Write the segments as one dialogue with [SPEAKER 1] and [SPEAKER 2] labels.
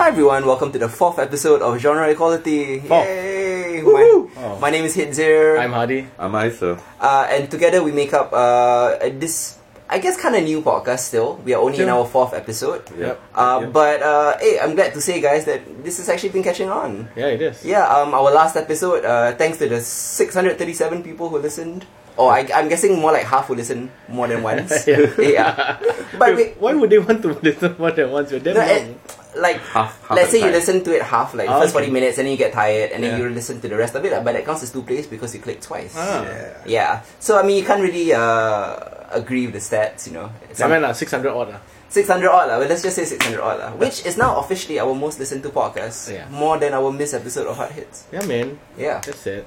[SPEAKER 1] everyone, welcome to the fourth episode of Genre Equality.
[SPEAKER 2] Fourth.
[SPEAKER 1] Yay!
[SPEAKER 2] Woohoo!
[SPEAKER 1] My,
[SPEAKER 2] Oh.
[SPEAKER 1] my name is Hitzir.
[SPEAKER 2] I'm Hardy.
[SPEAKER 3] Am I so?
[SPEAKER 1] uh, and together we make up uh, this, I guess, kind of new podcast still. We are only in
[SPEAKER 2] Sure.
[SPEAKER 1] our fourth episode.
[SPEAKER 2] Yep.
[SPEAKER 1] Uh,
[SPEAKER 3] Yep.
[SPEAKER 1] But uh, hey, I'm glad to say, guys, that this has actually been catching on.
[SPEAKER 2] Yeah, it is.
[SPEAKER 1] Yeah, um, our last episode, uh, thanks to the 637 people who listened, or I, I'm guessing more like half who listened more than once.
[SPEAKER 2] Yeah.
[SPEAKER 1] yeah. But we,
[SPEAKER 2] Wait, why would they want to listen more than once? We're damn
[SPEAKER 1] no,
[SPEAKER 2] young.
[SPEAKER 1] it, like,
[SPEAKER 3] Half- half
[SPEAKER 1] let's
[SPEAKER 3] the
[SPEAKER 1] say you
[SPEAKER 3] time.
[SPEAKER 1] listen to it half, like the
[SPEAKER 2] Ah,
[SPEAKER 1] first
[SPEAKER 2] okay.
[SPEAKER 1] 40 minutes, and then you get tired, and then
[SPEAKER 2] Yeah.
[SPEAKER 1] you listen to the rest of it, but that counts as two plays because you clicked twice.
[SPEAKER 2] Ah.
[SPEAKER 3] Yeah.
[SPEAKER 1] Yeah. So, I mean, you can't really uh, agree with the stats, you know. It's
[SPEAKER 2] I mean, uh, 600 odd. Uh.
[SPEAKER 1] 600 odd, lah. well, let's just say 600 odd, lah, which is now officially our most listened to podcast,
[SPEAKER 2] Yeah.
[SPEAKER 1] more than our missed episode of Hot Hits.
[SPEAKER 2] Yeah, man.
[SPEAKER 1] Yeah.
[SPEAKER 2] That's it.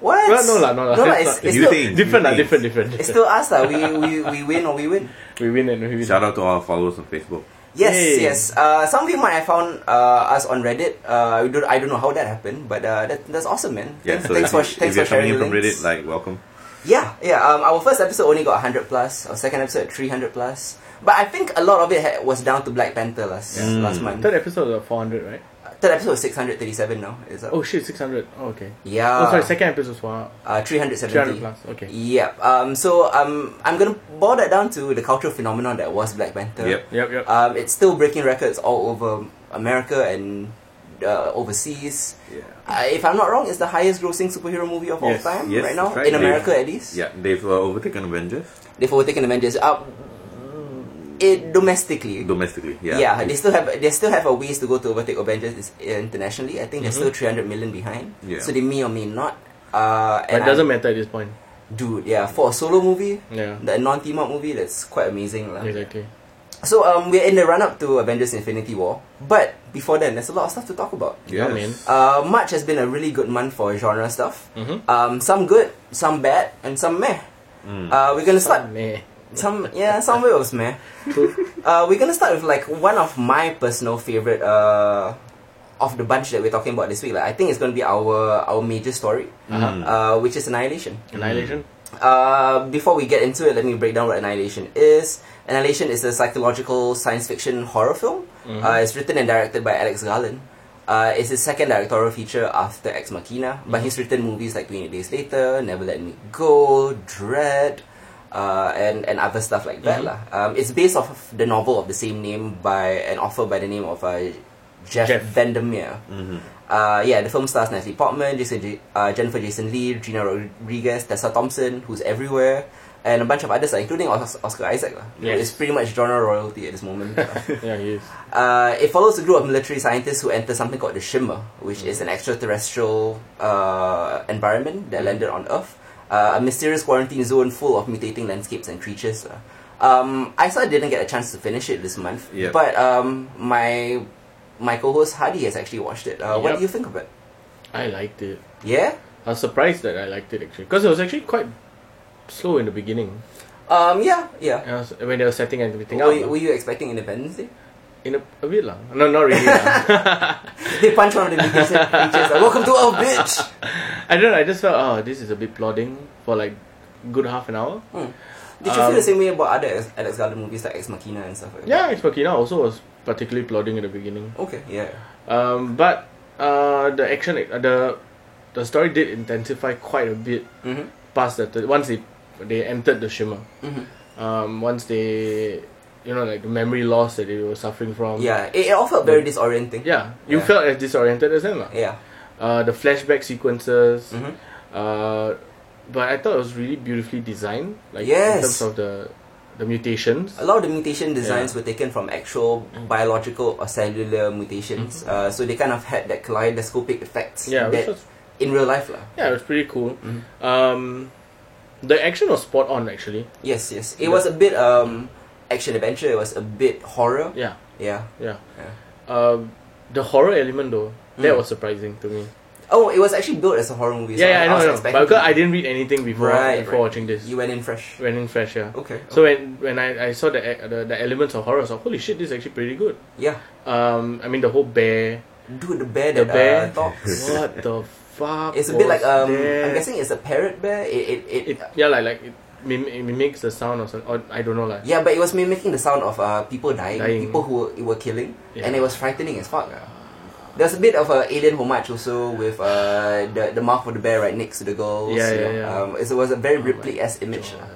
[SPEAKER 1] What?
[SPEAKER 2] Well, no lah, no lah.
[SPEAKER 1] No lah,
[SPEAKER 2] It's
[SPEAKER 1] it's,
[SPEAKER 2] not-
[SPEAKER 1] it's
[SPEAKER 3] You
[SPEAKER 1] still,
[SPEAKER 3] think?
[SPEAKER 2] Different, lah,
[SPEAKER 3] Greetings.
[SPEAKER 2] different, different.
[SPEAKER 1] it's still us, lah. We, we, we win or we win.
[SPEAKER 2] we win and we win.
[SPEAKER 3] Shout out to our followers on Facebook.
[SPEAKER 1] Yes,
[SPEAKER 2] Yay.
[SPEAKER 1] yes. Uh, some people might have found uh, us on Reddit. Uh, I don't, I don't know how that happened, but uh, that, that's awesome, man.
[SPEAKER 3] Yeah,
[SPEAKER 1] thanks,
[SPEAKER 3] so
[SPEAKER 1] thanks
[SPEAKER 3] if, you-
[SPEAKER 1] for, thanks
[SPEAKER 3] if you're
[SPEAKER 1] for sharing
[SPEAKER 3] coming in from
[SPEAKER 1] the links.
[SPEAKER 3] Reddit, like, welcome.
[SPEAKER 1] Yeah, yeah. Um, our first episode only got 100 plus. Our second episode 300 plus. But I think a lot of it had, was down to Black Panther last last
[SPEAKER 3] Mm.
[SPEAKER 1] month.
[SPEAKER 2] Third episode of 400, right?
[SPEAKER 1] Third episode was 637 now. Is up.
[SPEAKER 2] Oh shit, 600. Oh, okay.
[SPEAKER 1] yeah.
[SPEAKER 2] oh, sorry, second episode was
[SPEAKER 1] uh, 370.
[SPEAKER 2] 300 plus. Okay.
[SPEAKER 1] Yep. Um, so um, I'm gonna boil that down to the cultural phenomenon that was Black Panther.
[SPEAKER 3] Yep.
[SPEAKER 2] Yep, yep.
[SPEAKER 1] Um, it's still breaking records all over America and uh, overseas.
[SPEAKER 3] Yeah.
[SPEAKER 1] Uh, if I'm not wrong, it's the highest grossing superhero movie of
[SPEAKER 2] Yes.
[SPEAKER 1] all time
[SPEAKER 3] Yes,
[SPEAKER 1] right now
[SPEAKER 3] that's right.
[SPEAKER 1] in America,
[SPEAKER 3] Yeah.
[SPEAKER 1] at least.
[SPEAKER 3] Yeah, they've uh, overtaken Avengers
[SPEAKER 1] They've overtaken Avengers. Uh, it domestically.
[SPEAKER 3] domestically. Yeah.
[SPEAKER 1] they still have they still have a ways to go to overtake Avengers is- internationally. I think they're still 300 million behind.
[SPEAKER 3] Yeah.
[SPEAKER 1] So they may or may not. Uh,
[SPEAKER 2] but
[SPEAKER 1] and
[SPEAKER 2] it doesn't
[SPEAKER 1] I'm-
[SPEAKER 2] matter at this point.
[SPEAKER 1] dude, yeah, for a solo movie,
[SPEAKER 2] Yeah.
[SPEAKER 1] the non-team up movie, that's quite amazing, lah.
[SPEAKER 2] Exactly.
[SPEAKER 1] So um, we're in the run-up to Avengers: Infinity War, but before then, there's a lot of stuff to talk about.
[SPEAKER 2] Yeah,
[SPEAKER 3] Yes.
[SPEAKER 2] man.
[SPEAKER 1] Uh, March has been a really good month for genre stuff.
[SPEAKER 2] Mm-hmm.
[SPEAKER 1] Um, some good, some bad, and some meh.
[SPEAKER 3] Mm.
[SPEAKER 1] Uh, we're gonna start
[SPEAKER 2] Meh.
[SPEAKER 1] some yeah, some way was meh. uh, we're gonna start with like one of my personal favorite uh of the bunch that we're talking about this week. Like I think it's gonna be our our major story,
[SPEAKER 2] Uh-huh.
[SPEAKER 3] Mm.
[SPEAKER 1] uh, which is Annihilation.
[SPEAKER 2] Annihilation.
[SPEAKER 1] Uh, before we get into it, let me break down what Annihilation is. Annihilation is a psychological science fiction horror film.
[SPEAKER 2] Mhm.
[SPEAKER 1] Uh, it's written and directed by Alex Garland. Uh, it's his second directorial feature after Ex Machina, but he's written movies like 28 Days Later, Never Let Me Go, Dread, uh, and, and other stuff like that.
[SPEAKER 2] Mhm.
[SPEAKER 1] lah. Um, it's based off of the novel of the same name by an author by the name of uh, Jeff,
[SPEAKER 2] Jeff.
[SPEAKER 1] Vandermeer.
[SPEAKER 3] Mhm.
[SPEAKER 1] Uh, yeah, the film stars Natalie Portman, Jason J- uh, Jennifer Jason Lee, Gina Rodriguez, Tessa Thompson, who's everywhere, and a bunch of others, uh, including Os- Oscar Isaac. lah.
[SPEAKER 2] Yes.
[SPEAKER 1] It's pretty much genre royalty at this moment.
[SPEAKER 2] yeah, he is.
[SPEAKER 1] uh, it follows a group of military scientists who enter something called the Shimmer, which is an extraterrestrial uh, environment
[SPEAKER 2] Mm-hmm.
[SPEAKER 1] that landed on Earth, uh, a mysterious quarantine zone full of mutating landscapes and creatures. lah. Um, I sort of didn't get a chance to finish it this month,
[SPEAKER 3] Yep.
[SPEAKER 1] but um, my my co-host Hadi has actually watched it. Uh, What
[SPEAKER 2] Yep.
[SPEAKER 1] do you think of it?
[SPEAKER 2] I liked it.
[SPEAKER 1] Yeah.
[SPEAKER 2] I was surprised that I liked it actually. Because it was actually quite slow in the beginning.
[SPEAKER 1] Um. Yeah. Yeah.
[SPEAKER 2] I was, when they were setting everything
[SPEAKER 1] Were,
[SPEAKER 2] up.
[SPEAKER 1] you-
[SPEAKER 2] lah.
[SPEAKER 1] were you expecting Independence Day?
[SPEAKER 2] in a, a bit lah. No, not really. lah.
[SPEAKER 1] They punch one of the mutants and creatures. Like, Welcome to Earth, bitch.
[SPEAKER 2] I don't know. I just felt oh, this is a bit plodding for like good half an hour.
[SPEAKER 1] Hmm. Did you feel
[SPEAKER 2] Um,
[SPEAKER 1] the same way about other Alex, Alex Garland movies like Ex Machina and stuff like
[SPEAKER 2] Yeah,
[SPEAKER 1] that?
[SPEAKER 2] Ex Machina also was particularly plodding in the beginning.
[SPEAKER 1] Okay. Yeah.
[SPEAKER 2] Um, but uh, the action, uh, the the story did intensify quite a bit
[SPEAKER 1] Mhm.
[SPEAKER 2] past the thir- once they they entered the shimmer.
[SPEAKER 1] Mhm.
[SPEAKER 2] Um, once they you know like the memory loss that they were suffering from.
[SPEAKER 1] Yeah. It, it all felt very disorienting.
[SPEAKER 2] Um, Yeah, you
[SPEAKER 1] Yeah.
[SPEAKER 2] felt as disoriented as them. lah.
[SPEAKER 1] Yeah.
[SPEAKER 2] Uh, the flashback sequences.
[SPEAKER 1] Mhm.
[SPEAKER 2] Uh, but I thought it was really beautifully designed. Like
[SPEAKER 1] Yes.
[SPEAKER 2] in terms of the the mutations.
[SPEAKER 1] A lot of the mutation designs
[SPEAKER 2] Yeah.
[SPEAKER 1] were taken from actual biological or cellular mutations, uh, so they kind of had that kaleidoscopic effects
[SPEAKER 2] Mm-hmm. Yeah, which
[SPEAKER 1] that
[SPEAKER 2] was
[SPEAKER 1] in real life, lah. Mm-hmm.
[SPEAKER 2] yeah, it was pretty cool. Um, the action was spot on actually.
[SPEAKER 1] Yes, yes. It
[SPEAKER 2] Yeah.
[SPEAKER 1] was a bit um, action adventure. It was a bit horror.
[SPEAKER 2] Yeah,
[SPEAKER 1] Yeah.
[SPEAKER 2] yeah.
[SPEAKER 1] Yeah.
[SPEAKER 2] Um, the horror element though, that
[SPEAKER 1] Mm.
[SPEAKER 2] was surprising to me.
[SPEAKER 1] Oh, it was actually built as a horror movie. so
[SPEAKER 2] yeah, yeah, I know,
[SPEAKER 1] was
[SPEAKER 2] I know. But
[SPEAKER 1] expecting-
[SPEAKER 2] because I didn't read anything before
[SPEAKER 1] Right,
[SPEAKER 2] before
[SPEAKER 1] right.
[SPEAKER 2] watching this.
[SPEAKER 1] You Oh. went in fresh.
[SPEAKER 2] went in fresh, yeah.
[SPEAKER 1] Okay.
[SPEAKER 2] So when when I, I saw the, ac- the the elements of horror, I was like, holy shit, this is actually pretty good.
[SPEAKER 1] yeah,
[SPEAKER 2] Um, I mean the whole bear,
[SPEAKER 1] dude, the bear
[SPEAKER 2] the
[SPEAKER 1] that
[SPEAKER 2] bear.
[SPEAKER 1] uh, talks.
[SPEAKER 2] what the fuck?
[SPEAKER 1] It's a bit
[SPEAKER 2] was
[SPEAKER 1] like um,
[SPEAKER 2] that?
[SPEAKER 1] I'm guessing it's a parrot bear. It it, it,
[SPEAKER 2] It, yeah, like like it, mim- it mimics the sound of some, or I don't know like
[SPEAKER 1] Yeah, but it was mimicking the sound of uh, people dying,
[SPEAKER 2] Dying.
[SPEAKER 1] people who were, were killing,
[SPEAKER 2] Yeah.
[SPEAKER 1] and it was frightening as fuck. ah. There's a bit of a alien homage also with uh, the the mouth of the bear right next to the girls.
[SPEAKER 2] Yeah,
[SPEAKER 1] you
[SPEAKER 2] yeah,
[SPEAKER 1] know.
[SPEAKER 2] yeah. Oh
[SPEAKER 1] Um, it was a very
[SPEAKER 2] my
[SPEAKER 1] Ripley esque image. ah.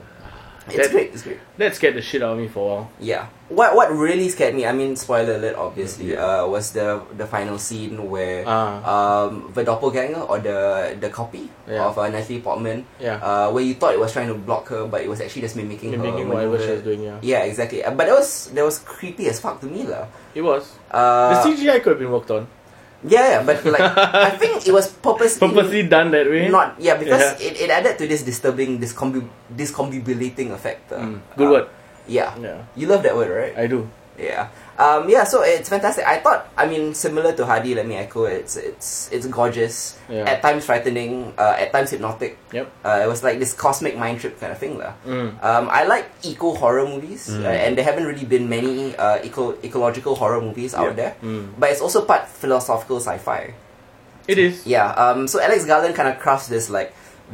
[SPEAKER 1] It's
[SPEAKER 2] That-
[SPEAKER 1] great. It's great.
[SPEAKER 2] that scared the shit out of me for a while.
[SPEAKER 1] Yeah. What what really scared me? I mean, spoiler alert, obviously.
[SPEAKER 3] Yeah.
[SPEAKER 1] Uh, was the the final scene where
[SPEAKER 2] Ah,
[SPEAKER 1] um the doppelganger or the the copy
[SPEAKER 2] Yeah.
[SPEAKER 1] of uh, Natalie Portman,
[SPEAKER 2] yeah,
[SPEAKER 1] uh, where you thought it was trying to block her, but it was actually just mimicking,
[SPEAKER 2] mimicking
[SPEAKER 1] her.
[SPEAKER 2] whatever she
[SPEAKER 1] maneuver.
[SPEAKER 2] was doing. Yeah,
[SPEAKER 1] Yeah, exactly. Uh, But that was that was creepy as fuck to me, lah.
[SPEAKER 2] it was.
[SPEAKER 1] Uh,
[SPEAKER 2] the CGI could have been worked on.
[SPEAKER 1] yeah, yeah, but like I think it was purposely,
[SPEAKER 2] Purposely done that way.
[SPEAKER 1] not yeah because
[SPEAKER 2] Yeah.
[SPEAKER 1] It, it added to this disturbing discombu- discombobulating effect. uh,
[SPEAKER 2] Mm, Good
[SPEAKER 1] uh,
[SPEAKER 2] word.
[SPEAKER 1] Yeah,
[SPEAKER 2] Yeah,
[SPEAKER 1] you love that word, right?
[SPEAKER 2] I do.
[SPEAKER 1] Yeah. Um, yeah, so it's fantastic. I thought, I mean, similar to Hardy, let me echo, it's it's it's gorgeous.
[SPEAKER 2] Yeah.
[SPEAKER 1] At times frightening, uh, at times hypnotic.
[SPEAKER 2] Yep.
[SPEAKER 1] Uh, it was like this cosmic mind trip kind of thing. lah.
[SPEAKER 2] Mm.
[SPEAKER 1] Um, I like eco horror movies,
[SPEAKER 3] Mm.
[SPEAKER 1] uh, and there haven't really been many uh, eco- ecological horror movies out
[SPEAKER 3] Yeah.
[SPEAKER 1] there.
[SPEAKER 2] Mm.
[SPEAKER 1] But it's also part philosophical sci fi.
[SPEAKER 2] It is.
[SPEAKER 1] Yeah, um, so Alex Garland kind of crafts this like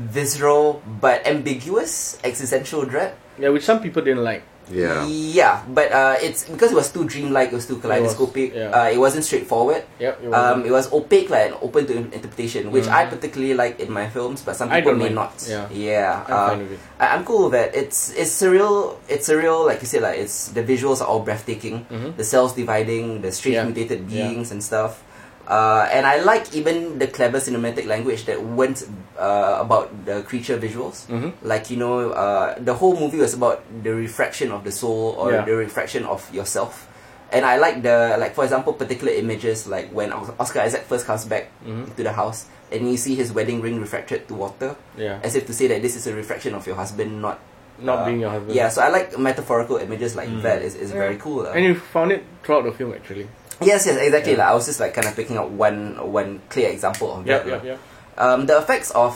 [SPEAKER 1] visceral but ambiguous existential dread
[SPEAKER 2] Yeah, which some people didn't like.
[SPEAKER 3] Yeah.
[SPEAKER 1] but uh, it's because it was too dreamlike, it was too kaleidoscopic.
[SPEAKER 2] It was, yeah.
[SPEAKER 1] uh, it wasn't straightforward.
[SPEAKER 2] Yep. It
[SPEAKER 1] Um,
[SPEAKER 2] wasn't.
[SPEAKER 1] it was opaque like, and open to in- interpretation, which I
[SPEAKER 2] Mhm.
[SPEAKER 1] particularly like in my films, but some
[SPEAKER 2] I
[SPEAKER 1] people
[SPEAKER 2] don't
[SPEAKER 1] may
[SPEAKER 2] mind.
[SPEAKER 1] not.
[SPEAKER 2] Yeah.
[SPEAKER 1] yeah.
[SPEAKER 2] I'm
[SPEAKER 1] uh,
[SPEAKER 2] fine with it.
[SPEAKER 1] I- I'm cool with that. It's it's surreal. It's surreal, like you said, like it's the visuals are all breathtaking.
[SPEAKER 2] Mhm.
[SPEAKER 1] The cells dividing, the strange
[SPEAKER 2] Yeah.
[SPEAKER 1] mutated
[SPEAKER 2] Yeah.
[SPEAKER 1] beings and stuff. Uh, and I like even the clever cinematic language that went uh, about the creature visuals.
[SPEAKER 2] Mhm.
[SPEAKER 1] Like you know, uh, the whole movie was about the refraction of the soul or
[SPEAKER 2] Yeah.
[SPEAKER 1] the refraction of yourself. And I like the like for example particular images like when Os- Oscar Isaac first comes back
[SPEAKER 2] Mhm.
[SPEAKER 1] to the house and you see his wedding ring refracted to water
[SPEAKER 2] Yeah.
[SPEAKER 1] as if to say that this is a reflection of your husband, not
[SPEAKER 2] Not
[SPEAKER 1] uh,
[SPEAKER 2] being your husband.
[SPEAKER 1] yeah. So I like metaphorical images like
[SPEAKER 3] Mm.
[SPEAKER 1] that. Is is
[SPEAKER 2] Yeah.
[SPEAKER 1] very cool. uh.
[SPEAKER 2] And you found it throughout the film actually.
[SPEAKER 1] yes, yes, exactly.
[SPEAKER 2] Yeah.
[SPEAKER 1] Like I was just like kind of picking out one one clear example of
[SPEAKER 2] Yep.
[SPEAKER 1] that.
[SPEAKER 2] Yep.
[SPEAKER 1] lah.
[SPEAKER 2] Yep.
[SPEAKER 1] Um, the effects of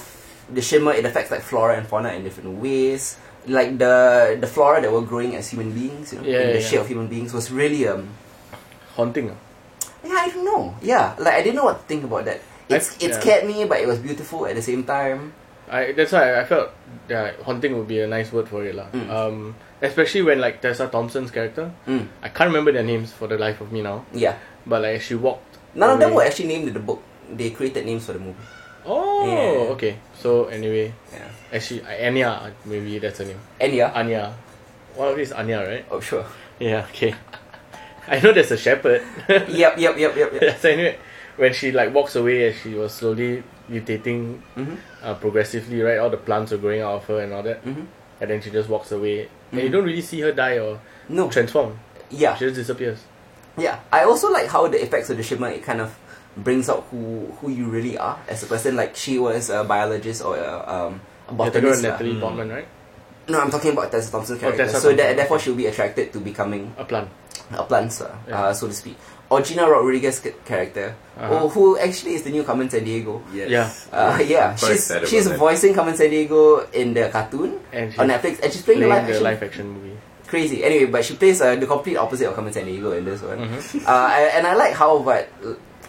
[SPEAKER 1] the shimmer it affects like flora and fauna in different ways. Like the the flora that were growing as human beings, you know,
[SPEAKER 2] Yeah,
[SPEAKER 1] in the
[SPEAKER 2] yeah,
[SPEAKER 1] shape of
[SPEAKER 2] yeah.
[SPEAKER 1] human beings was really um
[SPEAKER 2] Haunting. ah.
[SPEAKER 1] yeah I don't know yeah like I didn't know what to think about that. It's,
[SPEAKER 2] I-
[SPEAKER 1] it
[SPEAKER 2] yeah.
[SPEAKER 1] scared me, but it was beautiful at the same time.
[SPEAKER 2] I that's why I felt that haunting would be a nice word for it lah.
[SPEAKER 1] Mm.
[SPEAKER 2] Um, especially when like Tessa Thompson's character,
[SPEAKER 1] Mm,
[SPEAKER 2] I can't remember their names for the life of me now.
[SPEAKER 1] yeah,
[SPEAKER 2] But like she walked.
[SPEAKER 1] none of them were
[SPEAKER 2] away.
[SPEAKER 1] actually named in the book. They created names for the movie.
[SPEAKER 2] Oh,
[SPEAKER 1] Yeah.
[SPEAKER 2] okay. So anyway,
[SPEAKER 1] Yeah,
[SPEAKER 2] actually uh, Anya maybe that's her name.
[SPEAKER 1] and yeah,
[SPEAKER 2] Anya. One of these Anya, right?
[SPEAKER 1] oh sure.
[SPEAKER 2] Yeah. Okay. I know there's a shepherd.
[SPEAKER 1] yep, yep, yep, yep, yep.
[SPEAKER 2] so anyway, when she like walks away and she was slowly mutating
[SPEAKER 1] Mhm,
[SPEAKER 2] uh, progressively, right? All the plants were growing out of her and all that,
[SPEAKER 1] mhm.
[SPEAKER 2] and then she just walks away. And
[SPEAKER 1] Mhm.
[SPEAKER 2] you don't really see her die or
[SPEAKER 1] No,
[SPEAKER 2] transform.
[SPEAKER 1] yeah,
[SPEAKER 2] She just disappears.
[SPEAKER 1] yeah. I also like how the effects of the shimmer it kind of brings out who who you really are as a person. Like she was a biologist or a, um, a
[SPEAKER 2] Yeah, the girl
[SPEAKER 1] botanist. lah.
[SPEAKER 2] Natalie
[SPEAKER 3] Mm.
[SPEAKER 2] Portman, right?
[SPEAKER 1] No, I'm talking about Tessa Thompson's
[SPEAKER 2] Oh,
[SPEAKER 1] character.
[SPEAKER 2] Tessa
[SPEAKER 1] so that,
[SPEAKER 2] Thompson,
[SPEAKER 1] therefore,
[SPEAKER 2] okay.
[SPEAKER 1] she'll be attracted to becoming
[SPEAKER 2] A plant.
[SPEAKER 1] a plant, sir,
[SPEAKER 2] Yeah.
[SPEAKER 1] uh, so to speak. Or Gina Rodriguez's ca- character,
[SPEAKER 2] Uh-huh.
[SPEAKER 1] who, who actually is the new Carmen San Diego.
[SPEAKER 3] Yes.
[SPEAKER 1] Uh, yeah,
[SPEAKER 3] I'm quite
[SPEAKER 1] she's
[SPEAKER 3] excited
[SPEAKER 1] she's
[SPEAKER 3] about
[SPEAKER 1] voicing Carmen San Diego in the cartoon
[SPEAKER 2] And she's
[SPEAKER 1] on Netflix, and she's playing,
[SPEAKER 2] playing
[SPEAKER 1] the live
[SPEAKER 2] the
[SPEAKER 1] action
[SPEAKER 2] live action movie.
[SPEAKER 1] crazy. Anyway, but she plays uh, the complete opposite of Carmen San Diego in this one. Uh, and- and I like how, but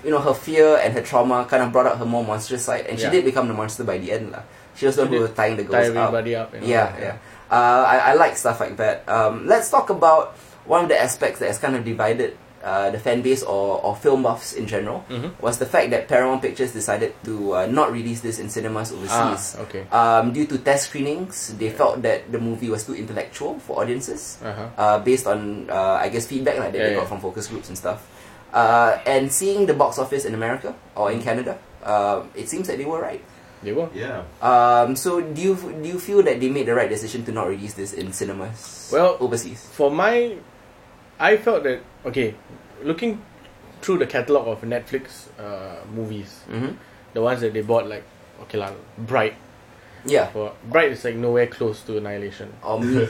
[SPEAKER 1] you know, her fear and her trauma kind of brought out her more monstrous side, and she
[SPEAKER 2] Yeah.
[SPEAKER 1] did become the monster by the end. lah. She was the
[SPEAKER 2] She
[SPEAKER 1] one who
[SPEAKER 2] did
[SPEAKER 1] was tying the
[SPEAKER 2] Tie
[SPEAKER 1] girls up.
[SPEAKER 2] everybody up. and all
[SPEAKER 1] Yeah,
[SPEAKER 2] that,
[SPEAKER 1] yeah. Uh, I, I like stuff like that. Um, let's talk about one of the aspects that has kind of divided uh, the fan base or, or film buffs in general
[SPEAKER 2] Mhm.
[SPEAKER 1] was the fact that Paramount Pictures decided to uh, not release this in cinemas
[SPEAKER 2] Ah,
[SPEAKER 1] overseas.
[SPEAKER 2] okay.
[SPEAKER 1] Um, due to test screenings, they felt that the movie was too intellectual for audiences,
[SPEAKER 2] Uh huh.
[SPEAKER 1] uh, based on, uh, I guess, feedback like, that they
[SPEAKER 2] Yeah,
[SPEAKER 1] got
[SPEAKER 2] yeah.
[SPEAKER 1] from focus groups and stuff. Uh, and seeing the box office in America or
[SPEAKER 2] Mm.
[SPEAKER 1] in Canada, uh, it seems that they were right.
[SPEAKER 2] They were.
[SPEAKER 3] Yeah.
[SPEAKER 1] Um, so do you do you feel that they made the right decision to not release this in cinemas?
[SPEAKER 2] Well-
[SPEAKER 1] overseas.
[SPEAKER 2] For my, I felt that okay, looking through the catalog of Netflix uh, movies,
[SPEAKER 1] Mm-hmm.
[SPEAKER 2] the ones that they bought like okay lah, Bright.
[SPEAKER 1] Yeah.
[SPEAKER 2] For Bright is like nowhere close to Annihilation.
[SPEAKER 1] Or mute.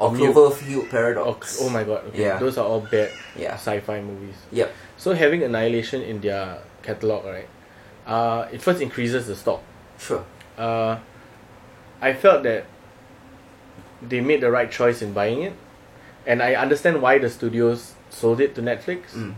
[SPEAKER 1] or
[SPEAKER 2] Mute.
[SPEAKER 1] Cloverfield
[SPEAKER 2] Oh,
[SPEAKER 1] paradox.
[SPEAKER 2] oh my god. Okay.
[SPEAKER 1] Yeah.
[SPEAKER 2] Those are all bad
[SPEAKER 1] Yeah.
[SPEAKER 2] uh, sci-fi movies.
[SPEAKER 1] Yep.
[SPEAKER 2] So having Annihilation in their catalog, right? Uh, it first increases the stock.
[SPEAKER 1] Sure.
[SPEAKER 2] uh, I felt that they made the right choice in buying it, and I understand why the studios sold it to Netflix.
[SPEAKER 1] Mm.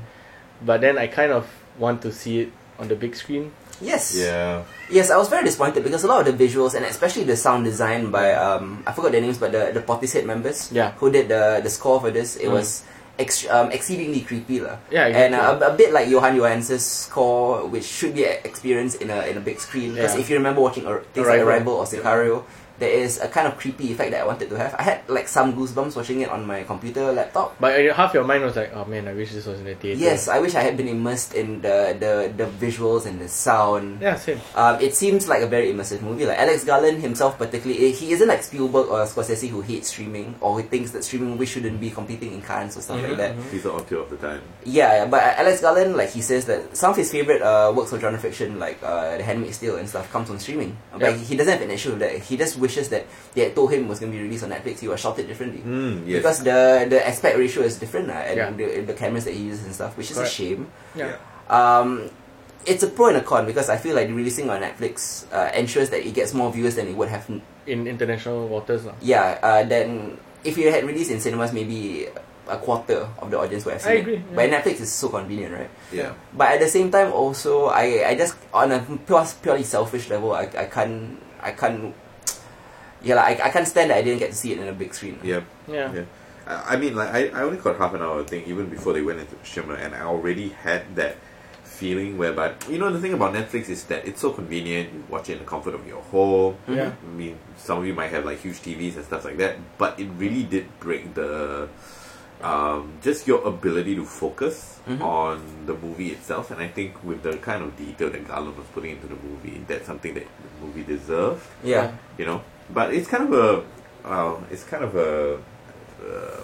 [SPEAKER 2] But then I kind of want to see it on the big screen.
[SPEAKER 1] Yes.
[SPEAKER 3] Yeah.
[SPEAKER 1] Yes, I was very disappointed because a lot of the visuals and especially the sound design by um I forgot their names but the the Portishead members
[SPEAKER 2] Yeah.
[SPEAKER 1] who did the the score for this it
[SPEAKER 2] Mm.
[SPEAKER 1] was ex- um, exceedingly creepy lah.
[SPEAKER 2] Yeah,
[SPEAKER 1] and uh,
[SPEAKER 2] exactly.
[SPEAKER 1] a, a bit like Johan Johansson's score, which should be experienced in a in a big screen. Because
[SPEAKER 2] Yeah.
[SPEAKER 1] if you remember watching Ar- things like Arrival
[SPEAKER 2] Arrival.
[SPEAKER 1] or Sicario, there is a kind of creepy effect that I wanted to have. I had like some goosebumps watching it on my computer laptop.
[SPEAKER 2] But uh, half your mind was like, oh man, I wish this was in the theater.
[SPEAKER 1] Yes, I wish I had been immersed in the the, the visuals and the sound.
[SPEAKER 2] Yeah, same.
[SPEAKER 1] Um, it seems like a very immersive movie. Like Alex Garland himself, particularly, eh, he isn't like Spielberg or Scorsese who hates streaming or who thinks that streaming movies shouldn't be competing in currents or stuff
[SPEAKER 2] Mm-hmm.
[SPEAKER 1] like that.
[SPEAKER 3] He's the auteur of the time.
[SPEAKER 1] Yeah, but uh, Alex Garland, like he says that some of his favorite uh, works of genre fiction, like uh, The Handmaid's Tale and stuff, comes on streaming. But
[SPEAKER 2] Yeah.
[SPEAKER 1] he doesn't have an issue with that. He just wishes that they had told him it was going to be released on Netflix. He was shot it differently.
[SPEAKER 3] Mm, yes.
[SPEAKER 1] Because the the aspect ratio is different, uh, and
[SPEAKER 2] Yeah.
[SPEAKER 1] the, the cameras that he uses and stuff, which is
[SPEAKER 2] Correct.
[SPEAKER 1] a shame.
[SPEAKER 2] Yeah.
[SPEAKER 1] Um, it's a pro and a con because I feel like releasing on Netflix uh, ensures that it gets more viewers than it would have.
[SPEAKER 2] In international waters. lah.
[SPEAKER 1] Yeah, uh, then if you had released in cinemas, maybe a quarter of the audience would have seen
[SPEAKER 2] I
[SPEAKER 1] it.
[SPEAKER 2] agree, yeah.
[SPEAKER 1] But Netflix is so convenient, right?
[SPEAKER 3] yeah.
[SPEAKER 1] But at the same time, also, I, I just on a pure, purely selfish level, I, I can't I can't yeah, like, I, I can't stand that I didn't get to see it in a big screen.
[SPEAKER 3] Yeah.
[SPEAKER 2] Yeah.
[SPEAKER 3] Yeah. I I mean, like, I, I only caught half an hour of the thing even before they went into Shimmer, and I already had that feeling whereby, you know, the thing about Netflix is that it's so convenient. You watch it in the comfort of your home.
[SPEAKER 2] Yeah.
[SPEAKER 1] Mm-hmm.
[SPEAKER 3] I mean, some of you might have, like, huge TVs and stuff like that, but it really did break the. Um, just your ability to focus
[SPEAKER 1] Mhm.
[SPEAKER 3] on the movie itself, and I think with the kind of detail that Garland was putting into the movie, that's something that the movie deserved
[SPEAKER 1] yeah.
[SPEAKER 3] you know. But it's kind of a, uh, it's kind of a uh,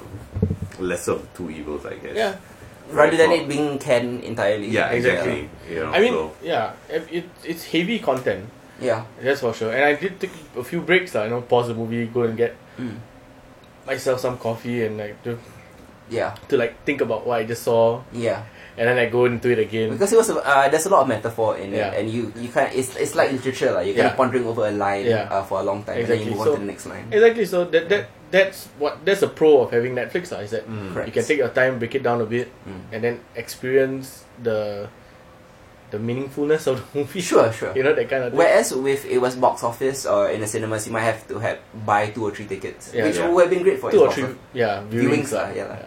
[SPEAKER 3] lesser of two evils, I guess.
[SPEAKER 2] Yeah.
[SPEAKER 1] Rather than
[SPEAKER 3] Right.
[SPEAKER 1] it being canned entirely.
[SPEAKER 3] Yeah,
[SPEAKER 2] Exactly.
[SPEAKER 3] exactly. You know,
[SPEAKER 2] I mean,
[SPEAKER 3] so-
[SPEAKER 2] yeah, it, it, it's heavy content,
[SPEAKER 1] Yeah.
[SPEAKER 2] that's for sure. And I did take a few breaks, lah, you know, pause the movie, go and get
[SPEAKER 1] Mm.
[SPEAKER 2] myself some coffee and like to,
[SPEAKER 1] Yeah.
[SPEAKER 2] to like think about what I just saw,
[SPEAKER 1] Yeah.
[SPEAKER 2] and then I go into it again.
[SPEAKER 1] Because it was a- uh, there's a lot of metaphor in
[SPEAKER 2] Yeah.
[SPEAKER 1] it, and you you kind it's it's like literature, like you're kind of
[SPEAKER 2] Yeah.
[SPEAKER 1] pondering over a line
[SPEAKER 2] Yeah.
[SPEAKER 1] uh, for a long time, and
[SPEAKER 2] Exactly.
[SPEAKER 1] then you move
[SPEAKER 2] So-
[SPEAKER 1] on to the next line.
[SPEAKER 2] Exactly. So that that that's what that's a pro of having Netflix. lah, is that
[SPEAKER 3] Mm.
[SPEAKER 1] Correct.
[SPEAKER 2] you can take your time, break it down a bit,
[SPEAKER 1] Mm.
[SPEAKER 2] and then experience the the meaningfulness of the movie.
[SPEAKER 1] Sure, sure.
[SPEAKER 2] You know that kind of thing.
[SPEAKER 1] Whereas with it was box office or in the cinemas, you might have to have buy two or three tickets,
[SPEAKER 2] Yeah,
[SPEAKER 1] which
[SPEAKER 3] yeah.
[SPEAKER 1] would have been great for its
[SPEAKER 2] Two or
[SPEAKER 1] box
[SPEAKER 2] three,
[SPEAKER 1] office.
[SPEAKER 2] yeah,
[SPEAKER 1] Viewings
[SPEAKER 2] viewings.
[SPEAKER 1] lah,
[SPEAKER 2] lah.
[SPEAKER 1] yeah lah.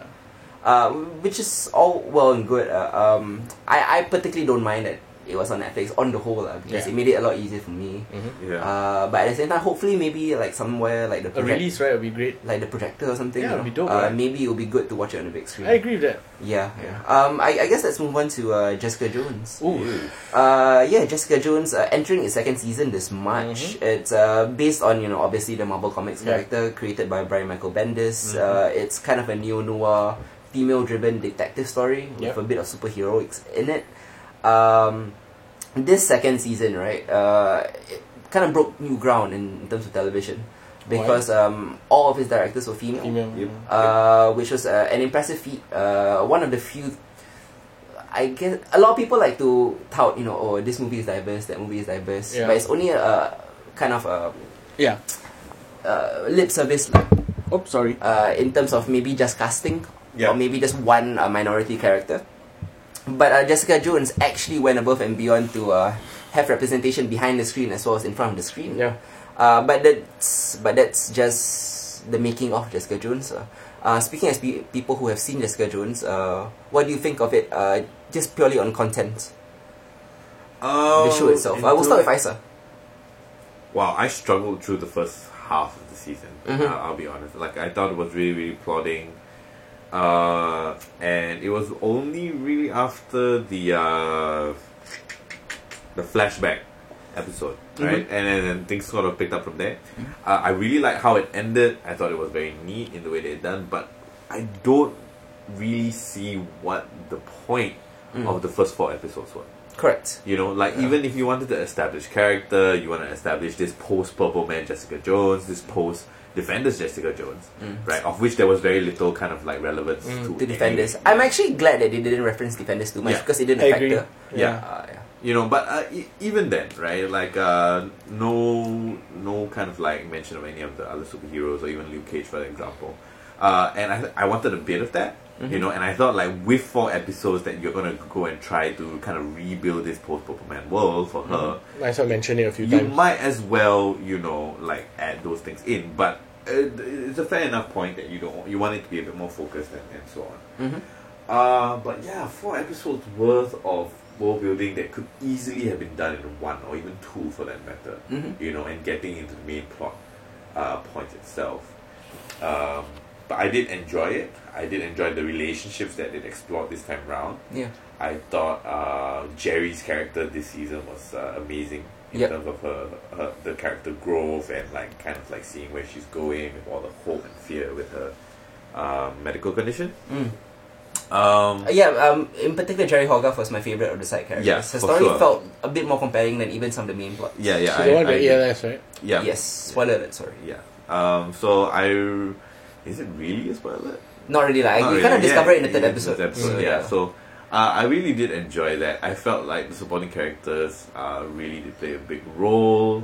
[SPEAKER 1] uh, which is all well and good. Uh, um, I I particularly don't mind that it was on Netflix on the whole uh, because
[SPEAKER 2] Yeah.
[SPEAKER 1] it made it a lot easier for me.
[SPEAKER 2] Mhm.
[SPEAKER 3] yeah.
[SPEAKER 1] Uh, but at the same time, hopefully maybe like somewhere like the
[SPEAKER 2] A
[SPEAKER 1] project,
[SPEAKER 2] release, right, would be great.
[SPEAKER 1] like the projector or something.
[SPEAKER 2] Yeah,
[SPEAKER 1] you
[SPEAKER 2] it'd
[SPEAKER 1] know?
[SPEAKER 2] be dope,
[SPEAKER 1] uh,
[SPEAKER 2] right?
[SPEAKER 1] Maybe it would be good to watch it on the big screen.
[SPEAKER 2] I agree with that.
[SPEAKER 1] Yeah,
[SPEAKER 2] Yeah.
[SPEAKER 1] yeah. Um, I, I guess let's move on to uh, Jessica Jones.
[SPEAKER 2] Ooh.
[SPEAKER 1] Uh, yeah, Jessica Jones uh, entering its second season this March. It's uh, based on you know obviously the Marvel Comics
[SPEAKER 2] Mm-hmm. Yeah. Mm-hmm.
[SPEAKER 1] character created by Brian Michael Bendis. Uh, it's kind of a neo noir, female driven detective story
[SPEAKER 2] Yep.
[SPEAKER 1] with a bit of superheroics in it. Um, this second season, right, uh, it kind of broke new ground in, in terms of television because um, all of his directors were
[SPEAKER 2] Female.
[SPEAKER 3] Yep.
[SPEAKER 1] uh, which was uh, an impressive feat. Uh, one of the few. I guess a lot of people like to tout, you know, oh, this movie is diverse, that movie is diverse,
[SPEAKER 2] Yeah.
[SPEAKER 1] but it's only a kind of a,
[SPEAKER 2] Yeah.
[SPEAKER 1] uh lip service like,
[SPEAKER 2] Oh, sorry.
[SPEAKER 1] uh, in terms of maybe just casting
[SPEAKER 3] Yeah.
[SPEAKER 1] or maybe just one uh, minority character. But uh, Jessica Jones actually went above and beyond to uh, have representation behind the screen as well as in front of the screen.
[SPEAKER 2] Yeah.
[SPEAKER 1] Uh, but that's but that's just the making of Jessica Jones. Uh, uh, speaking as pe- people who have seen Jessica Jones, uh, what do you think of it? Uh, just purely on content,
[SPEAKER 3] Oh,
[SPEAKER 1] Uh, the show itself. I will start with Isa.
[SPEAKER 3] Wow, I struggled through the first half of the season.
[SPEAKER 1] Mhm.
[SPEAKER 3] I'll, I'll be honest. Like I thought it was really, really plodding, uh, and it was only really after the uh, the flashback episode, right? And then and things sort of picked up from there. Uh, I really like how it ended. I thought it was very neat in the way they done, but I don't really see what the point of the first four episodes were.
[SPEAKER 1] Correct.
[SPEAKER 3] You know, like even if you wanted to establish character, you want to establish this post Purple Man Jessica Jones, this post Defenders Jessica Jones, right? Of which there was very little kind of like relevance to,
[SPEAKER 1] Mm. To
[SPEAKER 3] any-
[SPEAKER 1] Defenders, I'm actually glad that they didn't reference Defenders too much
[SPEAKER 3] Yeah.
[SPEAKER 1] because it didn't
[SPEAKER 2] I
[SPEAKER 1] affect
[SPEAKER 2] agree.
[SPEAKER 1] her.
[SPEAKER 3] Yeah.
[SPEAKER 1] Uh, yeah.
[SPEAKER 3] you know, but uh, e- even then, right? Like uh, no, no kind of like mention of any of the other superheroes or even Luke Cage, for example. Uh, and I, I wanted a bit of that, you
[SPEAKER 1] Mm-hmm.
[SPEAKER 3] know, and I thought like with four episodes that you're gonna go and try to kind of rebuild this post Pokemon world for
[SPEAKER 1] Mm-hmm.
[SPEAKER 3] her
[SPEAKER 2] I saw mention it a few
[SPEAKER 3] you
[SPEAKER 2] times.
[SPEAKER 3] might as well you know like add those things in but uh, it's a fair enough point that you don't you want it to be a bit more focused and, and so on
[SPEAKER 1] Mhm.
[SPEAKER 3] uh, but yeah four episodes worth of world building that could easily have been done in one or even two for that matter
[SPEAKER 1] Mhm.
[SPEAKER 2] Mm-hmm.
[SPEAKER 3] you know and getting into the main plot uh, point itself um, but I did enjoy it I did enjoy the relationships that it explored this time round
[SPEAKER 1] Yeah.
[SPEAKER 3] I thought uh, Jerry's character this season was uh, amazing in
[SPEAKER 1] Yep.
[SPEAKER 3] terms of her, her the character growth and like kind of like seeing where she's going with all the hope and fear with her uh, medical condition.
[SPEAKER 1] Mm.
[SPEAKER 3] Um,
[SPEAKER 1] Uh, Yeah, um, in particular, Jerry Hogarth was my favorite of the side characters.
[SPEAKER 3] Yeah,
[SPEAKER 1] Her
[SPEAKER 3] for
[SPEAKER 1] story
[SPEAKER 3] sure.
[SPEAKER 1] felt a bit more compelling than even some of the main plots.
[SPEAKER 3] yeah, yeah,
[SPEAKER 2] She's
[SPEAKER 3] I-
[SPEAKER 2] the one with
[SPEAKER 3] I-
[SPEAKER 2] ALS, right?
[SPEAKER 3] yeah,
[SPEAKER 1] Yes, spoiler alert, sorry.
[SPEAKER 3] yeah. Um, so I is it really a spoiler?
[SPEAKER 1] Not really, like, you
[SPEAKER 3] Not really,
[SPEAKER 1] kind of
[SPEAKER 3] yeah,
[SPEAKER 1] discover it in the third
[SPEAKER 3] yeah,
[SPEAKER 1] episode. Mm.
[SPEAKER 3] third episode,
[SPEAKER 1] So,
[SPEAKER 3] yeah. So uh, I really did enjoy that. I felt like the supporting characters uh, really did play a big role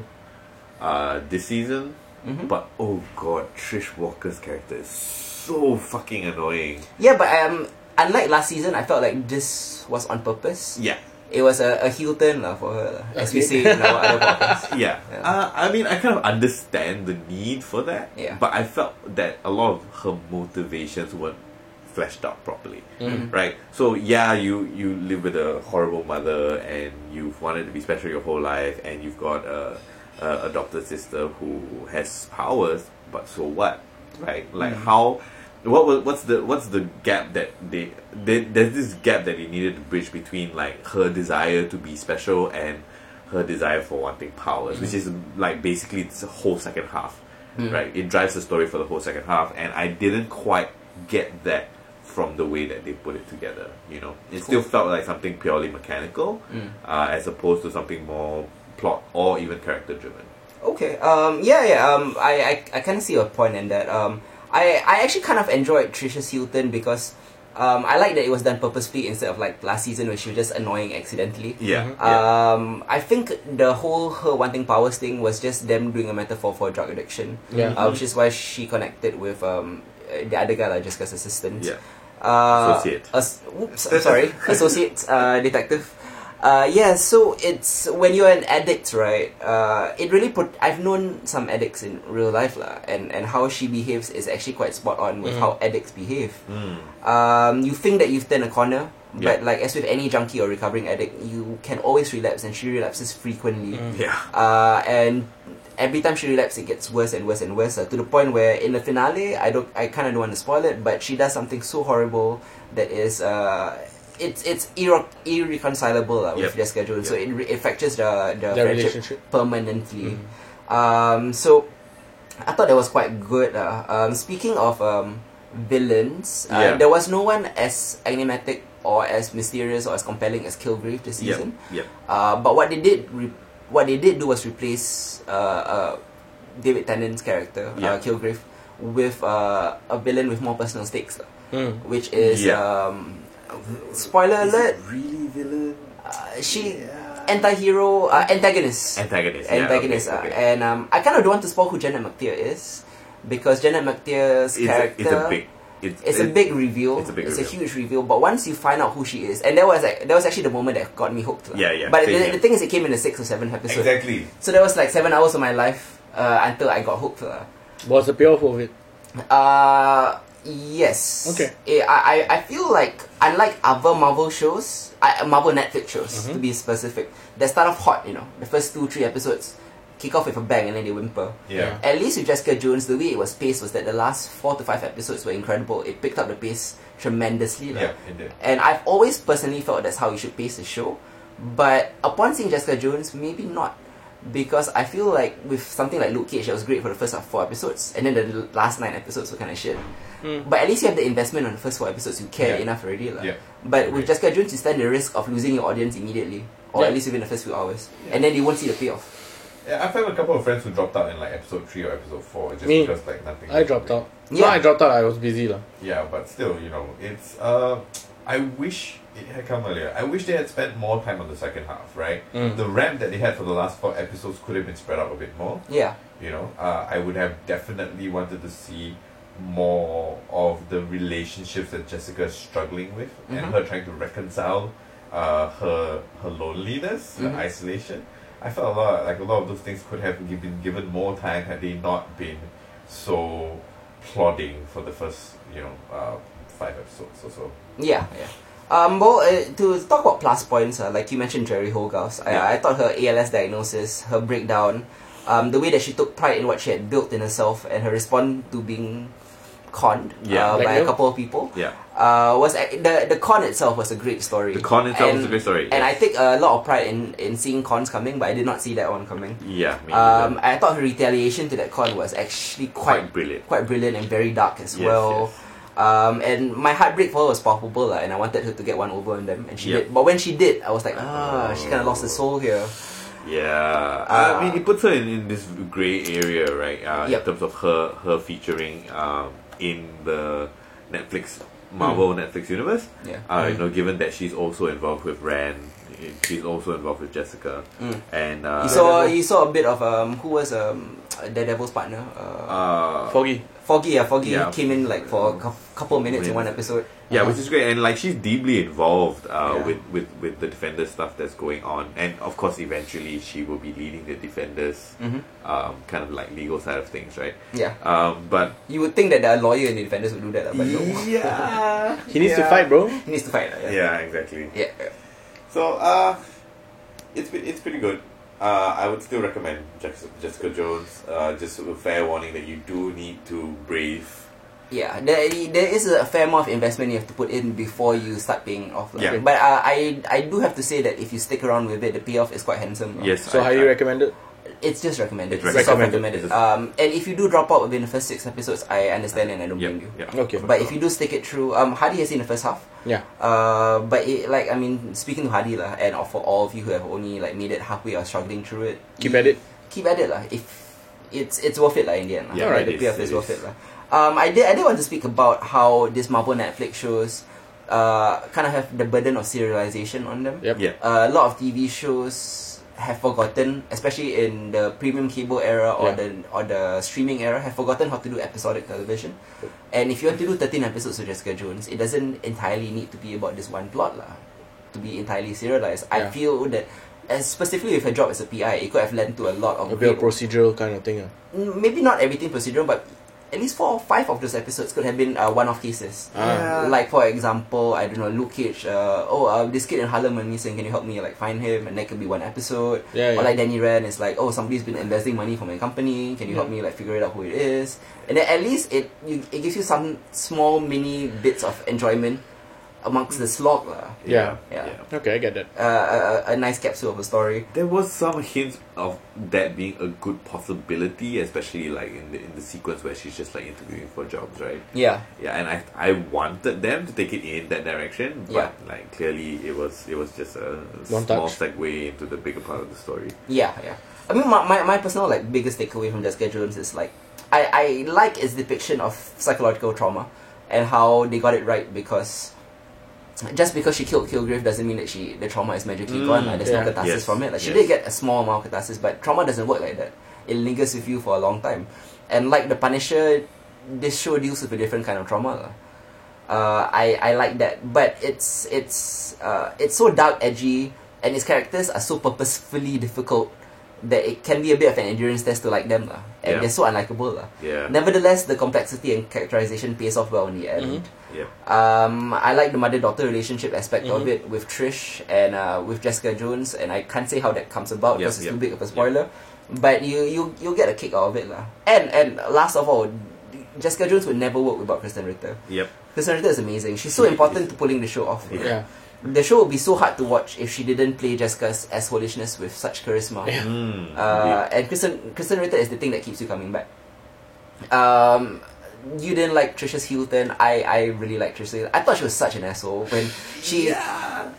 [SPEAKER 3] uh, this season.
[SPEAKER 1] Mhm.
[SPEAKER 3] But oh god, Trish Walker's character is so fucking annoying.
[SPEAKER 1] Yeah, but um, unlike last season, I felt like this was on purpose.
[SPEAKER 3] Yeah,
[SPEAKER 1] It was a, a heel turn lah for her, lah, as we
[SPEAKER 2] Okay.
[SPEAKER 1] say in our other podcasts.
[SPEAKER 3] yeah.
[SPEAKER 1] Yeah.
[SPEAKER 3] Uh, I mean, I kind of understand the need for that.
[SPEAKER 1] Yeah.
[SPEAKER 3] But I felt that a lot of her motivations weren't fleshed out properly.
[SPEAKER 1] Mm-hmm.
[SPEAKER 2] Mhm.
[SPEAKER 3] Right. So yeah, you you live with a horrible mother, and you've wanted to be special your whole life, and you've got a, a adopted sister who has powers. But so what? Right. Like
[SPEAKER 1] Mm-hmm.
[SPEAKER 3] how? What was what's the what's the gap that they, they there's this gap that they needed to bridge between like her desire to be special and her desire for wanting powers, which is like basically it's the whole second half, right? It drives the story for the whole second half, and I didn't quite get that from the way that they put it together. You know, it still felt like something purely mechanical, uh, as opposed to something more plot or even character driven.
[SPEAKER 1] Okay. Um. Yeah. Yeah. Um. I. I. I kind of see your point in that. Um. I. I actually kind of enjoyed Trisha's Hilton because, um. I like that it was done purposefully instead of like last season where she was just annoying accidentally.
[SPEAKER 3] Yeah,
[SPEAKER 2] Mhm.
[SPEAKER 3] yeah.
[SPEAKER 1] Um. I think the whole her wanting powers thing was just them doing a metaphor for drug addiction.
[SPEAKER 2] Yeah.
[SPEAKER 1] Uh, which is why she connected with um uh, the other guy like Jessica's assistant.
[SPEAKER 3] yeah.
[SPEAKER 1] Uh,
[SPEAKER 3] Associate.
[SPEAKER 1] as- oops, I'm sorry. Associate uh, detective. Uh, yeah, so it's when you're an addict, right? Uh, it really put. I've known some addicts in real life, lah, and and how she behaves is actually quite spot on with
[SPEAKER 2] Mhm.
[SPEAKER 1] how addicts behave.
[SPEAKER 3] Mm.
[SPEAKER 1] Um, you think that you've turned a corner, but
[SPEAKER 3] Yeah.
[SPEAKER 1] like as with any junkie or recovering addict, you can always relapse, and she relapses frequently.
[SPEAKER 2] Mm.
[SPEAKER 3] Yeah.
[SPEAKER 1] Uh, and every time she relapses, it gets worse and worse and worse. uh, to the point where in the finale, I don't, I kind of don't want to spoil it, but she does something so horrible that is, uh, it's it's irre- irreconcilable uh, with
[SPEAKER 3] Yep.
[SPEAKER 1] Jessica Jones. So
[SPEAKER 3] Yep.
[SPEAKER 1] it, re- it fractures the the,
[SPEAKER 2] Their
[SPEAKER 1] friendship
[SPEAKER 2] relationship.
[SPEAKER 1] permanently.
[SPEAKER 2] Mm.
[SPEAKER 1] Um, so I thought that was quite good. Uh. Um, speaking of um, villains, uh,
[SPEAKER 3] Yeah.
[SPEAKER 1] there was no one as enigmatic or as mysterious or as compelling as Kilgrave this
[SPEAKER 3] Yep.
[SPEAKER 1] season.
[SPEAKER 3] Yep.
[SPEAKER 1] Uh, but what they did, re- what they did do was replace uh, uh, David Tennant's character, uh,
[SPEAKER 3] Yeah.
[SPEAKER 1] Kilgrave, with uh, a villain with more personal stakes,
[SPEAKER 2] Mm.
[SPEAKER 1] which is
[SPEAKER 3] Yeah.
[SPEAKER 1] um, spoiler
[SPEAKER 3] Is
[SPEAKER 1] alert.
[SPEAKER 3] it really villain?
[SPEAKER 1] Uh, she
[SPEAKER 3] Yeah.
[SPEAKER 1] anti-hero, uh, antagonist,
[SPEAKER 3] Antagonist. yeah,
[SPEAKER 1] antagonist,
[SPEAKER 3] okay,
[SPEAKER 1] Uh,
[SPEAKER 3] okay.
[SPEAKER 1] and um, I kind of don't want to spoil who Janet McTeer is because Janet McTeer's
[SPEAKER 3] It's, a,
[SPEAKER 1] character
[SPEAKER 3] it's a big. It's,
[SPEAKER 1] it's a big reveal.
[SPEAKER 3] it's a big reveal.
[SPEAKER 1] huge reveal. But once you find out who she is, and that was like, that was actually the moment that got me hooked. lah.
[SPEAKER 3] Yeah, yeah,
[SPEAKER 1] But the,
[SPEAKER 3] same here.
[SPEAKER 1] the thing is, it came in the sixth or seventh episode.
[SPEAKER 3] Exactly.
[SPEAKER 1] So there was like seven hours of my life uh, until I got hooked. lah.
[SPEAKER 2] Was the payoff of it?
[SPEAKER 1] Uh, yes.
[SPEAKER 2] Okay.
[SPEAKER 1] Eh, I, I I feel like unlike other Marvel shows, I, Marvel Netflix shows to be specific, they start off hot. You know, the first two three episodes kick off with a bang and then they whimper.
[SPEAKER 3] Yeah.
[SPEAKER 1] At least with Jessica Jones, the way it was paced was that the last four to five episodes were incredible. It picked up the pace tremendously. lah.
[SPEAKER 3] Yeah. it did.
[SPEAKER 1] And I've always personally felt that's how you should pace the show. But upon seeing Jessica Jones, maybe not. Because I feel like with something like Luke Cage, that was great for the first uh, four episodes, and then the l- last nine episodes were kind of shit.
[SPEAKER 2] Mm.
[SPEAKER 1] But at least you have the investment on the first four episodes, you care
[SPEAKER 3] Yeah.
[SPEAKER 1] enough already. lah.
[SPEAKER 3] Yeah.
[SPEAKER 1] But with
[SPEAKER 3] Agreed.
[SPEAKER 1] Jessica Jones, you stand the risk of losing your audience immediately, or
[SPEAKER 2] Yeah.
[SPEAKER 1] at least within the first few hours.
[SPEAKER 3] Yeah.
[SPEAKER 1] And then you won't see the payoff.
[SPEAKER 3] Yeah, I've had a couple of friends who dropped out in like episode three or episode four just
[SPEAKER 2] Me.
[SPEAKER 3] because like nothing.
[SPEAKER 2] I dropped out.
[SPEAKER 1] Yeah.
[SPEAKER 2] No, I dropped out. I was busy lah.
[SPEAKER 3] Yeah, but still, you know, it's uh, I wish it had come earlier. I wish they had spent more time on the second half, right?
[SPEAKER 2] Mm.
[SPEAKER 3] The ramp that they had for the last four episodes could have been spread out a bit more.
[SPEAKER 1] Yeah.
[SPEAKER 3] You know, uh, I would have definitely wanted to see more of the relationships that Jessica is struggling with and
[SPEAKER 1] Mhm.
[SPEAKER 3] her trying to reconcile uh, her her loneliness, her
[SPEAKER 1] Mhm.
[SPEAKER 3] isolation. I felt a lot like a lot of those things could have gi- been given more time had they not been so plodding for the first you know uh, five episodes or so.
[SPEAKER 1] Yeah, yeah. Um, well, uh, to talk about plus points, uh, like you mentioned, Jerry Hogarth, I,
[SPEAKER 3] Yeah.
[SPEAKER 1] I thought her ALS diagnosis, her breakdown, um, the way that she took pride in what she had built in herself, and her response to being conned
[SPEAKER 3] Yeah.
[SPEAKER 1] uh,
[SPEAKER 2] Like
[SPEAKER 1] by
[SPEAKER 2] you?
[SPEAKER 1] a couple of people
[SPEAKER 3] Yeah,
[SPEAKER 1] uh, was ac- the the con itself was a great story.
[SPEAKER 3] the con itself
[SPEAKER 1] and,
[SPEAKER 3] was a great story.
[SPEAKER 1] and I take a lot of pride in in seeing cons coming, but I did not see that one coming.
[SPEAKER 3] yeah, me
[SPEAKER 1] Um,
[SPEAKER 3] neither.
[SPEAKER 1] I thought her retaliation to that con was actually quite
[SPEAKER 3] quite brilliant.
[SPEAKER 1] quite brilliant and very dark as
[SPEAKER 3] Yes,
[SPEAKER 1] well.
[SPEAKER 3] yes.
[SPEAKER 1] Um, and my heartbreak for her was palpable, lah, and I wanted her to get one over on them, and she
[SPEAKER 3] Yep.
[SPEAKER 1] did. But when she did, I was like, ah, she kind of lost her
[SPEAKER 3] Oh.
[SPEAKER 1] soul here.
[SPEAKER 3] Yeah, I
[SPEAKER 1] Uh,
[SPEAKER 3] mean, it puts her in, in this grey area, right? Uh,
[SPEAKER 1] Yep.
[SPEAKER 3] In terms of her her featuring um, in the Netflix Marvel
[SPEAKER 1] Hmm.
[SPEAKER 3] Netflix universe.
[SPEAKER 1] Yeah.
[SPEAKER 3] Uh, You know, given that she's also involved with Rand, eh, she's also involved with Jessica,
[SPEAKER 1] Mm.
[SPEAKER 3] and uh,
[SPEAKER 1] you saw you saw a bit of um, who was um, Daredevil's partner. Uh,
[SPEAKER 3] uh,
[SPEAKER 2] Foggy.
[SPEAKER 1] Foggy, yeah, Foggy
[SPEAKER 3] yeah.
[SPEAKER 1] came in like for a cou- couple of minutes in one episode.
[SPEAKER 3] yeah, which is great, and like she's deeply involved uh,
[SPEAKER 1] Yeah.
[SPEAKER 3] with with with the Defenders stuff that's going on, and of course, eventually she will be leading the Defenders.
[SPEAKER 1] hmm
[SPEAKER 3] Um, kind of like legal side of things, right?
[SPEAKER 1] Yeah,
[SPEAKER 3] Um, but
[SPEAKER 1] you would think that the lawyer and the defenders would do that, lah, but no.
[SPEAKER 3] yeah,
[SPEAKER 2] He needs to fight, bro.
[SPEAKER 1] He needs to fight. lah, Yeah.
[SPEAKER 3] Yeah, exactly.
[SPEAKER 1] yeah, yeah.
[SPEAKER 3] So, uh, it's pre- it's pretty good. Uh, I would still recommend Jessica, Jessica Jones. Uh, just a fair warning that you do need to brave.
[SPEAKER 1] Yeah, there, there is a fair amount of investment you have to put in before you start paying off. lah.
[SPEAKER 3] Yeah.
[SPEAKER 1] But uh, I I do have to say that if you stick around with it, the payoff is quite handsome. lah.
[SPEAKER 2] So highly recommended.
[SPEAKER 1] It's just recommended.
[SPEAKER 3] It's
[SPEAKER 1] It's
[SPEAKER 2] recommended.
[SPEAKER 1] recommended.
[SPEAKER 3] It's a-
[SPEAKER 1] Um, and if you do drop out within the first six episodes, I understand and I don't blame you.
[SPEAKER 2] Okay.
[SPEAKER 1] But if you do stick it through, um, Hardy has seen the first half.
[SPEAKER 2] Yeah.
[SPEAKER 1] Uh, but it, like I mean, speaking to Hardy lah, and for all of you who have only like made it halfway or struggling through it,
[SPEAKER 2] Keep at it.
[SPEAKER 1] keep at it lah. If it's it's worth it lah in the end. lah.
[SPEAKER 3] Yeah,
[SPEAKER 1] Like, the
[SPEAKER 2] it
[SPEAKER 3] is,
[SPEAKER 1] payoff
[SPEAKER 3] it
[SPEAKER 1] is worth
[SPEAKER 3] is.
[SPEAKER 1] it lah. Um, I did I did want to speak about how this Marvel Netflix shows, uh, kind of have the burden of serialization on them.
[SPEAKER 2] Yep.
[SPEAKER 3] yeah,
[SPEAKER 1] Uh, a lot of TV shows have forgotten, especially in the premium cable era or
[SPEAKER 2] Yeah.
[SPEAKER 1] the or the streaming era, have forgotten how to do episodic television. And if you want to do thirteen episodes of Jessica Jones, it doesn't entirely need to be about this one plot lah. To be entirely serialized, I
[SPEAKER 2] Yeah.
[SPEAKER 1] feel that, as specifically with her job as a PI, it could have led to a lot of
[SPEAKER 2] A bit of
[SPEAKER 1] great-
[SPEAKER 2] procedural kind of thing. ah.
[SPEAKER 1] Mm, maybe not everything procedural, but at least four or five of those episodes could have been uh, one-off cases.
[SPEAKER 2] Ah.
[SPEAKER 1] Like for example, I don't know, Luke Cage. Uh, oh, uh, this kid in Harlem went missing. Can you help me like find him? And that could be one episode.
[SPEAKER 2] Yeah, yeah.
[SPEAKER 1] Or like Danny Rand is like, oh, somebody's been investing money for my company. Can you help me like figure it out who it is? And then at least it you, it gives you some small mini bits of enjoyment amongst the slog lah.
[SPEAKER 2] Yeah.
[SPEAKER 1] Yeah.
[SPEAKER 2] Okay, I get that.
[SPEAKER 1] Uh, a- a, a nice capsule of a story.
[SPEAKER 3] There was some hints of that being a good possibility, especially like in the in the sequence where she's just like interviewing for jobs, right?
[SPEAKER 1] Yeah.
[SPEAKER 3] Yeah, and I I wanted them to take it in that direction, but like clearly it was it was just a
[SPEAKER 2] One
[SPEAKER 3] small
[SPEAKER 2] touch.
[SPEAKER 3] segue into the bigger part of the story.
[SPEAKER 1] Yeah, yeah. I mean, my, my, my personal like biggest takeaway from Jessica Jones is like, I, I like its depiction of psychological trauma and how they got it right because just because she killed Kilgrave doesn't mean that she the trauma is magically
[SPEAKER 3] Mm,
[SPEAKER 1] gone. Like, there's
[SPEAKER 2] yeah.
[SPEAKER 1] no catharsis
[SPEAKER 3] Yes,
[SPEAKER 1] from it. Like she
[SPEAKER 3] yes.
[SPEAKER 1] did get a small amount of catharsis, but trauma doesn't work like that. It lingers with you for a long time. And like the Punisher, this show deals with a different kind of trauma. lah. Uh, I I like that, but it's it's uh, it's so dark, edgy, and its characters are so purposefully difficult that it can be a bit of an endurance test to like them, lah. and
[SPEAKER 3] Yeah.
[SPEAKER 1] they're so unlikable. lah.
[SPEAKER 3] Yeah.
[SPEAKER 1] Nevertheless, the complexity and characterization pays off well in the
[SPEAKER 3] Mm-hmm.
[SPEAKER 1] end.
[SPEAKER 3] Yeah.
[SPEAKER 1] Um, I like the mother-daughter relationship aspect of
[SPEAKER 3] Mm-hmm.
[SPEAKER 2] Mhm.
[SPEAKER 1] it with Trish and uh, with Jessica Jones, and I can't say how that comes about
[SPEAKER 3] Yep,
[SPEAKER 1] because it's
[SPEAKER 3] yep,
[SPEAKER 1] too big of a
[SPEAKER 3] yep.
[SPEAKER 1] spoiler. But you you you get a kick out of it, lah. And and last of all, Jessica Jones would never work without Kristen Ritter.
[SPEAKER 3] Yep.
[SPEAKER 1] Kristen Ritter is amazing. She's so
[SPEAKER 3] She
[SPEAKER 1] important to
[SPEAKER 3] is.
[SPEAKER 1] pulling the show off.
[SPEAKER 3] Yeah.
[SPEAKER 2] Yeah.
[SPEAKER 1] The show would be so hard to watch if she didn't play Jessica's as holishness with such charisma.
[SPEAKER 2] Yeah.
[SPEAKER 3] Mm,
[SPEAKER 1] Uh, and Kristen Kristen Ritter is the thing that keeps you coming back. Um, you didn't like Trisha's Hilton. I I really like Trisha's. Hilton. I thought she was such an asshole when she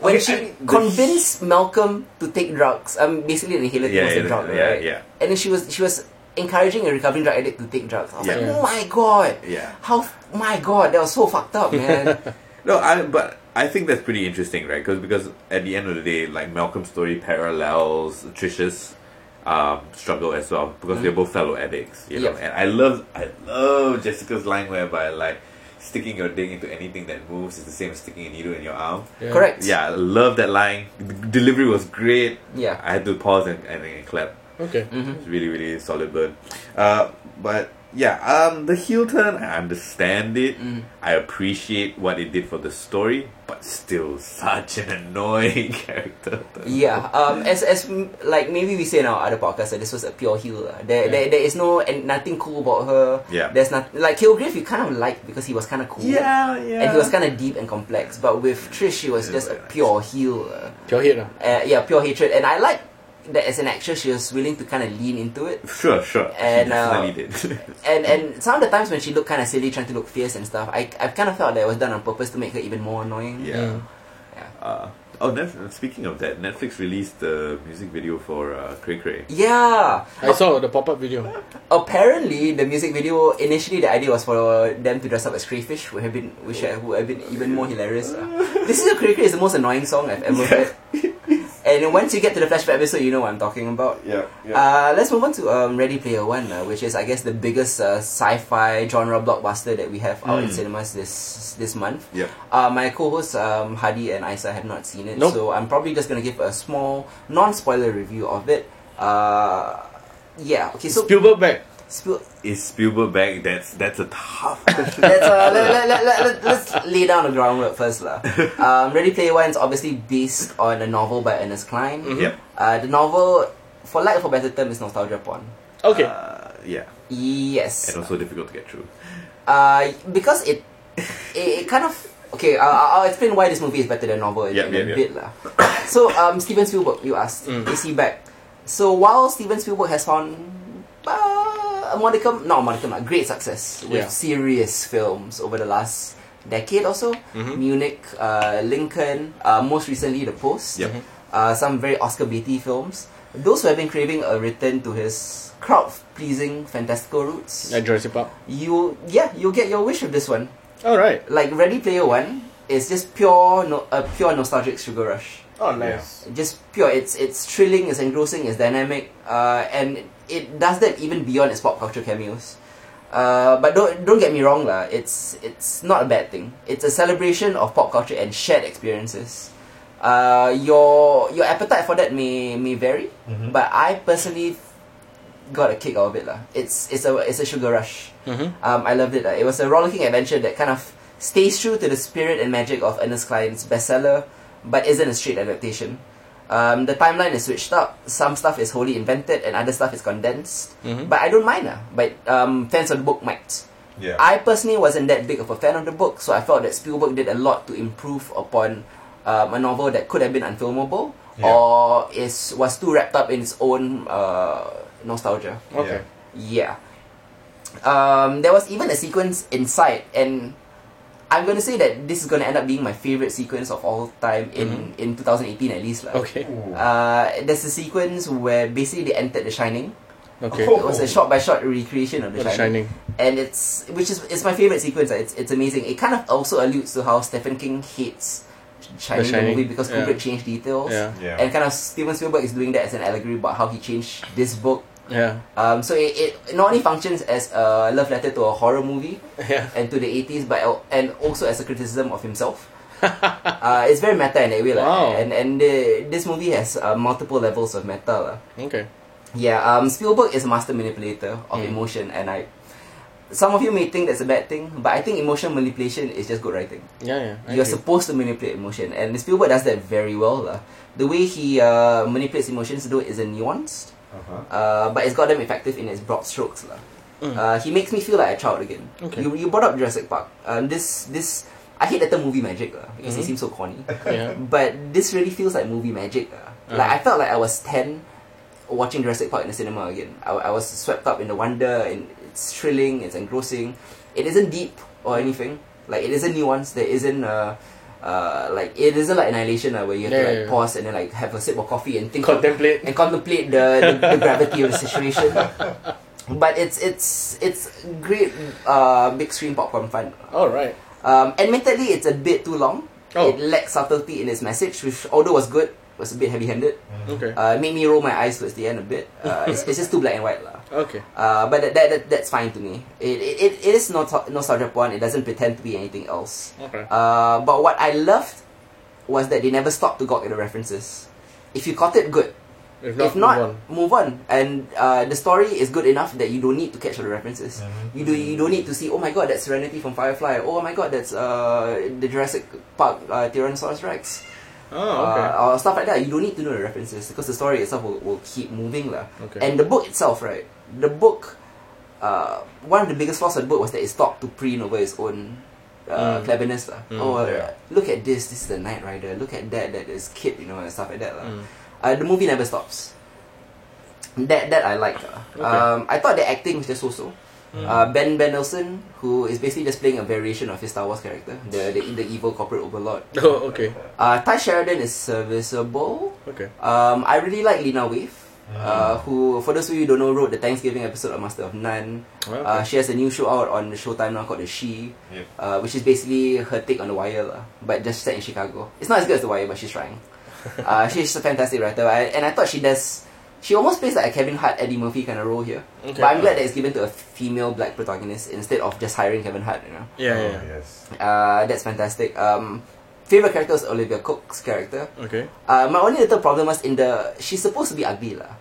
[SPEAKER 1] when
[SPEAKER 3] Okay,
[SPEAKER 1] she
[SPEAKER 3] I mean, the-
[SPEAKER 1] convinced Malcolm to take drugs. Um, basically an inhaler
[SPEAKER 3] Yeah,
[SPEAKER 1] was a
[SPEAKER 3] yeah,
[SPEAKER 1] drug,
[SPEAKER 3] yeah,
[SPEAKER 1] right?
[SPEAKER 3] yeah.
[SPEAKER 1] And then she was she was encouraging a recovering drug addict to take drugs. I was like,
[SPEAKER 2] Yeah.
[SPEAKER 1] oh my god,
[SPEAKER 3] Yeah.
[SPEAKER 1] how my god, that was so fucked up, man.
[SPEAKER 3] No, I but I think that's pretty interesting, right? Cause, because at the end of the day, like Malcolm's story parallels Trisha's, uh, um, struggle as well because they're
[SPEAKER 1] Mm.
[SPEAKER 3] both fellow addicts, you know.
[SPEAKER 1] Yep.
[SPEAKER 3] And I love, I love Jessica's line whereby like sticking your dick into anything that moves is the same as sticking a needle in your arm.
[SPEAKER 2] Yeah.
[SPEAKER 1] Correct.
[SPEAKER 3] Yeah, I love that line. The delivery was great.
[SPEAKER 1] Yeah.
[SPEAKER 3] I had to pause and, and, and clap.
[SPEAKER 2] Okay.
[SPEAKER 1] Mm-hmm.
[SPEAKER 3] It's really, really solid burn. Uh, but yeah, um, the heel turn, I understand it.
[SPEAKER 1] Mm.
[SPEAKER 3] I appreciate what it did for the story, but still such an annoying character. turn.
[SPEAKER 1] Yeah. Um. As as m- like maybe we say in our other podcast that this was a pure heel. lah. There,
[SPEAKER 2] Yeah.
[SPEAKER 1] there there is no and nothing cool about her.
[SPEAKER 3] Yeah.
[SPEAKER 1] There's not like Kilgrave you kind of liked because he was kind of cool.
[SPEAKER 3] Yeah, yeah.
[SPEAKER 1] And he was kind of deep and complex, but with Trish, she was just a pure heel. lah.
[SPEAKER 2] Your ah. head lah.
[SPEAKER 1] Uh, yeah, pure hatred. And I like that as an actress, she was willing to kind of lean into it.
[SPEAKER 3] Sure, sure.
[SPEAKER 1] And,
[SPEAKER 3] she
[SPEAKER 1] uh,
[SPEAKER 3] definitely did.
[SPEAKER 1] And and some of the times when she looked kind of silly, trying to look fierce and stuff, I I kind of felt that it was done on purpose to make her even more annoying.
[SPEAKER 2] Mm.
[SPEAKER 3] yeah.
[SPEAKER 1] Yeah.
[SPEAKER 3] Uh, oh, Netf- speaking of that, Netflix released the music video for uh, Cray Cray.
[SPEAKER 1] Yeah.
[SPEAKER 2] I saw the pop up video.
[SPEAKER 1] Apparently, the music video initially the idea was for them to dress up as crayfish, would have been which would have been even more hilarious. lah. this is a cray cray is the most annoying song I've ever heard. and once you get to the flashback episode, you know what I'm talking about.
[SPEAKER 3] Yeah,
[SPEAKER 1] Uh, let's move on to um, Ready Player One, uh, which is, I guess, the biggest uh, sci-fi genre blockbuster that we have out in
[SPEAKER 3] Mm.
[SPEAKER 1] cinemas this this month.
[SPEAKER 3] yeah.
[SPEAKER 1] Uh, my co-hosts um, Hadi and Isa have not seen it,
[SPEAKER 2] Nope.
[SPEAKER 1] so I'm probably just gonna give a small non-spoiler review of it. Uh, yeah. Okay. So
[SPEAKER 2] Spielberg back.
[SPEAKER 1] Spiel-
[SPEAKER 3] Is Spielberg back? That's that's a tough question.
[SPEAKER 1] let's, uh, let, let, let, us lay down the groundwork first, lah. Um, Ready Player One is obviously based on a novel by Ernest Cline.
[SPEAKER 2] Mhm.
[SPEAKER 3] Yep.
[SPEAKER 1] Uh, the novel, for lack of a better term, is nostalgia porn.
[SPEAKER 2] Okay.
[SPEAKER 3] Uh, yeah.
[SPEAKER 1] Yes.
[SPEAKER 3] And also difficult to get through.
[SPEAKER 1] Uh, because it, it, it kind of okay. Uh, I'll I'll explain why this movie is better than novel in,
[SPEAKER 3] Yeah,
[SPEAKER 1] in
[SPEAKER 3] yeah,
[SPEAKER 1] a
[SPEAKER 3] yeah.
[SPEAKER 1] bit lah. So um, Steven Spielberg, you asked,
[SPEAKER 2] Mm.
[SPEAKER 1] is he back? So while Steven Spielberg has found uh, a modicum, not a modicum, a great success with
[SPEAKER 2] Yeah.
[SPEAKER 1] serious films over the last decade or so,
[SPEAKER 3] Mm-hmm.
[SPEAKER 2] Mhm.
[SPEAKER 1] Munich, uh, Lincoln, uh, most recently The Post,
[SPEAKER 3] Yep.
[SPEAKER 1] uh, some very Oscar Beatty films. Those who have been craving a return to his crowd pleasing fantastical roots
[SPEAKER 2] At Jurassic Park.
[SPEAKER 1] you yeah you'll get your wish with this one
[SPEAKER 2] Alright.
[SPEAKER 1] like ready player one is just pure no, a pure nostalgic sugar rush
[SPEAKER 2] Oh,
[SPEAKER 3] nice.
[SPEAKER 1] just pure it's it's thrilling it's engrossing it's dynamic uh, and it does that even beyond its pop culture cameos uh, but don't don't get me wrong lah. It's it's not a bad thing. It's a celebration of pop culture and shared experiences. Uh, your your appetite for that may may vary,
[SPEAKER 3] Mhm.
[SPEAKER 1] but I personally got a kick out of it lah. It's it's a it's a sugar rush.
[SPEAKER 2] Mm-hmm.
[SPEAKER 1] Um, I loved it. Uh, It was a rollicking adventure that kind of stays true to the spirit and magic of Ernest Cline's bestseller, but isn't a straight adaptation. Um, the timeline is switched up. Some stuff is wholly invented, and other stuff is condensed.
[SPEAKER 3] Hmm?
[SPEAKER 2] Mhm.
[SPEAKER 1] But I don't mind. Uh, but um, fans of the book might.
[SPEAKER 3] Yeah.
[SPEAKER 1] I personally wasn't that big of a fan of the book, so I felt that Spielberg did a lot to improve upon um, a novel that could have been unfilmable
[SPEAKER 3] Yeah.
[SPEAKER 1] or is was too wrapped up in its own uh, nostalgia.
[SPEAKER 2] Okay.
[SPEAKER 1] Yeah. Um, there was even a sequence inside, and I'm gonna say that this is gonna end up being my favorite sequence of all time in in 2018 at least, lah.
[SPEAKER 2] Mm-hmm. Okay.
[SPEAKER 1] Uh, there's a sequence where basically they entered The Shining.
[SPEAKER 2] Okay.
[SPEAKER 1] It was a shot by shot recreation of The
[SPEAKER 2] The
[SPEAKER 1] Shining,
[SPEAKER 2] Shining.
[SPEAKER 1] and it's which is it's my favorite sequence. lah. It's it's amazing. It kind of also alludes to how Stephen King hates Shining, the
[SPEAKER 2] Shining,
[SPEAKER 1] movie because
[SPEAKER 2] yeah.
[SPEAKER 1] Kubrick changed details,
[SPEAKER 2] Yeah.
[SPEAKER 3] yeah.
[SPEAKER 1] and kind of Steven Spielberg is doing that as an allegory about how he changed this book
[SPEAKER 2] Yeah.
[SPEAKER 1] um, so it, it not only functions as a love letter to a horror movie
[SPEAKER 2] Yeah.
[SPEAKER 1] and to the 80s, but al- and also as a criticism of himself. uh, it's very meta in a way, like,
[SPEAKER 2] Wow.
[SPEAKER 1] and and the, this movie has uh, multiple levels of meta. lah.
[SPEAKER 2] Okay.
[SPEAKER 1] Yeah, um, Spielberg is a master manipulator of
[SPEAKER 2] Mm.
[SPEAKER 1] emotion, and I. Some of you may think that's a bad thing, but I think emotion manipulation is just good writing
[SPEAKER 2] Yeah. Yeah. I
[SPEAKER 1] you're
[SPEAKER 2] agree.
[SPEAKER 1] supposed to manipulate emotion, and Spielberg does that very well. lah. The way he uh, manipulates emotions, though, is a nuanced,
[SPEAKER 3] Uh-huh.
[SPEAKER 1] uh, but it's goddamn effective in its broad strokes. lah.
[SPEAKER 2] Mm.
[SPEAKER 1] Uh, he makes me feel like a child again.
[SPEAKER 2] Okay.
[SPEAKER 1] You, you brought up Jurassic Park. Um, this this I hate the term movie magic lah, because it
[SPEAKER 2] Mhm.
[SPEAKER 1] seems so corny.
[SPEAKER 2] yeah.
[SPEAKER 1] but this really feels like movie magic. lah. Like I
[SPEAKER 2] Uh-huh.
[SPEAKER 1] felt like I was ten, watching Jurassic Park in the cinema again. I, I was swept up in the wonder, and it's thrilling, it's engrossing. It isn't deep or anything. Like it isn't nuanced. There isn't. Uh, uh, like it isn't like annihilation uh, where you have
[SPEAKER 2] Yeah,
[SPEAKER 1] to like
[SPEAKER 2] yeah, yeah.
[SPEAKER 1] pause and then like have a sip of coffee and think
[SPEAKER 2] Contemplate.
[SPEAKER 1] and contemplate the, the, the gravity of the situation. But it's it's it's great uh, big screen popcorn fun.
[SPEAKER 2] All right.
[SPEAKER 1] Um, admittedly, it's a bit too long.
[SPEAKER 2] Oh.
[SPEAKER 1] It lacks subtlety in its message, which although was good, was a bit heavy-handed.
[SPEAKER 2] Okay.
[SPEAKER 1] Uh, it made me roll my eyes towards the end a bit. Uh, it's, it's just too black and white, lah.
[SPEAKER 2] okay.
[SPEAKER 1] Uh, but that, that, that that's fine to me. It it, it, it is not nostalgia porn. It doesn't pretend to be anything else.
[SPEAKER 2] Okay.
[SPEAKER 1] Uh, but what I loved was that they never stopped to gawk at the references. If you caught it, good.
[SPEAKER 2] If
[SPEAKER 1] if not, move on. And uh, the story is good enough that you don't need to catch all the references.
[SPEAKER 2] Mm-hmm.
[SPEAKER 1] You do. You don't need to see. Oh my god, that's Serenity from Firefly. Oh my god, that's uh, the Jurassic Park uh, Tyrannosaurus Rex.
[SPEAKER 2] Oh, okay.
[SPEAKER 1] Uh, or stuff like that. You don't need to know the references because the story itself will, will keep moving, lah.
[SPEAKER 2] okay.
[SPEAKER 1] And the book itself, right? The book, uh, one of the biggest flaws of the book was that it stopped to preen over its own uh,
[SPEAKER 2] Mm.
[SPEAKER 1] cleverness. lah.
[SPEAKER 2] Mm,
[SPEAKER 1] oh,
[SPEAKER 3] yeah.
[SPEAKER 1] look at this, this is the Knight Rider. Look at that, that is Kid, you know, and stuff like that. lah.
[SPEAKER 2] Mm.
[SPEAKER 1] Uh, the movie never stops. That that I like. lah.
[SPEAKER 2] Okay. Hmm.
[SPEAKER 1] Um, I thought the acting was just so-so.
[SPEAKER 2] Mm.
[SPEAKER 1] Uh, ben Ben Nelson, who is basically just playing a variation of his Star Wars character, the the, the evil corporate overlord.
[SPEAKER 2] Oh, okay.
[SPEAKER 1] Uh, Ty Sheridan is serviceable.
[SPEAKER 2] Okay.
[SPEAKER 1] Um, I really like Lina Wave,
[SPEAKER 3] Hmm.
[SPEAKER 2] Mm-hmm.
[SPEAKER 1] uh, who, for those of you who don't know, wrote the Thanksgiving episode of Master of None.
[SPEAKER 2] Well,
[SPEAKER 1] Uh,
[SPEAKER 2] okay.
[SPEAKER 1] she has a new show out on the Showtime now called The She,
[SPEAKER 3] Yep.
[SPEAKER 1] uh, which is basically her take on The Wire, lah, but just set in Chicago. It's not as good as The Wire, but she's trying. uh, she's a fantastic writer, I, and I thought she does. She almost plays like a Kevin Hart, Eddie Murphy kind of role here. Uh,
[SPEAKER 2] Okay.
[SPEAKER 1] But I'm glad that it's given to a female black protagonist instead of just hiring Kevin Hart, you know.
[SPEAKER 2] Yeah, yeah.
[SPEAKER 3] Oh, yes.
[SPEAKER 1] Uh, that's fantastic. Um, favorite character is Olivia Cook's character.
[SPEAKER 2] Okay.
[SPEAKER 1] Uh, my only little problem was in the she's supposed to be ugly lah.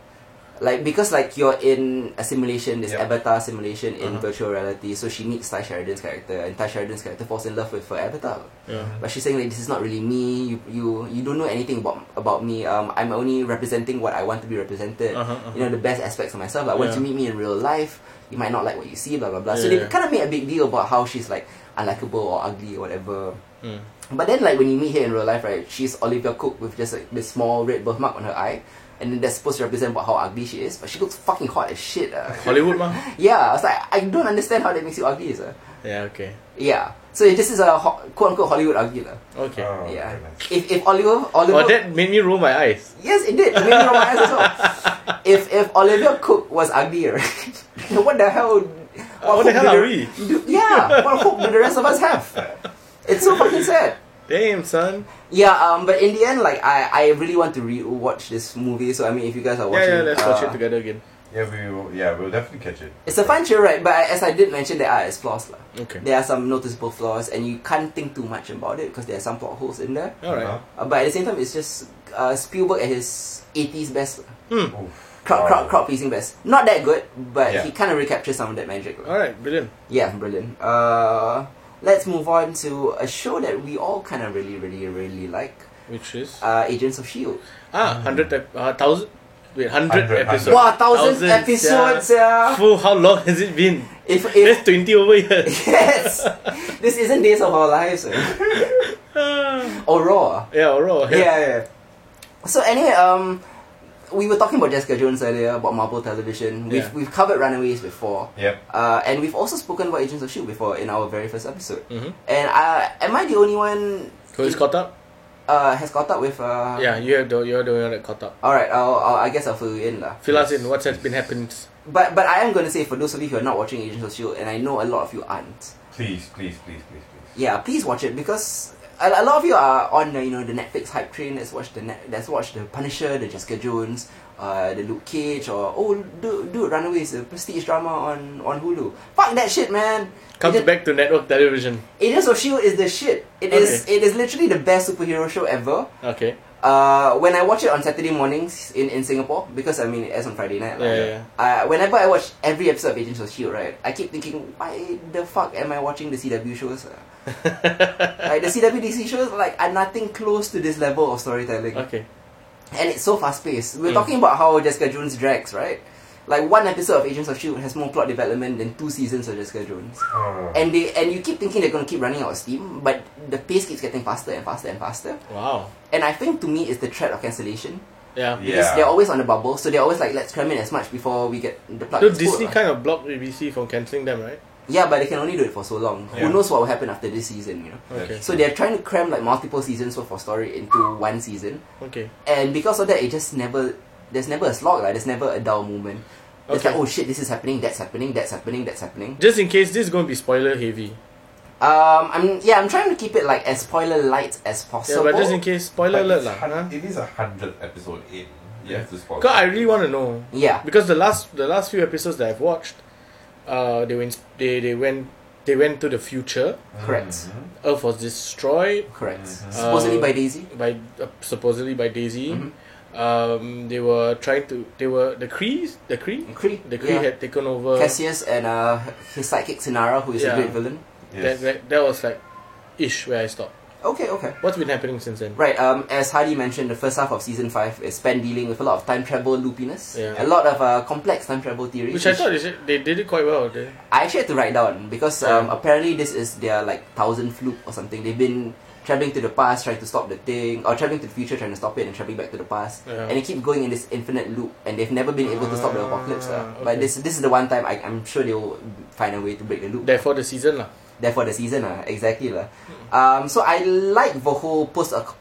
[SPEAKER 1] Like because like you're in a simulation, this
[SPEAKER 3] Yeah.
[SPEAKER 1] avatar simulation in
[SPEAKER 2] Uh-huh.
[SPEAKER 1] virtual reality, so she meets Ty Sheridan's character, and Ty Sheridan's character falls in love with her avatar.
[SPEAKER 2] Yeah.
[SPEAKER 1] But she's saying like this is not really me. You you you don't know anything about about me. Um, I'm only representing what I want to be represented.
[SPEAKER 2] Uh-huh, uh-huh.
[SPEAKER 1] You know the best aspects of myself. Like once you
[SPEAKER 2] Yeah.
[SPEAKER 1] meet me in real life, you might not like what you see. Blah blah blah. So they
[SPEAKER 2] Yeah.
[SPEAKER 1] kind of made a big deal about how she's like unlikable or ugly or whatever.
[SPEAKER 2] Mm.
[SPEAKER 1] But then, like when you meet her in real life, right? She's Olivia Cook with just like this small red birthmark on her eye, and then that's supposed to represent about how ugly she is. But she looks fucking hot as shit. Uh.
[SPEAKER 2] Hollywood mah?
[SPEAKER 1] yeah, I was like, I don't understand how that makes you ugly, sir.
[SPEAKER 2] Yeah, okay.
[SPEAKER 1] Yeah, so this is a ho- quote unquote Hollywood ugly, lah.
[SPEAKER 2] Okay.
[SPEAKER 3] Oh,
[SPEAKER 1] yeah,
[SPEAKER 3] very nice.
[SPEAKER 1] if if Oliver Oliver.
[SPEAKER 2] Oh, that made me roll my eyes.
[SPEAKER 1] Yes, it did. It made me roll my eyes as well. If if Olivia Cook was ugly, right? what the hell?
[SPEAKER 2] What
[SPEAKER 1] hope
[SPEAKER 2] the hell
[SPEAKER 1] do
[SPEAKER 2] are we?
[SPEAKER 1] do- yeah, what hope do the rest of us have? It's so fucking sad.
[SPEAKER 2] Damn, son.
[SPEAKER 1] Yeah, um, but in the end, like I, I really want to re-watch this movie. So I mean, if you guys are watching,
[SPEAKER 2] yeah, yeah, let's watch
[SPEAKER 1] uh,
[SPEAKER 2] it together again.
[SPEAKER 3] Yeah, we will, yeah, we'll definitely catch it.
[SPEAKER 1] It's a fun show, right? But I- as I did mention, there are its flaws, lah.
[SPEAKER 2] Okay.
[SPEAKER 1] There are some noticeable flaws, and you can't think too much about it because there are some plot holes in there.
[SPEAKER 2] Alright.
[SPEAKER 3] Uh-huh.
[SPEAKER 1] Uh, but at the same time, it's just uh, Spielberg at his '80s best, lah.
[SPEAKER 2] Hmm.
[SPEAKER 3] Huh? Oof.
[SPEAKER 1] crowd
[SPEAKER 3] Wow.
[SPEAKER 1] crowd crowd pleasing best. Not that good, but
[SPEAKER 3] Yeah.
[SPEAKER 1] he kind of recaptures some of that magic. lah.
[SPEAKER 2] Alright, brilliant.
[SPEAKER 1] Yeah, brilliant. Uh, let's move on to a show that we all kind of really, really, really like.
[SPEAKER 2] Which is.
[SPEAKER 1] Uh, Agents of Shield.
[SPEAKER 2] Ah, 100, ep- uh, 1000? Wait, 100
[SPEAKER 3] 100,
[SPEAKER 2] episodes.
[SPEAKER 1] Wow, thousand
[SPEAKER 2] Thousands,
[SPEAKER 1] episodes.
[SPEAKER 2] yeah.
[SPEAKER 1] Yeah.
[SPEAKER 2] Fool, how long has it been?
[SPEAKER 1] If
[SPEAKER 2] That's
[SPEAKER 1] if
[SPEAKER 2] 20 over years.
[SPEAKER 1] yes, this isn't Days of Our Lives eh?
[SPEAKER 2] Ah.
[SPEAKER 1] or Raw.
[SPEAKER 2] yeah, or raw.
[SPEAKER 1] Yeah, yeah. So anyway, um, we were talking about Jessica Jones earlier about Marvel Television. We've
[SPEAKER 2] Yeah.
[SPEAKER 1] we've covered Runaways before,
[SPEAKER 3] Yep.
[SPEAKER 1] uh, and we've also spoken about Agents of Shield E before in our very first episode.
[SPEAKER 2] Mm-hmm.
[SPEAKER 1] And uh, am I the only one
[SPEAKER 2] Who's caught up?
[SPEAKER 1] uh, has caught up with? Uh,
[SPEAKER 2] yeah, you have the, you're the one that caught up.
[SPEAKER 1] All right, I'll, I'll, I guess I'll fill you in lah.
[SPEAKER 2] Fill us in. What has been happening?
[SPEAKER 1] But but I am going to say for those of you who are not watching Agents of Shield, and I know a lot of you aren't.
[SPEAKER 3] Please, please, please, please, please.
[SPEAKER 1] yeah, please watch it because a, a lot of you are on the you know the Netflix hype train. Let's watch the net, let's watch the Punisher, the Jessica Jones, uh, the Luke Cage, or oh dude, dude Runaway is a prestige drama on on Hulu. Fuck that shit, man.
[SPEAKER 2] Comes
[SPEAKER 1] Agent-
[SPEAKER 2] back to network television.
[SPEAKER 1] Agents of Shield E is the shit. It is it is literally the best superhero show ever.
[SPEAKER 2] Okay.
[SPEAKER 1] Uh, when I watch it on Saturday mornings in, in Singapore, because I mean it airs on Friday night.
[SPEAKER 2] Yeah,
[SPEAKER 1] like,
[SPEAKER 2] yeah, yeah.
[SPEAKER 1] Uh, whenever I watch every episode of Agents of Shield, right, I keep thinking, why the fuck am I watching the CW shows? like the CWDC shows, like are nothing close to this level of storytelling,
[SPEAKER 2] Okay.
[SPEAKER 1] and it's so fast paced. We're
[SPEAKER 2] Mm.
[SPEAKER 1] talking about how Jessica Jones drags, right? Like one episode of Agents of Shield E has more plot development than two seasons of Jessica Jones,
[SPEAKER 3] Oh.
[SPEAKER 1] and they and you keep thinking they're gonna keep running out of steam, but the pace keeps getting faster and faster and faster.
[SPEAKER 2] Wow.
[SPEAKER 1] And I think to me, it's the threat of cancellation.
[SPEAKER 2] Yeah.
[SPEAKER 3] Yeah.
[SPEAKER 1] Because they're always on the bubble, so they're always like, let's cram in as much before we get the plug.
[SPEAKER 2] So
[SPEAKER 1] is
[SPEAKER 2] Disney
[SPEAKER 1] pulled,
[SPEAKER 2] kind of blocked ABC from cancelling them, right?
[SPEAKER 1] Yeah, but they can only do it for so long.
[SPEAKER 3] Yeah.
[SPEAKER 1] Who knows what will happen after this season, you know?
[SPEAKER 2] Okay.
[SPEAKER 1] So they're trying to cram like multiple seasons worth of story into one season,
[SPEAKER 2] Okay.
[SPEAKER 1] and because of that, it just never there's never a slog, like there's never a dull moment. It's oh,
[SPEAKER 2] Okay.
[SPEAKER 1] like oh shit, this is happening, that's happening, that's happening, that's happening.
[SPEAKER 2] Just in case, this is going to be spoiler heavy.
[SPEAKER 1] Um, I'm yeah, I'm trying to keep it like as spoiler light as
[SPEAKER 2] Yeah,
[SPEAKER 1] possible.
[SPEAKER 2] but just in case, spoiler
[SPEAKER 3] But
[SPEAKER 2] alert
[SPEAKER 3] it's
[SPEAKER 2] lah.
[SPEAKER 3] hun-
[SPEAKER 2] huh?
[SPEAKER 3] It is a hundred episode in. You have to spoil.
[SPEAKER 2] Cause I really want to know
[SPEAKER 1] yeah,
[SPEAKER 2] because the last the last few episodes that I've watched, uh, they went they, they went they went to the future.
[SPEAKER 1] correct,
[SPEAKER 3] Mhm.
[SPEAKER 2] Earth was destroyed
[SPEAKER 1] correct.
[SPEAKER 3] Mhm.
[SPEAKER 1] Supposedly
[SPEAKER 2] Uh,
[SPEAKER 1] by Daisy.
[SPEAKER 2] by uh, supposedly by Daisy.
[SPEAKER 1] Mhm.
[SPEAKER 2] Um, they were trying to they were the Krees the Kree
[SPEAKER 1] Kree,
[SPEAKER 2] the Kree
[SPEAKER 1] yeah.
[SPEAKER 2] had taken over.
[SPEAKER 1] Cassius and uh, his sidekick Sinara, who is
[SPEAKER 2] Yeah.
[SPEAKER 1] a great villain.
[SPEAKER 3] Yes.
[SPEAKER 2] That, that that was like, ish where I stopped.
[SPEAKER 1] Okay, okay.
[SPEAKER 2] What's been happening since then?
[SPEAKER 1] Right, um, as Hardy mentioned, the first half of season 5 is spent dealing with a lot of time travel loopiness.
[SPEAKER 2] Yeah.
[SPEAKER 1] A lot of uh, complex time travel theories.
[SPEAKER 2] Which I thought is it, they did it quite well. They,
[SPEAKER 1] I actually had to write down because um,
[SPEAKER 2] Yeah.
[SPEAKER 1] apparently this is their like thousand fluke or something. They've been traveling to the past trying to stop the thing, or traveling to the future trying to stop it, and traveling back to the past,
[SPEAKER 2] Yeah.
[SPEAKER 1] and they keep going in this infinite loop. And they've never been able to stop the
[SPEAKER 2] Ah,
[SPEAKER 1] apocalypse. lah.
[SPEAKER 2] okay.
[SPEAKER 1] But this this is the one time I, I'm sure they'll find a way to break the loop.
[SPEAKER 2] therefore, the season lah.
[SPEAKER 1] Therefore, the season, uh, exactly lah. Um, so I like the whole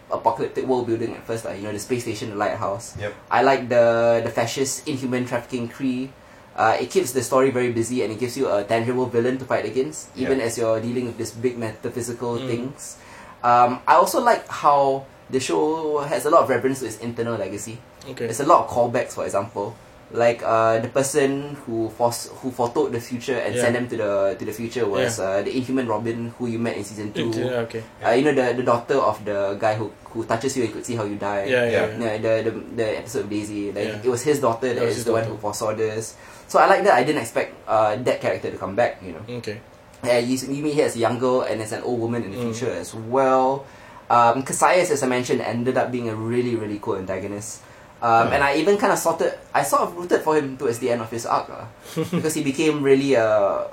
[SPEAKER 1] post-apocalyptic world building at first, lah. You know, the space station, the lighthouse.
[SPEAKER 3] Yep.
[SPEAKER 1] I like the the fascist inhuman trafficking Cree. Uh, it keeps the story very busy and it gives you a tangible villain to fight against, even
[SPEAKER 3] Yeah.
[SPEAKER 1] as you're dealing with this big metaphysical
[SPEAKER 2] Mm.
[SPEAKER 1] things. Um, I also like how the show has a lot of reference to its internal legacy.
[SPEAKER 2] Okay.
[SPEAKER 1] There's a lot of callbacks, for example, like uh, the person who fos- who foretold the future and
[SPEAKER 2] Yeah.
[SPEAKER 1] sent them to the to the future was uh, the Inhuman Robin who you met in season two.
[SPEAKER 2] Into- yeah, okay.
[SPEAKER 1] Uh, you know the the daughter of the guy who who touches you and could see how you die.
[SPEAKER 2] Yeah, yeah.
[SPEAKER 3] Yeah.
[SPEAKER 2] yeah.
[SPEAKER 1] No, the, the the episode of Daisy, like
[SPEAKER 2] Yeah.
[SPEAKER 1] it was his daughter that
[SPEAKER 2] That was
[SPEAKER 1] is
[SPEAKER 2] his
[SPEAKER 1] the one
[SPEAKER 2] daughter.
[SPEAKER 1] who foresaw this. So I like that. I didn't expect uh, that character to come back. You know,
[SPEAKER 2] Okay.
[SPEAKER 1] yeah, you, you meet her as a young girl and as an old woman in the
[SPEAKER 2] Mm.
[SPEAKER 1] future as well. Um, Cassius, as I mentioned, ended up being a really, really cool antagonist. Um,
[SPEAKER 2] Mm.
[SPEAKER 3] Hmm.
[SPEAKER 1] And I even kind of sorted, I sort of rooted for him towards the end of his arc. lah. because he became really, uh,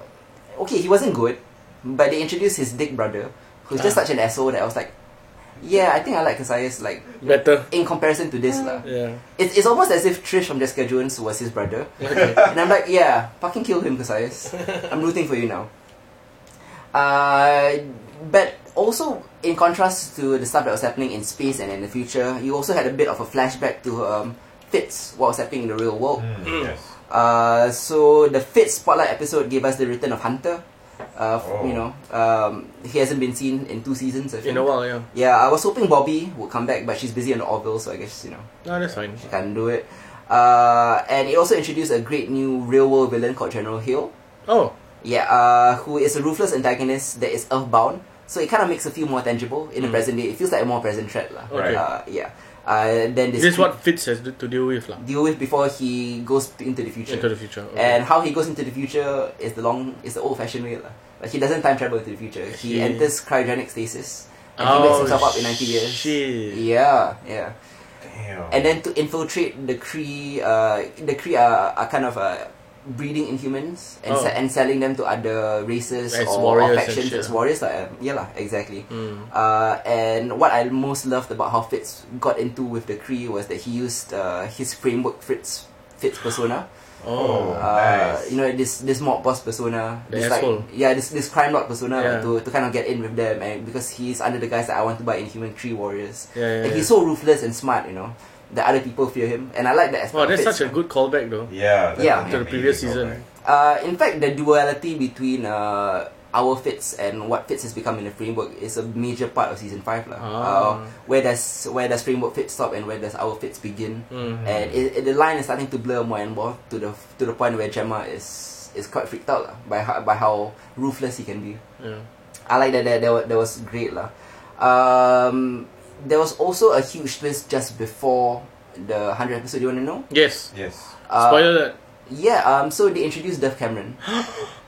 [SPEAKER 1] okay, he wasn't good, but they introduced his dick brother, who's just
[SPEAKER 2] Ah.
[SPEAKER 1] such an asshole that I was like, yeah, I think I like Cassius, like,
[SPEAKER 2] Better.
[SPEAKER 1] in comparison to this. lah.
[SPEAKER 2] Yeah.
[SPEAKER 1] It's, it's almost as if Trish from Jessica Jones was his brother.
[SPEAKER 2] Okay.
[SPEAKER 1] And I'm like, yeah, fucking kill him, Cassius. I'm rooting for you now. Uh, but also, in contrast to the stuff that was happening in space and in the future, you also had a bit of a flashback to um, Fitz, what was happening in the real world.
[SPEAKER 3] Mm,
[SPEAKER 2] Mm.
[SPEAKER 3] Yes.
[SPEAKER 1] Uh, so the Fitz spotlight episode gave us the return of Hunter. Uh, f-
[SPEAKER 3] Oh.
[SPEAKER 1] You know, um, he hasn't been seen in two seasons. I think.
[SPEAKER 2] In a while, yeah.
[SPEAKER 1] Yeah, I was hoping Bobby would come back, but she's busy on the Orville, so I guess you know
[SPEAKER 2] No, that's fine.
[SPEAKER 1] she can't do it. Uh, and it also introduced a great new real world villain called General Hill.
[SPEAKER 2] Oh,
[SPEAKER 1] Yeah, uh, who is a ruthless antagonist that is earthbound. So it kind of makes it feel more tangible in the
[SPEAKER 2] Mm.
[SPEAKER 1] present day. It feels like a more present threat, lah.
[SPEAKER 2] Okay.
[SPEAKER 1] Uh, yeah. Uh, then this,
[SPEAKER 2] this is what Fitz has to deal with lah.
[SPEAKER 1] deal with before he goes to- into the future.
[SPEAKER 2] Into the future. Okay.
[SPEAKER 1] And how he goes into the future is the long, is the old-fashioned way, lah. Like he doesn't time travel into the future. He
[SPEAKER 2] He-
[SPEAKER 1] enters cryogenic stasis and
[SPEAKER 2] oh,
[SPEAKER 1] he wakes himself up in 90 years.
[SPEAKER 2] Shit.
[SPEAKER 1] Yeah, yeah.
[SPEAKER 3] Damn.
[SPEAKER 1] And then to infiltrate the Kree, uh, the Kree are, are kind of uh, breeding inhumans and,
[SPEAKER 2] Oh.
[SPEAKER 1] se- and selling them to other races
[SPEAKER 2] As
[SPEAKER 1] or, or
[SPEAKER 2] warriors and
[SPEAKER 1] factions
[SPEAKER 2] shit.
[SPEAKER 1] as warriors. Like, um, yeah, lah, exactly.
[SPEAKER 2] Mm.
[SPEAKER 1] Uh, and what I most loved about how Fitz got into with the Kree was that he used uh, his framework Fitz Fitz persona.
[SPEAKER 2] Oh.
[SPEAKER 3] Oh.
[SPEAKER 1] Uh,
[SPEAKER 3] nice.
[SPEAKER 1] You know this this mob boss persona.
[SPEAKER 2] The
[SPEAKER 1] this,
[SPEAKER 2] asshole.
[SPEAKER 1] yeah, this this crime lord persona
[SPEAKER 2] Yeah.
[SPEAKER 1] to, to kind of get in with them, and because he's under the guise that I want to buy Inhuman Kree warriors.
[SPEAKER 2] Yeah, yeah.
[SPEAKER 1] Like
[SPEAKER 2] yeah.
[SPEAKER 1] he's so ruthless and smart, you know, that other people fear him, and I like that aspect.
[SPEAKER 2] Wow,
[SPEAKER 1] of
[SPEAKER 2] Oh, that's
[SPEAKER 1] Fitz,
[SPEAKER 2] such a
[SPEAKER 1] man.
[SPEAKER 2] good callback though.
[SPEAKER 3] Yeah. that's
[SPEAKER 1] Yeah.
[SPEAKER 3] an
[SPEAKER 2] To the previous
[SPEAKER 3] amazing
[SPEAKER 2] season.
[SPEAKER 3] callback.
[SPEAKER 1] Uh, in fact, the duality between uh, our Fitz and what Fitz has become in the framework is a major part of season five, lah.
[SPEAKER 2] Ah.
[SPEAKER 1] Uh, where does where does framework Fitz stop and where does our Fitz begin?
[SPEAKER 2] Mm.
[SPEAKER 1] And it, it- the line is starting to blur more and more to the to the point where Gemma is is quite freaked out lah, by how, by how ruthless he can be.
[SPEAKER 2] Yeah.
[SPEAKER 1] I like that that, that, was, that was great lah. Um, there was also a huge twist just before the 100 episode you want to know
[SPEAKER 2] Yes.
[SPEAKER 3] Yes.
[SPEAKER 1] Uh,
[SPEAKER 2] Spoiler alert.
[SPEAKER 1] yeah um, so they introduced Dove Cameron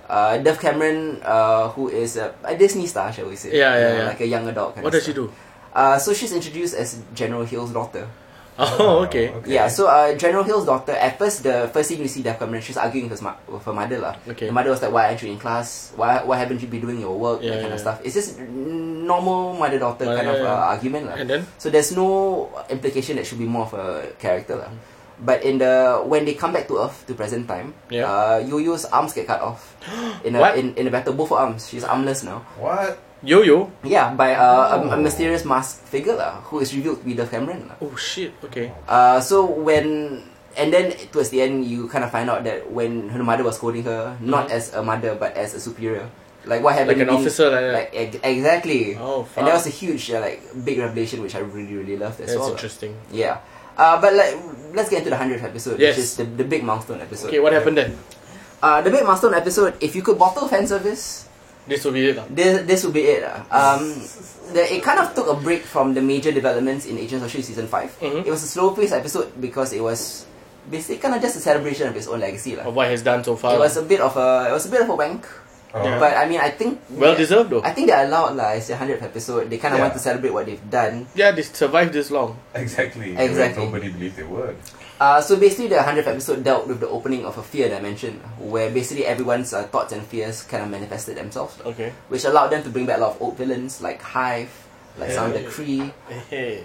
[SPEAKER 1] uh, Dove Cameron uh, who is a, a Disney star shall we say
[SPEAKER 2] Yeah, yeah,
[SPEAKER 1] You know,
[SPEAKER 2] yeah.
[SPEAKER 1] like a young adult kind
[SPEAKER 2] What
[SPEAKER 1] of
[SPEAKER 2] does she
[SPEAKER 1] stuff.
[SPEAKER 2] do?
[SPEAKER 1] uh, so she's introduced as General Hill's daughter
[SPEAKER 2] Oh, okay.
[SPEAKER 3] Oh,
[SPEAKER 1] yeah so uh, General Hill's daughter at first the first thing you see Dove Cameron she's arguing with her, ma- with her mother lah
[SPEAKER 2] Okay.
[SPEAKER 1] the mother was like why aren't you in class why, why haven't you been doing your work
[SPEAKER 2] Yeah,
[SPEAKER 1] that kind of
[SPEAKER 2] yeah.
[SPEAKER 1] stuff it's just n- normal mother daughter
[SPEAKER 2] Yeah,
[SPEAKER 1] kind of
[SPEAKER 2] yeah, yeah.
[SPEAKER 1] uh, argument lah
[SPEAKER 2] And then?
[SPEAKER 1] So there's no implication that should be more of a character
[SPEAKER 2] Mm.
[SPEAKER 1] lah. But in the when they come back to Earth to present time,
[SPEAKER 2] Yeah.
[SPEAKER 1] uh, Yo-Yo's arms get cut off in a
[SPEAKER 2] What?
[SPEAKER 1] in, in a battle. Both her arms, she's armless now.
[SPEAKER 3] What?
[SPEAKER 2] Yo yo.
[SPEAKER 1] Yeah, by uh, a, a
[SPEAKER 3] Oh.
[SPEAKER 1] mysterious masked figure lah, who is revealed to be Dove Cameron lah.
[SPEAKER 2] Oh shit. Okay.
[SPEAKER 1] Uh, so when and then towards the end, you kind of find out that when her mother was holding her, not
[SPEAKER 2] Mhm.
[SPEAKER 1] as a mother but as a superior, like what happened
[SPEAKER 2] Like an
[SPEAKER 1] being-
[SPEAKER 2] officer like that.
[SPEAKER 1] like ex- exactly
[SPEAKER 2] oh,
[SPEAKER 1] and
[SPEAKER 2] fuck.
[SPEAKER 1] that was a huge uh, like big revelation which I really really loved as
[SPEAKER 2] That's
[SPEAKER 1] well
[SPEAKER 2] interesting.
[SPEAKER 1] yeah uh, but like let's get into the 100th episode
[SPEAKER 2] Yes.
[SPEAKER 1] which is the, the big milestone episode
[SPEAKER 2] Okay, what happened then?
[SPEAKER 1] uh, the big milestone episode if you could bottle fan service
[SPEAKER 2] This will be it. lah.
[SPEAKER 1] this, this would be it ah. um, the, it kind of took a break from the major developments in Agents of S.H.I.E.L.D. E season 5 it
[SPEAKER 2] Mhm.
[SPEAKER 1] was a slow paced episode because it was basically kind of just a celebration of its own legacy lah.
[SPEAKER 2] Of what he's done so
[SPEAKER 1] it
[SPEAKER 2] far. lah.
[SPEAKER 1] was a bit of a it was a bit of a wank
[SPEAKER 3] Oh,
[SPEAKER 2] Yeah.
[SPEAKER 1] but I mean I think
[SPEAKER 2] well deserved though.
[SPEAKER 1] I think they're allowed like it's the 100th episode they kind of
[SPEAKER 4] Yeah.
[SPEAKER 1] want to celebrate what they've done
[SPEAKER 2] yeah, they survived this long.
[SPEAKER 4] Exactly.
[SPEAKER 1] Exactly.
[SPEAKER 4] Nobody believed they would.
[SPEAKER 1] Uh, so basically, the 100th episode dealt with the opening of a fear dimension, where basically everyone's uh, thoughts and fears kind of manifested themselves,
[SPEAKER 2] Okay.
[SPEAKER 1] which allowed them to bring back a lot of old villains like Hive, like some of the
[SPEAKER 2] Yeah.
[SPEAKER 1] Kree.
[SPEAKER 2] Hey.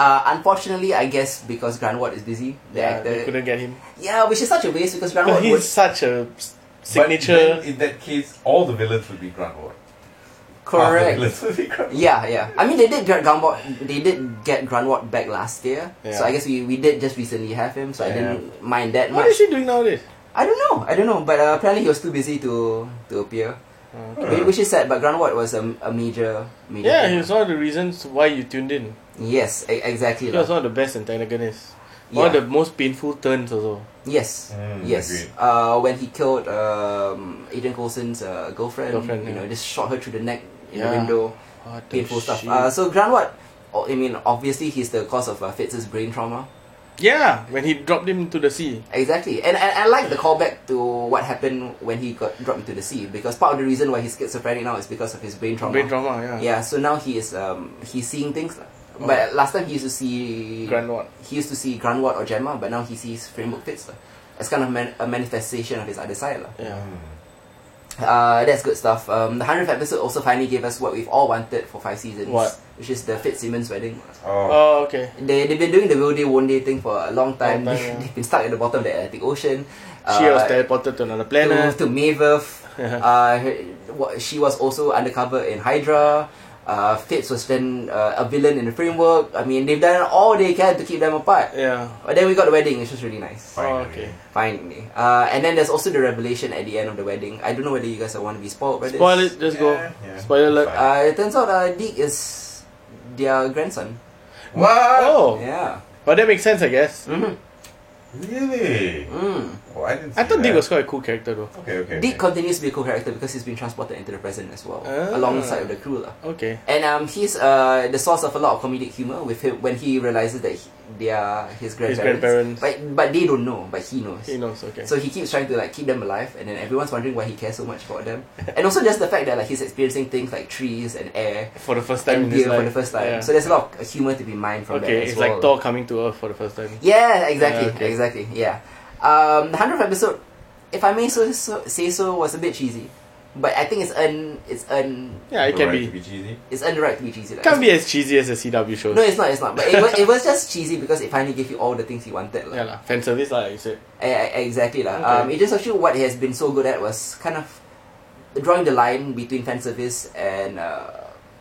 [SPEAKER 1] Uh, unfortunately, I guess because Granward is busy, the
[SPEAKER 2] Yeah, they
[SPEAKER 1] actor.
[SPEAKER 2] couldn't get him.
[SPEAKER 1] Yeah, which is such a waste because
[SPEAKER 2] But
[SPEAKER 1] Granward
[SPEAKER 2] he's
[SPEAKER 1] was
[SPEAKER 2] such a s-
[SPEAKER 4] But
[SPEAKER 2] signature.
[SPEAKER 4] then in that case, all the villains would be Grand War. Half the
[SPEAKER 2] Ah,
[SPEAKER 1] correct.
[SPEAKER 4] villains would be Grand War.
[SPEAKER 1] Yeah, yeah. I mean, they did get Grunwald. They did get Grunwald back last year, so
[SPEAKER 2] Yeah.
[SPEAKER 1] I guess we, we did just recently have him. So I
[SPEAKER 4] Yeah.
[SPEAKER 1] didn't mind that
[SPEAKER 2] What
[SPEAKER 1] much.
[SPEAKER 2] is she doing nowadays?
[SPEAKER 1] I don't know. I don't know. But uh, apparently, he was too busy to to appear.
[SPEAKER 2] Uh,
[SPEAKER 4] Hmm.
[SPEAKER 1] Whi- Which is sad, but Groundwater was a, a major, major.
[SPEAKER 2] yeah,
[SPEAKER 1] thing.
[SPEAKER 2] he was one of the reasons why you tuned in.
[SPEAKER 1] Yes, e- exactly.
[SPEAKER 2] He
[SPEAKER 1] lah.
[SPEAKER 2] was one of the best antagonists.
[SPEAKER 1] yeah.
[SPEAKER 2] One of the Hmm, most painful turns also.
[SPEAKER 1] yes,
[SPEAKER 4] Mm,
[SPEAKER 1] yes.
[SPEAKER 4] agreed.
[SPEAKER 1] Uh, when he killed um, Adrian Coulson's uh, girlfriend,
[SPEAKER 2] Girlfriend,
[SPEAKER 1] you know,
[SPEAKER 2] yeah.
[SPEAKER 1] just shot her through the neck in the
[SPEAKER 2] Yeah.
[SPEAKER 1] window.
[SPEAKER 2] What the
[SPEAKER 1] Painful stuff.
[SPEAKER 2] shit.
[SPEAKER 1] Uh, so Groundwater, I mean, obviously, he's the cause of uh, Fitz's brain trauma.
[SPEAKER 2] yeah, when he dropped him into the sea.
[SPEAKER 1] Exactly, and, and I like the callback to what happened when he got dropped into the sea because part of the reason why he's schizophrenic now is because of his brain trauma.
[SPEAKER 2] Brain trauma,
[SPEAKER 1] Yeah,
[SPEAKER 2] yeah.
[SPEAKER 1] so now he is um he's seeing things, lah.
[SPEAKER 2] Oh.
[SPEAKER 1] but last time he used to see
[SPEAKER 2] Grand Lord.
[SPEAKER 1] he used to see Grandward or Gemma, but now he sees Framework Fits. lah. It's kind of man- a manifestation of his other side. lah.
[SPEAKER 2] Yeah.
[SPEAKER 4] Mm.
[SPEAKER 1] Uh, that's good stuff. Um, the 100th episode also finally gave us what we've all wanted for five seasons,
[SPEAKER 2] What?
[SPEAKER 1] which is the Fitzsimmons wedding.
[SPEAKER 4] Oh.
[SPEAKER 2] Oh, okay.
[SPEAKER 1] They, they've been doing the Will Day, Won't Day thing for a long time.
[SPEAKER 2] Long time, yeah.
[SPEAKER 1] they've been stuck at the bottom of the Atlantic Ocean.
[SPEAKER 2] She
[SPEAKER 1] Uh,
[SPEAKER 2] was teleported to another
[SPEAKER 1] to,
[SPEAKER 2] planet.
[SPEAKER 1] to Maeve. Uh, her- wha- she was also undercover in Hydra. Uh, Fitz was then uh, a villain in the framework. I mean, they've done all they can to keep them apart.
[SPEAKER 2] yeah.
[SPEAKER 1] But then we got the wedding, which was really nice.
[SPEAKER 2] Oh,
[SPEAKER 4] Finally.
[SPEAKER 2] okay.
[SPEAKER 1] Finally. Uh, and then there's also the revelation at the end of the wedding. I don't know whether you guys want to be spoiled by this.
[SPEAKER 2] Spoil it, just go.
[SPEAKER 4] Yeah, yeah.
[SPEAKER 2] Spoiler alert.
[SPEAKER 4] Fine.
[SPEAKER 1] Uh, it turns out uh, Deke is their grandson.
[SPEAKER 4] What?
[SPEAKER 2] Oh,
[SPEAKER 1] Yeah.
[SPEAKER 2] but that makes sense, I guess.
[SPEAKER 1] Mm-hmm.
[SPEAKER 4] Really?
[SPEAKER 1] Mm.
[SPEAKER 4] Oh, I didn't. See
[SPEAKER 2] I thought
[SPEAKER 4] that.
[SPEAKER 2] Deke was quite a cool character though.
[SPEAKER 4] Okay, okay.
[SPEAKER 1] Deke
[SPEAKER 4] okay.
[SPEAKER 1] continues to be a cool character because he's been transported into the present as well,
[SPEAKER 2] Ah.
[SPEAKER 1] alongside the crew. lah.
[SPEAKER 2] Okay.
[SPEAKER 1] And um, he's uh, the source of a lot of comedic humor with him when he realizes that he, they are his
[SPEAKER 2] His
[SPEAKER 1] grandparents.
[SPEAKER 2] grandparents.
[SPEAKER 1] But but they don't know, but he knows.
[SPEAKER 2] He knows, okay.
[SPEAKER 1] So he keeps trying to like keep them alive, and then everyone's wondering why he cares so much about them, and also just the fact that like he's experiencing things like trees and air
[SPEAKER 2] for the first time in
[SPEAKER 1] and
[SPEAKER 2] his
[SPEAKER 1] beer
[SPEAKER 2] life.
[SPEAKER 1] for the first time.
[SPEAKER 2] Yeah.
[SPEAKER 1] So there's a lot of humor to be mined from that
[SPEAKER 2] okay,
[SPEAKER 1] as
[SPEAKER 2] it's
[SPEAKER 1] well.
[SPEAKER 2] like Thor coming to Earth for the first time.
[SPEAKER 1] Yeah, exactly,
[SPEAKER 2] Yeah, okay.
[SPEAKER 1] exactly. Yeah, um, the hundredth episode, if I may so, so say so, was a bit cheesy, but I think it's earned it's earned
[SPEAKER 2] Yeah, it
[SPEAKER 4] The
[SPEAKER 2] can
[SPEAKER 4] right
[SPEAKER 2] be.
[SPEAKER 4] to be cheesy.
[SPEAKER 1] it's earned the right to be cheesy. Like,
[SPEAKER 2] Can't be as cheesy as a CW show.
[SPEAKER 1] No, it's not. It's not. But it was, it was just cheesy because it finally gave you all the things you wanted.
[SPEAKER 2] yeah,
[SPEAKER 1] Like.
[SPEAKER 2] lah. Fan service, like you said.
[SPEAKER 1] exactly. Like.
[SPEAKER 2] Okay.
[SPEAKER 1] Um, it just actually what he has been so good at was kind of drawing the line between fan service and uh,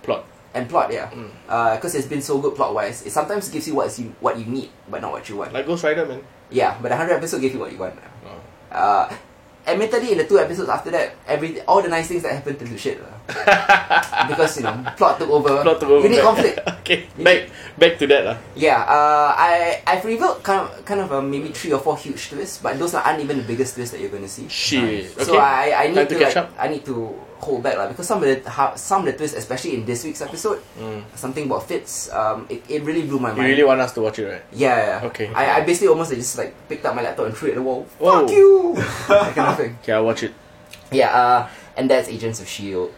[SPEAKER 2] Plot.
[SPEAKER 1] and plot. Yeah,
[SPEAKER 2] Mm.
[SPEAKER 1] because it's been so good plot wise. It sometimes gives you what you what you need, but not what you want.
[SPEAKER 2] Like Ghost Rider, man.
[SPEAKER 1] yeah, but the hundred episode gave you what you want.
[SPEAKER 2] Oh.
[SPEAKER 1] Uh, admittedly, in the two episodes after that, every all the nice things that happened turned to shit. lah. because you know, plot took over.
[SPEAKER 2] Plot to go
[SPEAKER 1] We need
[SPEAKER 2] back.
[SPEAKER 1] conflict.
[SPEAKER 2] okay,
[SPEAKER 1] You
[SPEAKER 2] back back to that. lah.
[SPEAKER 1] Yeah, uh, I I've revealed kind of kind of uh, maybe three or four huge twists, but those are- aren't even the biggest twists that you're gonna see.
[SPEAKER 2] Shit. Okay.
[SPEAKER 1] So I I need
[SPEAKER 2] Time
[SPEAKER 1] to,
[SPEAKER 2] to catch
[SPEAKER 1] like,
[SPEAKER 2] up.
[SPEAKER 1] I need to hold back like, because some of the how, some of the twists, especially in this week's episode,
[SPEAKER 2] Mm.
[SPEAKER 1] something about Fitz, um, it, it really blew my
[SPEAKER 2] You
[SPEAKER 1] mind.
[SPEAKER 2] really want us to watch it, right?
[SPEAKER 1] yeah, yeah.
[SPEAKER 2] Okay.
[SPEAKER 1] I, I basically almost like, just like picked up my laptop and threw it at the wall.
[SPEAKER 2] Whoa.
[SPEAKER 1] Fuck you. that kind of thing.
[SPEAKER 2] Okay, I'll watch it.
[SPEAKER 1] Yeah. Uh, and that's Agents of Shield.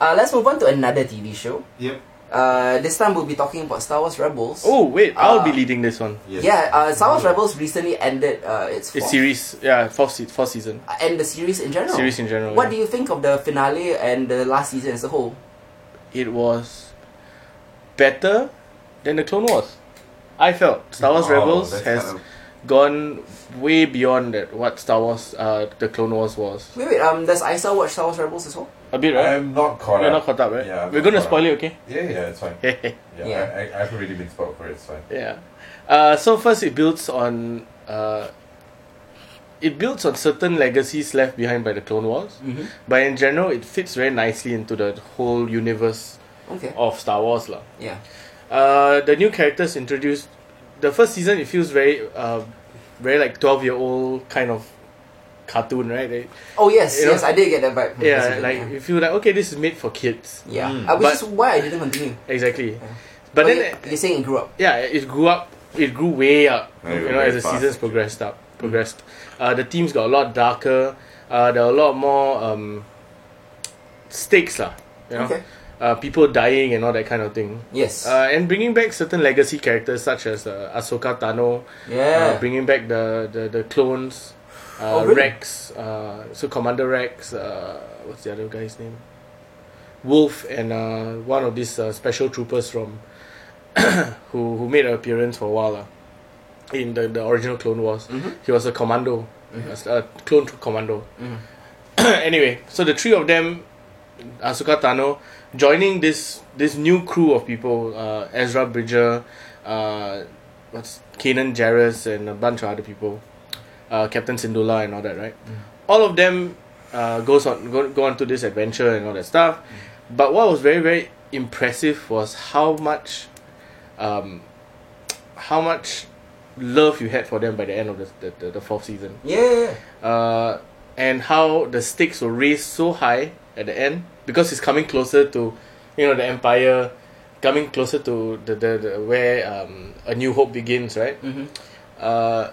[SPEAKER 1] Uh, let's move on to another TV show.
[SPEAKER 3] Yep.
[SPEAKER 1] Uh, this time we'll be talking about Star Wars Rebels.
[SPEAKER 2] Oh wait, I'll be
[SPEAKER 1] Ah.
[SPEAKER 2] leading this one.
[SPEAKER 3] Yes.
[SPEAKER 1] Yeah, uh, Star Wars Rebels recently ended uh, its,
[SPEAKER 2] It's
[SPEAKER 1] fourth-
[SPEAKER 2] series, yeah, fourth, se- fourth season.
[SPEAKER 1] uh, and the series in general.
[SPEAKER 2] Series in general.
[SPEAKER 1] What
[SPEAKER 2] yeah.
[SPEAKER 1] do you think of the finale and the last season as a whole?
[SPEAKER 2] it was better than the Clone Wars. I felt Star Wars
[SPEAKER 4] Wow,
[SPEAKER 2] Rebels
[SPEAKER 4] Oh, that's
[SPEAKER 2] has
[SPEAKER 4] kind
[SPEAKER 2] gone way beyond that what Star Wars, uh, the Clone Wars was.
[SPEAKER 1] Wait, wait. Um, does Isa watch Star Wars Rebels as well?
[SPEAKER 2] A bit,
[SPEAKER 4] of-
[SPEAKER 2] right?
[SPEAKER 4] I'm not caught
[SPEAKER 2] We're
[SPEAKER 4] up.
[SPEAKER 2] not caught up, right?
[SPEAKER 4] Yeah, I'm
[SPEAKER 2] We're
[SPEAKER 4] not
[SPEAKER 2] gonna
[SPEAKER 4] caught
[SPEAKER 2] spoil
[SPEAKER 4] up.
[SPEAKER 2] it, okay?
[SPEAKER 4] Yeah, yeah, it's fine. Yeah,
[SPEAKER 1] Yeah.
[SPEAKER 4] I, I, I've already been spoiled for it. It's fine.
[SPEAKER 2] yeah. Uh, so first, it builds on uh, it builds on certain legacies left behind by the Clone Wars,
[SPEAKER 3] Mm-hmm.
[SPEAKER 1] Mhm.
[SPEAKER 2] but in general, it fits very nicely into the whole universe
[SPEAKER 1] Okay.
[SPEAKER 2] of Star Wars. lah.
[SPEAKER 1] Yeah.
[SPEAKER 2] Uh, the new characters introduced. The first season, it feels very, uh, very like twelve year old kind of cartoon, right? They-
[SPEAKER 1] Oh yes,
[SPEAKER 2] You know?
[SPEAKER 1] yes, I did get that vibe. from
[SPEAKER 2] yeah,
[SPEAKER 1] Resident
[SPEAKER 2] like
[SPEAKER 1] Evil,
[SPEAKER 2] you feel like okay, this is made for kids.
[SPEAKER 1] Mm, yeah,
[SPEAKER 3] Mm.
[SPEAKER 1] Uh, which
[SPEAKER 2] But-
[SPEAKER 1] is why I didn't continue.
[SPEAKER 2] Exactly.
[SPEAKER 1] Yeah.
[SPEAKER 2] But
[SPEAKER 1] Oh,
[SPEAKER 2] then,
[SPEAKER 1] yeah, you're saying it grew up.
[SPEAKER 2] yeah, it grew up. It grew way up.
[SPEAKER 3] Yeah, it
[SPEAKER 2] you
[SPEAKER 3] grew
[SPEAKER 2] know,
[SPEAKER 3] very
[SPEAKER 2] as the
[SPEAKER 3] fast,
[SPEAKER 2] seasons
[SPEAKER 3] actually.
[SPEAKER 2] progressed up, progressed, uh, the teams got a lot darker. Uh, there are a lot more um, stakes, lah. You know,
[SPEAKER 1] Okay.
[SPEAKER 2] uh, people dying and all that kind of thing.
[SPEAKER 1] Yes.
[SPEAKER 2] Uh, and bringing back certain legacy characters such as uh, Ahsoka Tano,
[SPEAKER 1] yeah.
[SPEAKER 2] uh, bringing back the the, the clones, uh,
[SPEAKER 1] Oh, really?
[SPEAKER 2] Rex, uh, so Commander Rex, uh, what's the other guy's name? Wolf and uh, one of these uh, special troopers from who who made an appearance for a while lah. in the, the original Clone Wars.
[SPEAKER 1] Mhm.
[SPEAKER 2] He was a commando,
[SPEAKER 1] Mm-hmm.
[SPEAKER 2] a, a clone troop commando.
[SPEAKER 1] Mhm.
[SPEAKER 2] anyway, so the three of them, Asuka Tano, joining this this new crew of people, uh, Ezra Bridger, uh, what's Kanan Jarrus, and a bunch of other people, uh, Captain Syndulla and all that, right? All of them uh, goes on go, go on to this adventure and all that stuff. But what was very very impressive was how much, um, how much love you had for them by the end of the the, the, the fourth season
[SPEAKER 1] yeah, yeah, yeah.
[SPEAKER 2] uh, and how the stakes were raised so high at the end because it's coming closer to, you know, the empire, coming closer to the, the, the where um, a new hope begins, right?
[SPEAKER 1] Mhm.
[SPEAKER 2] Uh,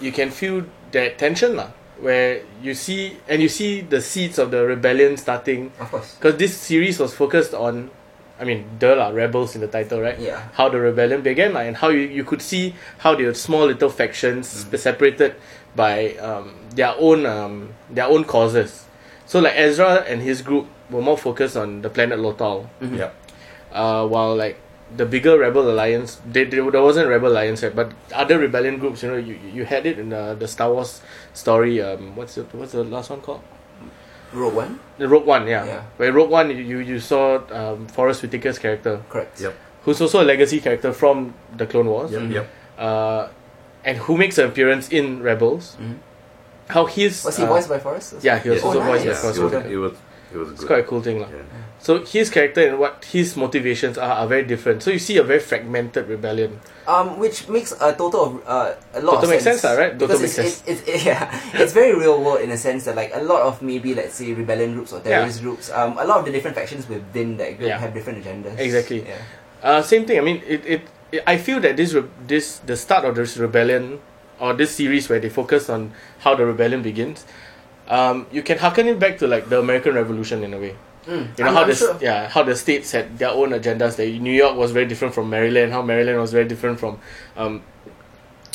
[SPEAKER 2] you can feel that tension lah, where you see and you see the seeds of the rebellion starting
[SPEAKER 1] Of course.
[SPEAKER 2] because this series was focused on, I mean, there are rebels in the title, right?
[SPEAKER 1] Yeah.
[SPEAKER 2] How the rebellion began like, and how you, you could see how the small little factions sp- separated by um, their own um, their own causes. So like Ezra and his group were more focused on the planet Lothal,
[SPEAKER 3] Yep.
[SPEAKER 2] uh, while like the bigger rebel alliance, they, they, there wasn't rebel alliance, right? But other rebellion groups, you know, you, you had it in uh, the Star Wars story. Um, what's the, what's the last one called?
[SPEAKER 1] Row one,
[SPEAKER 2] The Rogue One, yeah.
[SPEAKER 1] Yeah.
[SPEAKER 2] Where Rogue One, you- you you saw um, Forrest Whitaker's character,
[SPEAKER 1] correct.
[SPEAKER 3] Yep.
[SPEAKER 2] who's also a legacy character from the Clone Wars,
[SPEAKER 3] Yep. Yep.
[SPEAKER 2] uh, and who makes an appearance in Rebels.
[SPEAKER 1] Mhm.
[SPEAKER 2] How he's
[SPEAKER 1] Was he
[SPEAKER 2] uh,
[SPEAKER 1] voiced by Forrest?
[SPEAKER 2] Yeah, he was
[SPEAKER 1] Yes.
[SPEAKER 2] also
[SPEAKER 1] Oh,
[SPEAKER 2] voiced by
[SPEAKER 1] nice.
[SPEAKER 2] Forrest
[SPEAKER 3] It was,
[SPEAKER 2] Whitaker.
[SPEAKER 3] it was. It was good.
[SPEAKER 2] It's quite a cool thing, lah.
[SPEAKER 3] Yeah.
[SPEAKER 2] So his character and what his motivations are are very different. So you see a very fragmented rebellion.
[SPEAKER 1] Um, which makes a total of uh, a lot
[SPEAKER 2] Total
[SPEAKER 1] of
[SPEAKER 2] makes
[SPEAKER 1] sense,
[SPEAKER 2] sense lah, right? Total
[SPEAKER 1] Because
[SPEAKER 2] makes
[SPEAKER 1] it's, it's, it's, yeah, it's very real world in a sense that like a lot of maybe let's say rebellion groups or
[SPEAKER 2] Yeah.
[SPEAKER 1] terrorist groups, um, a lot of the different factions within that group
[SPEAKER 2] Yeah.
[SPEAKER 1] have different agendas.
[SPEAKER 2] Exactly.
[SPEAKER 1] Yeah.
[SPEAKER 2] Uh, same thing. I mean, it, it, it. I feel that this re- this the start of this rebellion or this series where they focus on how the rebellion begins. Um, you can harken it back to like the American Revolution in a way.
[SPEAKER 1] Mm,
[SPEAKER 2] You know
[SPEAKER 1] I'm-
[SPEAKER 2] how
[SPEAKER 1] I'm
[SPEAKER 2] the
[SPEAKER 1] sure.
[SPEAKER 2] yeah how the states had their own agendas. Like New York was very different from Maryland. How Maryland was very different from um,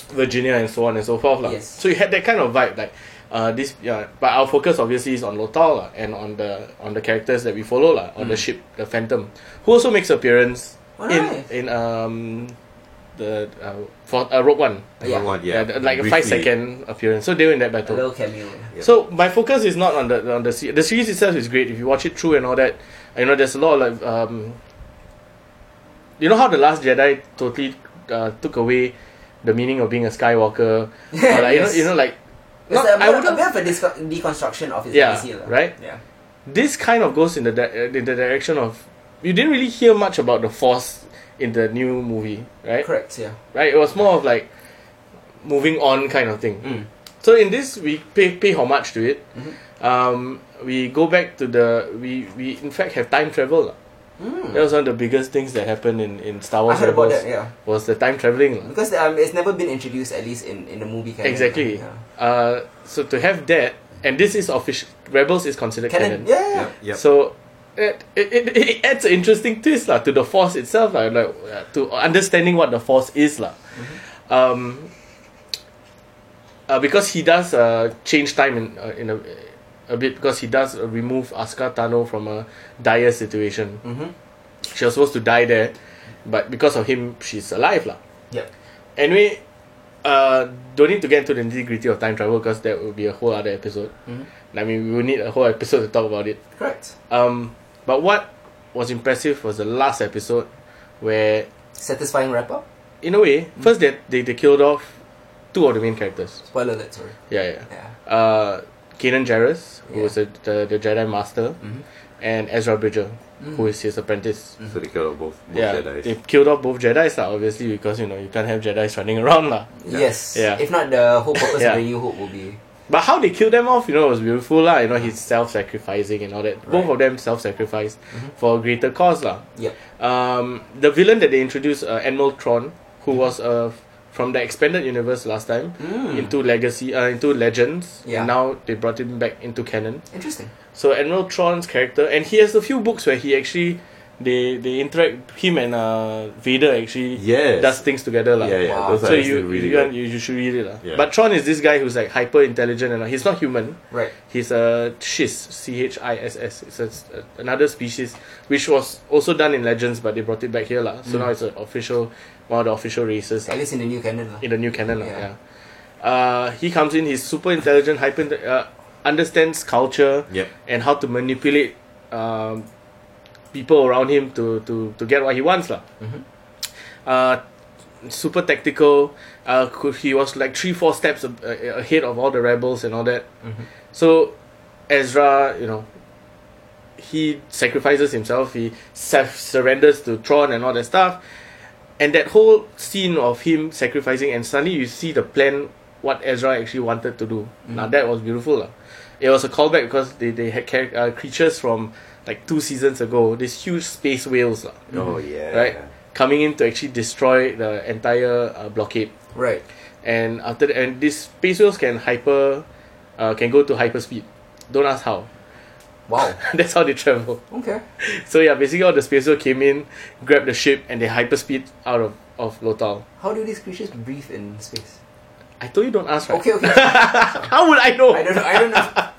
[SPEAKER 2] Virginia and so on and so forth. lah.
[SPEAKER 1] Yes.
[SPEAKER 2] So you had that kind of vibe like. Uh, this yeah, but our focus obviously is on Lothal lah, and on the on the characters that we follow lah, on the
[SPEAKER 1] Mm.
[SPEAKER 2] ship, the Phantom, who also makes appearance in
[SPEAKER 1] Alright.
[SPEAKER 2] in um the uh, for uh, Rogue One,
[SPEAKER 1] Yeah.
[SPEAKER 3] Number one,
[SPEAKER 2] yeah,
[SPEAKER 3] yeah.
[SPEAKER 2] the- like a
[SPEAKER 3] Briefly.
[SPEAKER 2] five second appearance. So they were in that
[SPEAKER 1] A
[SPEAKER 2] battle.
[SPEAKER 1] little cameo.
[SPEAKER 3] Yeah.
[SPEAKER 2] So my focus is not on the on the series. The series itself is great if you watch it through and all that. You know, there's a lot of like, um, you know how the Last Jedi totally uh, took away the meaning of being a Skywalker. Or like,
[SPEAKER 1] Yes.
[SPEAKER 2] You know, you know, like
[SPEAKER 1] It's
[SPEAKER 2] not-
[SPEAKER 1] a,
[SPEAKER 2] I
[SPEAKER 1] bit, a
[SPEAKER 2] wouldn't-
[SPEAKER 1] bit of a dis- deconstruction of his
[SPEAKER 2] Yeah,
[SPEAKER 1] legacy, lah.
[SPEAKER 2] right?
[SPEAKER 1] Yeah.
[SPEAKER 2] this kind of goes in the di- uh, in the direction of you didn't really hear much about the Force in the new movie, right?
[SPEAKER 1] Correct. Yeah.
[SPEAKER 2] Right? It was more of like moving on kind of thing.
[SPEAKER 1] Mm.
[SPEAKER 2] So in this, we pay pay homage to it.
[SPEAKER 1] Mhm.
[SPEAKER 2] Um, we go back to the we we in fact have time travel. lah.
[SPEAKER 1] Mm.
[SPEAKER 2] That was one of the biggest things that happened in in Star
[SPEAKER 1] I
[SPEAKER 2] Wars
[SPEAKER 1] heard about
[SPEAKER 2] Rebels
[SPEAKER 1] that. Yeah.
[SPEAKER 2] was the time traveling. lah.
[SPEAKER 1] Because um, it's never been introduced, at least in, in the movie canon.
[SPEAKER 2] Exactly.
[SPEAKER 1] Yeah.
[SPEAKER 2] Uh, so to have that, and this is official. Rebels is considered
[SPEAKER 1] Canon.
[SPEAKER 2] canon.
[SPEAKER 1] Yeah. yeah, yeah.
[SPEAKER 3] Yep. Yep.
[SPEAKER 2] So. It, it, it, it adds an interesting twist lah to the force itself lah, like uh, to understanding what the force is lah. Um, uh, because he does uh, change time in uh, in a, a bit because he does uh, remove Asuka Tano from a dire situation.
[SPEAKER 1] Mhm.
[SPEAKER 2] She was supposed to die there, but because of him, she's alive lah.
[SPEAKER 1] Yep.
[SPEAKER 2] Anyway, uh, don't need to get into the nitty gritty of time travel because that will be a whole other episode.
[SPEAKER 1] Mhm.
[SPEAKER 2] I mean, we will need a whole episode to talk about it.
[SPEAKER 1] Correct.
[SPEAKER 2] Um, but what was impressive was the last episode, where
[SPEAKER 1] Satisfying wrap up.
[SPEAKER 2] in a way, first they, they they killed off two of the main characters.
[SPEAKER 1] Spoiler alert, sorry.
[SPEAKER 2] Yeah,
[SPEAKER 1] Yeah.
[SPEAKER 2] yeah. Uh, Kanan Jarrus, who
[SPEAKER 1] Yeah.
[SPEAKER 2] was the, the, the Jedi Master,
[SPEAKER 1] Mhm.
[SPEAKER 2] and Ezra Bridger, who
[SPEAKER 1] Mm.
[SPEAKER 2] is his apprentice.
[SPEAKER 3] So they killed both, both
[SPEAKER 2] yeah,
[SPEAKER 3] Jedi's.
[SPEAKER 2] they killed off both Jedi's lah, obviously, because you know you can't have Jedi's running around lah.
[SPEAKER 3] Yeah.
[SPEAKER 1] Yes.
[SPEAKER 2] Yeah.
[SPEAKER 1] If not, the whole purpose
[SPEAKER 2] Yeah.
[SPEAKER 1] of the New Hope will be.
[SPEAKER 2] But how they killed them off, you know, was beautiful lah. You know, he's self-sacrificing and all that. Both
[SPEAKER 1] Right. Mm-hmm.
[SPEAKER 2] of them self-sacrificed for a greater cause lah.
[SPEAKER 1] Yep.
[SPEAKER 2] Um, the villain that they introduced, uh, Admiral Tron,
[SPEAKER 1] Mm-hmm.
[SPEAKER 2] who was uh, f- from the expanded universe last time
[SPEAKER 1] Mm.
[SPEAKER 2] into Legacy, uh, into Legends,
[SPEAKER 1] Yeah.
[SPEAKER 2] and now they brought him back into canon.
[SPEAKER 1] Interesting.
[SPEAKER 2] So Admiral Tron's character, and he has a few books where he actually they they interact him and uh, Vader actually
[SPEAKER 3] Yes.
[SPEAKER 2] does things together lah.
[SPEAKER 3] yeah, yeah.
[SPEAKER 1] Wow.
[SPEAKER 3] Those
[SPEAKER 2] So
[SPEAKER 3] are actually
[SPEAKER 2] you
[SPEAKER 3] really
[SPEAKER 2] you, want-
[SPEAKER 3] good.
[SPEAKER 2] you you should read it lah.
[SPEAKER 3] Yeah.
[SPEAKER 2] But Tron is this guy who's like hyper intelligent and all. he's not human.
[SPEAKER 1] Right.
[SPEAKER 2] He's a Chiss, C H I S S. It's a, another species which was also done in Legends, but they brought it back here, lah. So now it's an official, one of the official races
[SPEAKER 1] At least in the new canon. lah.
[SPEAKER 2] in the new canon, lah.
[SPEAKER 1] Yeah.
[SPEAKER 2] Yeah. Uh, he comes in. He's super intelligent, hyper, inte- uh, understands culture
[SPEAKER 3] Yep.
[SPEAKER 2] and how to manipulate um, people around him to, to, to get what he wants, lah. Uh, super tactical. Uh, could, he was like three, four steps a- a- ahead of all the rebels and all that. So Ezra, you know, he sacrifices himself. He self surrenders to Tron and all that stuff. And that whole scene of him sacrificing, and suddenly you see the plan what Ezra actually wanted to do. Now that was beautiful. lah. It was a callback because they, they had char- uh, creatures from like two seasons ago, these huge space whales, lah,
[SPEAKER 3] Oh yeah.
[SPEAKER 2] right? Coming in to actually destroy the entire uh, blockade
[SPEAKER 1] Right.
[SPEAKER 2] and after that, and these space whales can hyper uh, can go to hyper speed don't ask how
[SPEAKER 1] Wow.
[SPEAKER 2] that's how they travel
[SPEAKER 1] Okay.
[SPEAKER 2] so yeah basically all the space whales came in grabbed the ship and they hyper speed out of of Lothal
[SPEAKER 1] How do these creatures breathe in space?
[SPEAKER 2] I told you don't ask right
[SPEAKER 1] Okay, okay.
[SPEAKER 2] how would I know
[SPEAKER 1] I don't know. I don't know.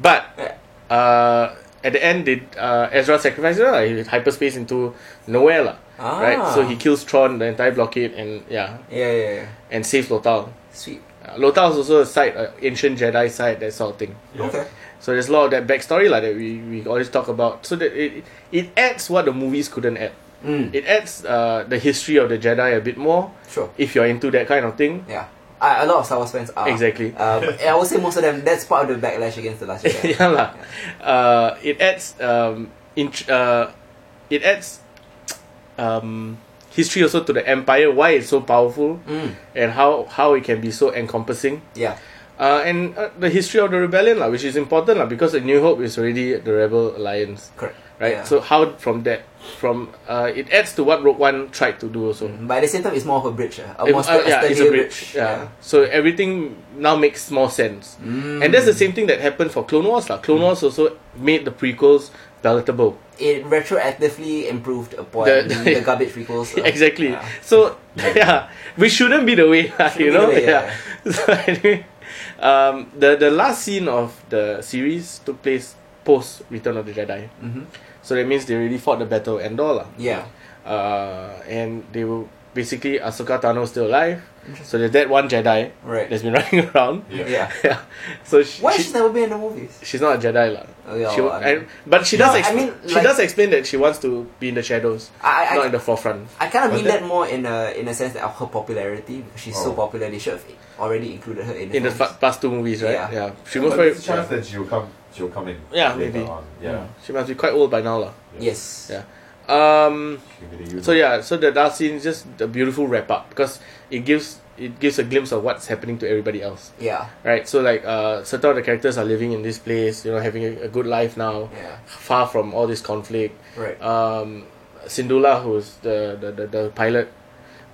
[SPEAKER 2] but uh, at the end they uh, Ezra sacrifices her lah. he hyperspace into nowhere lah.
[SPEAKER 1] Ah.
[SPEAKER 2] right so he kills Tron the entire blockade and yeah
[SPEAKER 1] Yeah, yeah, yeah.
[SPEAKER 2] and saves Lothal
[SPEAKER 1] Sweet.
[SPEAKER 2] uh, Lothal is also a site uh, ancient Jedi site that sort of thing
[SPEAKER 1] Okay.
[SPEAKER 2] So there's a lot of that backstory like that we, we always talk about. So that it it adds what the movies couldn't add.
[SPEAKER 1] Mm.
[SPEAKER 2] It adds uh, the history of the Jedi a bit more
[SPEAKER 1] Sure.
[SPEAKER 2] if you're into that kind of thing.
[SPEAKER 1] Yeah. I, a lot of Star Wars fans are.
[SPEAKER 2] Exactly.
[SPEAKER 1] Uh, but I would say most of them, that's part of the backlash against The Last Jedi.
[SPEAKER 2] yeah lah. Uh, it adds um, int- uh, it adds um, history also to the Empire. Why it's so powerful
[SPEAKER 1] Mm.
[SPEAKER 2] and how how it can be so encompassing.
[SPEAKER 1] Yeah.
[SPEAKER 2] Uh, and uh, the history of the rebellion lah, which is important lah, because the New Hope is already the Rebel Alliance.
[SPEAKER 1] Correct.
[SPEAKER 2] right?
[SPEAKER 1] Yeah.
[SPEAKER 2] So how from that, from uh, it adds to what Rogue One tried to do also.
[SPEAKER 1] But at the same time, it's more of a bridge. Uh, a
[SPEAKER 2] It-
[SPEAKER 1] more
[SPEAKER 2] uh, yeah, it's
[SPEAKER 1] sturdier
[SPEAKER 2] a bridge. Yeah. So everything now makes more sense,
[SPEAKER 1] Mm.
[SPEAKER 2] and that's the same thing that happened for Clone Wars. Lah. Clone Wars also made the prequels palatable.
[SPEAKER 1] It retroactively improved upon
[SPEAKER 2] The-
[SPEAKER 1] the,
[SPEAKER 2] the-
[SPEAKER 1] garbage prequels. uh,
[SPEAKER 2] exactly.
[SPEAKER 1] yeah.
[SPEAKER 2] So yeah, we shouldn't be the way, lah,
[SPEAKER 1] be the
[SPEAKER 2] you know.
[SPEAKER 1] way,
[SPEAKER 2] yeah.
[SPEAKER 1] yeah,
[SPEAKER 2] So anyway, um, the the last scene of the series took place post Return of the Jedi.
[SPEAKER 1] Mhm.
[SPEAKER 2] So that means they already fought the battle of Endor, lah.
[SPEAKER 1] Yeah.
[SPEAKER 2] uh, and they were basically Ahsoka Tano still alive. So there's that one Jedi
[SPEAKER 1] Right.
[SPEAKER 2] that's been running around.
[SPEAKER 3] Yeah.
[SPEAKER 1] Yeah.
[SPEAKER 2] Yeah. So she,
[SPEAKER 1] Why
[SPEAKER 2] she-
[SPEAKER 1] she's never been in the movies?
[SPEAKER 2] she's not a Jedi lah.
[SPEAKER 1] Oh, yeah,
[SPEAKER 2] She-
[SPEAKER 1] well, I mean-
[SPEAKER 2] and- but she does.
[SPEAKER 1] No, I
[SPEAKER 2] exp-
[SPEAKER 1] mean,
[SPEAKER 2] she
[SPEAKER 1] like-
[SPEAKER 2] does explain that she wants to be in the shadows,
[SPEAKER 1] I- I-
[SPEAKER 2] not in the forefront.
[SPEAKER 1] I kind of
[SPEAKER 3] Was
[SPEAKER 1] mean
[SPEAKER 3] that-
[SPEAKER 1] that more in a in a sense that of her popularity because she's so
[SPEAKER 4] Oh.
[SPEAKER 1] popular they should have already included her in the,
[SPEAKER 2] In the
[SPEAKER 1] films.
[SPEAKER 2] fa- past two movies, right?
[SPEAKER 1] Yeah.
[SPEAKER 2] She
[SPEAKER 4] But
[SPEAKER 2] must
[SPEAKER 4] there's a
[SPEAKER 2] be.
[SPEAKER 4] chance
[SPEAKER 2] Yeah.
[SPEAKER 4] that she'll come. She'll come in.
[SPEAKER 2] Yeah,
[SPEAKER 4] later
[SPEAKER 2] maybe.
[SPEAKER 4] On. Yeah.
[SPEAKER 2] She must be quite old by now lah.
[SPEAKER 1] yes
[SPEAKER 2] Yeah. Um.
[SPEAKER 4] Give it a use.
[SPEAKER 2] So yeah. So the last scene is just a beautiful wrap up because it gives it gives a glimpse of what's happening to everybody else.
[SPEAKER 1] yeah
[SPEAKER 2] right? So like uh, certain of the characters are living in this place, you know, having a, a good life now,
[SPEAKER 1] yeah
[SPEAKER 2] far from all this conflict.
[SPEAKER 1] right
[SPEAKER 2] Um, Sindula, who's the the, the, the pilot,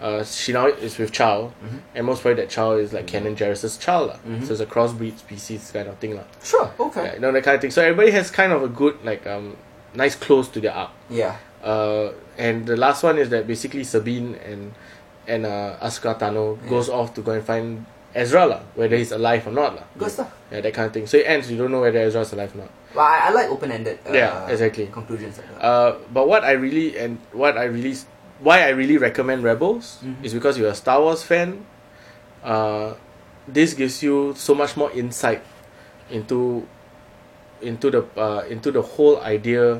[SPEAKER 2] uh, she now is with Chow,
[SPEAKER 1] Mm-hmm.
[SPEAKER 2] and most probably that Chow is like
[SPEAKER 4] Mm-hmm.
[SPEAKER 2] Canon Jarrus's child, lah. so it's a crossbreed species kind of thing, lah.
[SPEAKER 1] sure
[SPEAKER 2] Yeah,
[SPEAKER 1] okay
[SPEAKER 2] you know that kind of thing. So everybody has kind of a good like um, nice close to their arc.
[SPEAKER 1] yeah
[SPEAKER 2] Uh, and the last one is that basically Sabine and and uh, Asuka Tano goes off to go and find Ezra, lah, whether he's alive or not, lah.
[SPEAKER 1] good stuff
[SPEAKER 2] Yeah, that kind of thing. So it ends. You don't know whether Ezra's alive or not.
[SPEAKER 1] well I, I like open ended uh,
[SPEAKER 2] Yeah, exactly.
[SPEAKER 1] conclusions like that.
[SPEAKER 2] Uh, but what I really and what I really why I really recommend Rebels
[SPEAKER 1] Mhm.
[SPEAKER 2] is because you're a Star Wars fan. Uh, this gives you so much more insight into into the uh, into the whole idea.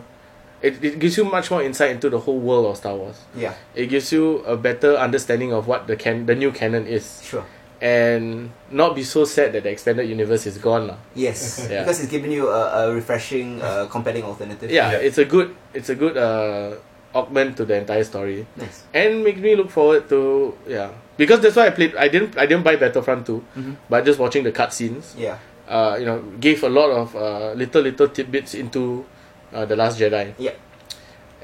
[SPEAKER 2] It, it gives you much more insight into the whole world of Star Wars.
[SPEAKER 1] yeah
[SPEAKER 2] It gives you a better understanding of what the can the new canon is
[SPEAKER 1] sure
[SPEAKER 2] and not be so sad that the expanded universe is gone. lah.
[SPEAKER 1] Yes,
[SPEAKER 2] Yeah.
[SPEAKER 1] because it's given you a, a refreshing, uh, compelling alternative.
[SPEAKER 2] Yeah,
[SPEAKER 4] Yeah.
[SPEAKER 2] it's a good it's a good uh, augment to the entire story.
[SPEAKER 1] Nice.
[SPEAKER 2] And make me look forward to yeah. Because that's why I played I didn't I didn't buy Battlefront 2,
[SPEAKER 1] Mhm.
[SPEAKER 2] but just watching the cutscenes,
[SPEAKER 1] Yeah.
[SPEAKER 2] uh, you know, gave a lot of uh, little little tidbits into uh, The Last Jedi.
[SPEAKER 1] Yep.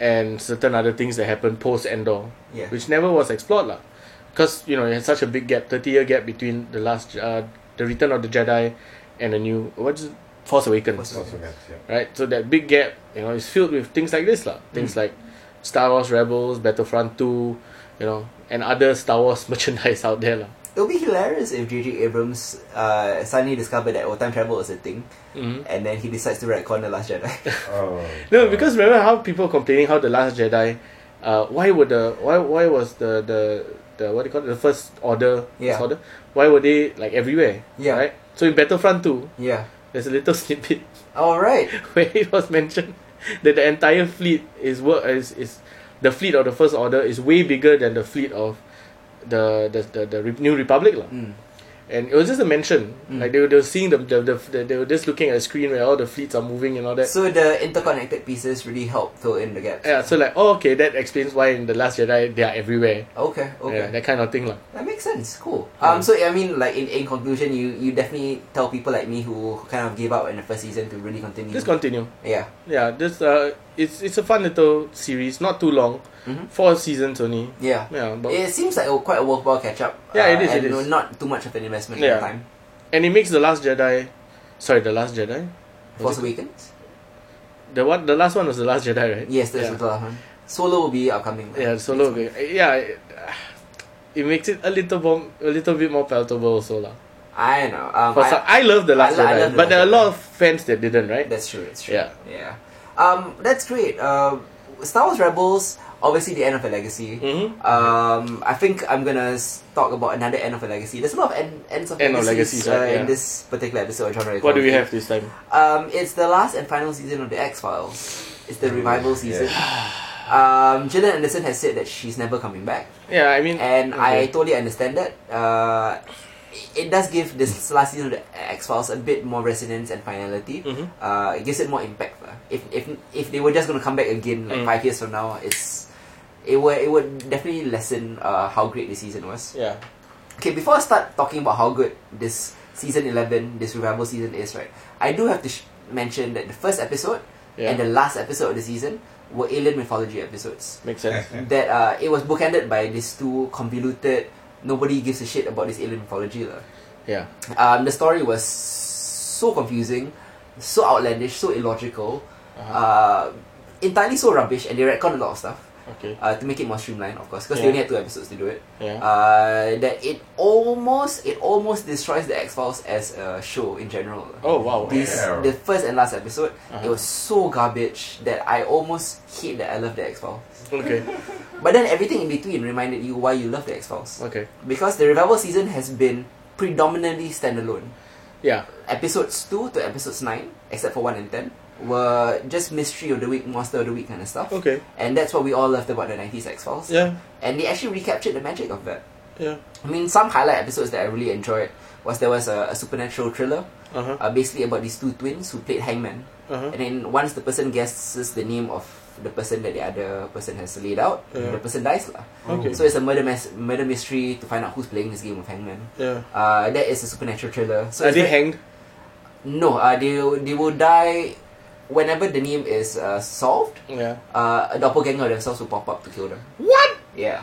[SPEAKER 2] And certain other things that happened post Endor.
[SPEAKER 1] Yeah.
[SPEAKER 2] which never was explored lah. Because you know it had such a big gap, thirty year gap between the last, uh, the Return of the Jedi, and the new what's it? Force Awakens,
[SPEAKER 1] Force
[SPEAKER 4] Also, yes, yeah.
[SPEAKER 2] right? So that big gap, you know, is filled with things like this lah.
[SPEAKER 1] Mm.
[SPEAKER 2] Things like Star Wars Rebels, Battlefront Two, you know, and other Star Wars merchandise out there lah.
[SPEAKER 1] It would be hilarious if J.J. Abrams uh, suddenly discovered that oh, time travel was a thing,
[SPEAKER 2] Mhm.
[SPEAKER 1] and then he decides to retcon The Last Jedi.
[SPEAKER 4] Oh,
[SPEAKER 2] No,
[SPEAKER 4] God.
[SPEAKER 2] because remember how people complaining how the Last Jedi, uh, why would the why why was the the the what do you call it, the first order
[SPEAKER 1] Yeah.
[SPEAKER 2] first order? Why were they like everywhere?
[SPEAKER 1] Yeah.
[SPEAKER 2] Right. So in Battlefront Two,
[SPEAKER 1] yeah.
[SPEAKER 2] there's a little snippet
[SPEAKER 1] All right.
[SPEAKER 2] where it was mentioned that the entire fleet is work is, is the fleet of the first order is way bigger than the fleet of the the the, the Re- new republic lah.
[SPEAKER 1] Mm.
[SPEAKER 2] and it was just a mention
[SPEAKER 1] Mm.
[SPEAKER 2] like they were, they were seeing the, the, the, the they were just looking at a screen where all the fleets are moving and all that
[SPEAKER 1] So the interconnected pieces really help fill in the gaps.
[SPEAKER 2] yeah so like oh okay that explains why in the last jedi they are everywhere
[SPEAKER 1] Okay. Okay.
[SPEAKER 2] yeah, that kind of thing lah.
[SPEAKER 1] That makes sense. Cool.
[SPEAKER 2] Yeah.
[SPEAKER 1] Um. So I mean, like in, in conclusion, you you definitely tell people like me who kind of gave up in the first season to really continue.
[SPEAKER 2] just continue
[SPEAKER 1] yeah.
[SPEAKER 2] yeah this uh it's it's a fun little series not too long
[SPEAKER 1] Mhm.
[SPEAKER 2] four seasons only
[SPEAKER 1] Yeah.
[SPEAKER 2] yeah but
[SPEAKER 1] It seems like a, quite a worthwhile catch up.
[SPEAKER 2] Yeah, it is,
[SPEAKER 1] And
[SPEAKER 2] it
[SPEAKER 1] no-
[SPEAKER 2] is.
[SPEAKER 1] not too much of an investment in
[SPEAKER 2] Yeah.
[SPEAKER 1] time.
[SPEAKER 2] and it makes the last jedi sorry the last jedi
[SPEAKER 1] Force
[SPEAKER 2] Was it-
[SPEAKER 1] Awakens.
[SPEAKER 2] The one, the last one was the last Jedi, right?
[SPEAKER 1] Yes, that's
[SPEAKER 2] yeah.
[SPEAKER 1] the last one. Solo will be upcoming.
[SPEAKER 2] Yeah, Solo. will be- Yeah, it, it makes it a little more, a little bit more palatable, also lah.
[SPEAKER 1] I know. Um,
[SPEAKER 2] For
[SPEAKER 1] I-
[SPEAKER 2] some- I, love the
[SPEAKER 1] I
[SPEAKER 2] last
[SPEAKER 1] lo- I
[SPEAKER 2] Jedi,
[SPEAKER 1] love The
[SPEAKER 2] but there are a
[SPEAKER 1] Last
[SPEAKER 2] lot
[SPEAKER 1] Jedi.
[SPEAKER 2] of fans that didn't, right?
[SPEAKER 1] That's true. That's true.
[SPEAKER 2] Yeah.
[SPEAKER 1] Yeah. Um, that's great. Uh, Star Wars Rebels, obviously the end of a legacy.
[SPEAKER 2] hmm
[SPEAKER 1] Um, I think I'm gonna s- talk about another end of a legacy. There's a lot of end, ends of
[SPEAKER 2] End of
[SPEAKER 1] legacies,
[SPEAKER 2] legacies,
[SPEAKER 1] uh,
[SPEAKER 2] right, yeah.
[SPEAKER 1] in this particular episode of genre.
[SPEAKER 2] What do we have Mm, this time?
[SPEAKER 1] Um, it's the last and final season of the X Files. It's the revival season. Um, Gillian Anderson has said that she's never coming back,
[SPEAKER 2] Yeah, I mean,
[SPEAKER 1] and I
[SPEAKER 2] Mm, okay.
[SPEAKER 1] totally understand that. Uh, it does give this last season of the X Files a bit more resonance and finality.
[SPEAKER 2] Mhm.
[SPEAKER 1] Uh, it gives it more impact. lah. If if if they were just gonna come back again like
[SPEAKER 2] Mm.
[SPEAKER 1] five years from now, it's it would it would definitely lessen uh, how great the season was.
[SPEAKER 2] yeah,
[SPEAKER 1] Okay, before I start talking about how good this season 11, this revival season is, right, I do have to sh- mention that the first episode
[SPEAKER 2] yeah,
[SPEAKER 1] and the last episode of the season were alien mythology episodes.
[SPEAKER 2] makes sense.
[SPEAKER 1] That uh, it was bookended by these two convoluted, nobody gives a shit about this alien mythology. lah.
[SPEAKER 2] Yeah,
[SPEAKER 1] Um, the story was so confusing, so outlandish, so illogical,
[SPEAKER 2] uh-huh.
[SPEAKER 1] uh, entirely so rubbish, and they retconned a lot of stuff
[SPEAKER 2] okay,
[SPEAKER 1] uh, to make it more streamlined, of course, because
[SPEAKER 2] Yeah.
[SPEAKER 1] they only had two episodes to do it
[SPEAKER 2] yeah,
[SPEAKER 1] uh, that it almost it almost destroys the X Files as a show in general.
[SPEAKER 2] Oh, wow.
[SPEAKER 1] This
[SPEAKER 4] Yeah.
[SPEAKER 1] the first and last episode,
[SPEAKER 2] Uh-huh.
[SPEAKER 1] it was so garbage that I almost hate that I love the X Files.
[SPEAKER 2] okay,
[SPEAKER 1] But then everything in between reminded you why you love the X Files
[SPEAKER 2] okay,
[SPEAKER 1] because the revival season has been predominantly standalone.
[SPEAKER 2] yeah,
[SPEAKER 1] Episodes two to episodes nine, except for one and ten, were just mystery of the week, monster of the week kind of stuff.
[SPEAKER 2] okay,
[SPEAKER 1] And that's what we all loved about the nineties X Files.
[SPEAKER 2] yeah,
[SPEAKER 1] And they actually recaptured the magic of that.
[SPEAKER 2] yeah,
[SPEAKER 1] I mean, some highlight episodes that I really enjoyed was there was a, a supernatural thriller,
[SPEAKER 2] uh huh,
[SPEAKER 1] uh, basically about these two twins who played hangman.
[SPEAKER 2] uh huh,
[SPEAKER 1] And then once the person guesses the name of the person that the other person has laid out,
[SPEAKER 2] Yeah.
[SPEAKER 1] the person dies lah.
[SPEAKER 2] okay,
[SPEAKER 1] So it's a murder mes- murder mystery to find out who's playing this game of hangman.
[SPEAKER 2] yeah.
[SPEAKER 1] Uh, that is a supernatural thriller. So
[SPEAKER 2] Are
[SPEAKER 1] it's
[SPEAKER 2] they
[SPEAKER 1] ve-
[SPEAKER 2] hanged?
[SPEAKER 1] no, uh, they they will die whenever the name is uh, solved.
[SPEAKER 2] Yeah,
[SPEAKER 1] Uh, a doppelganger of themselves will pop up to kill them. What? Yeah.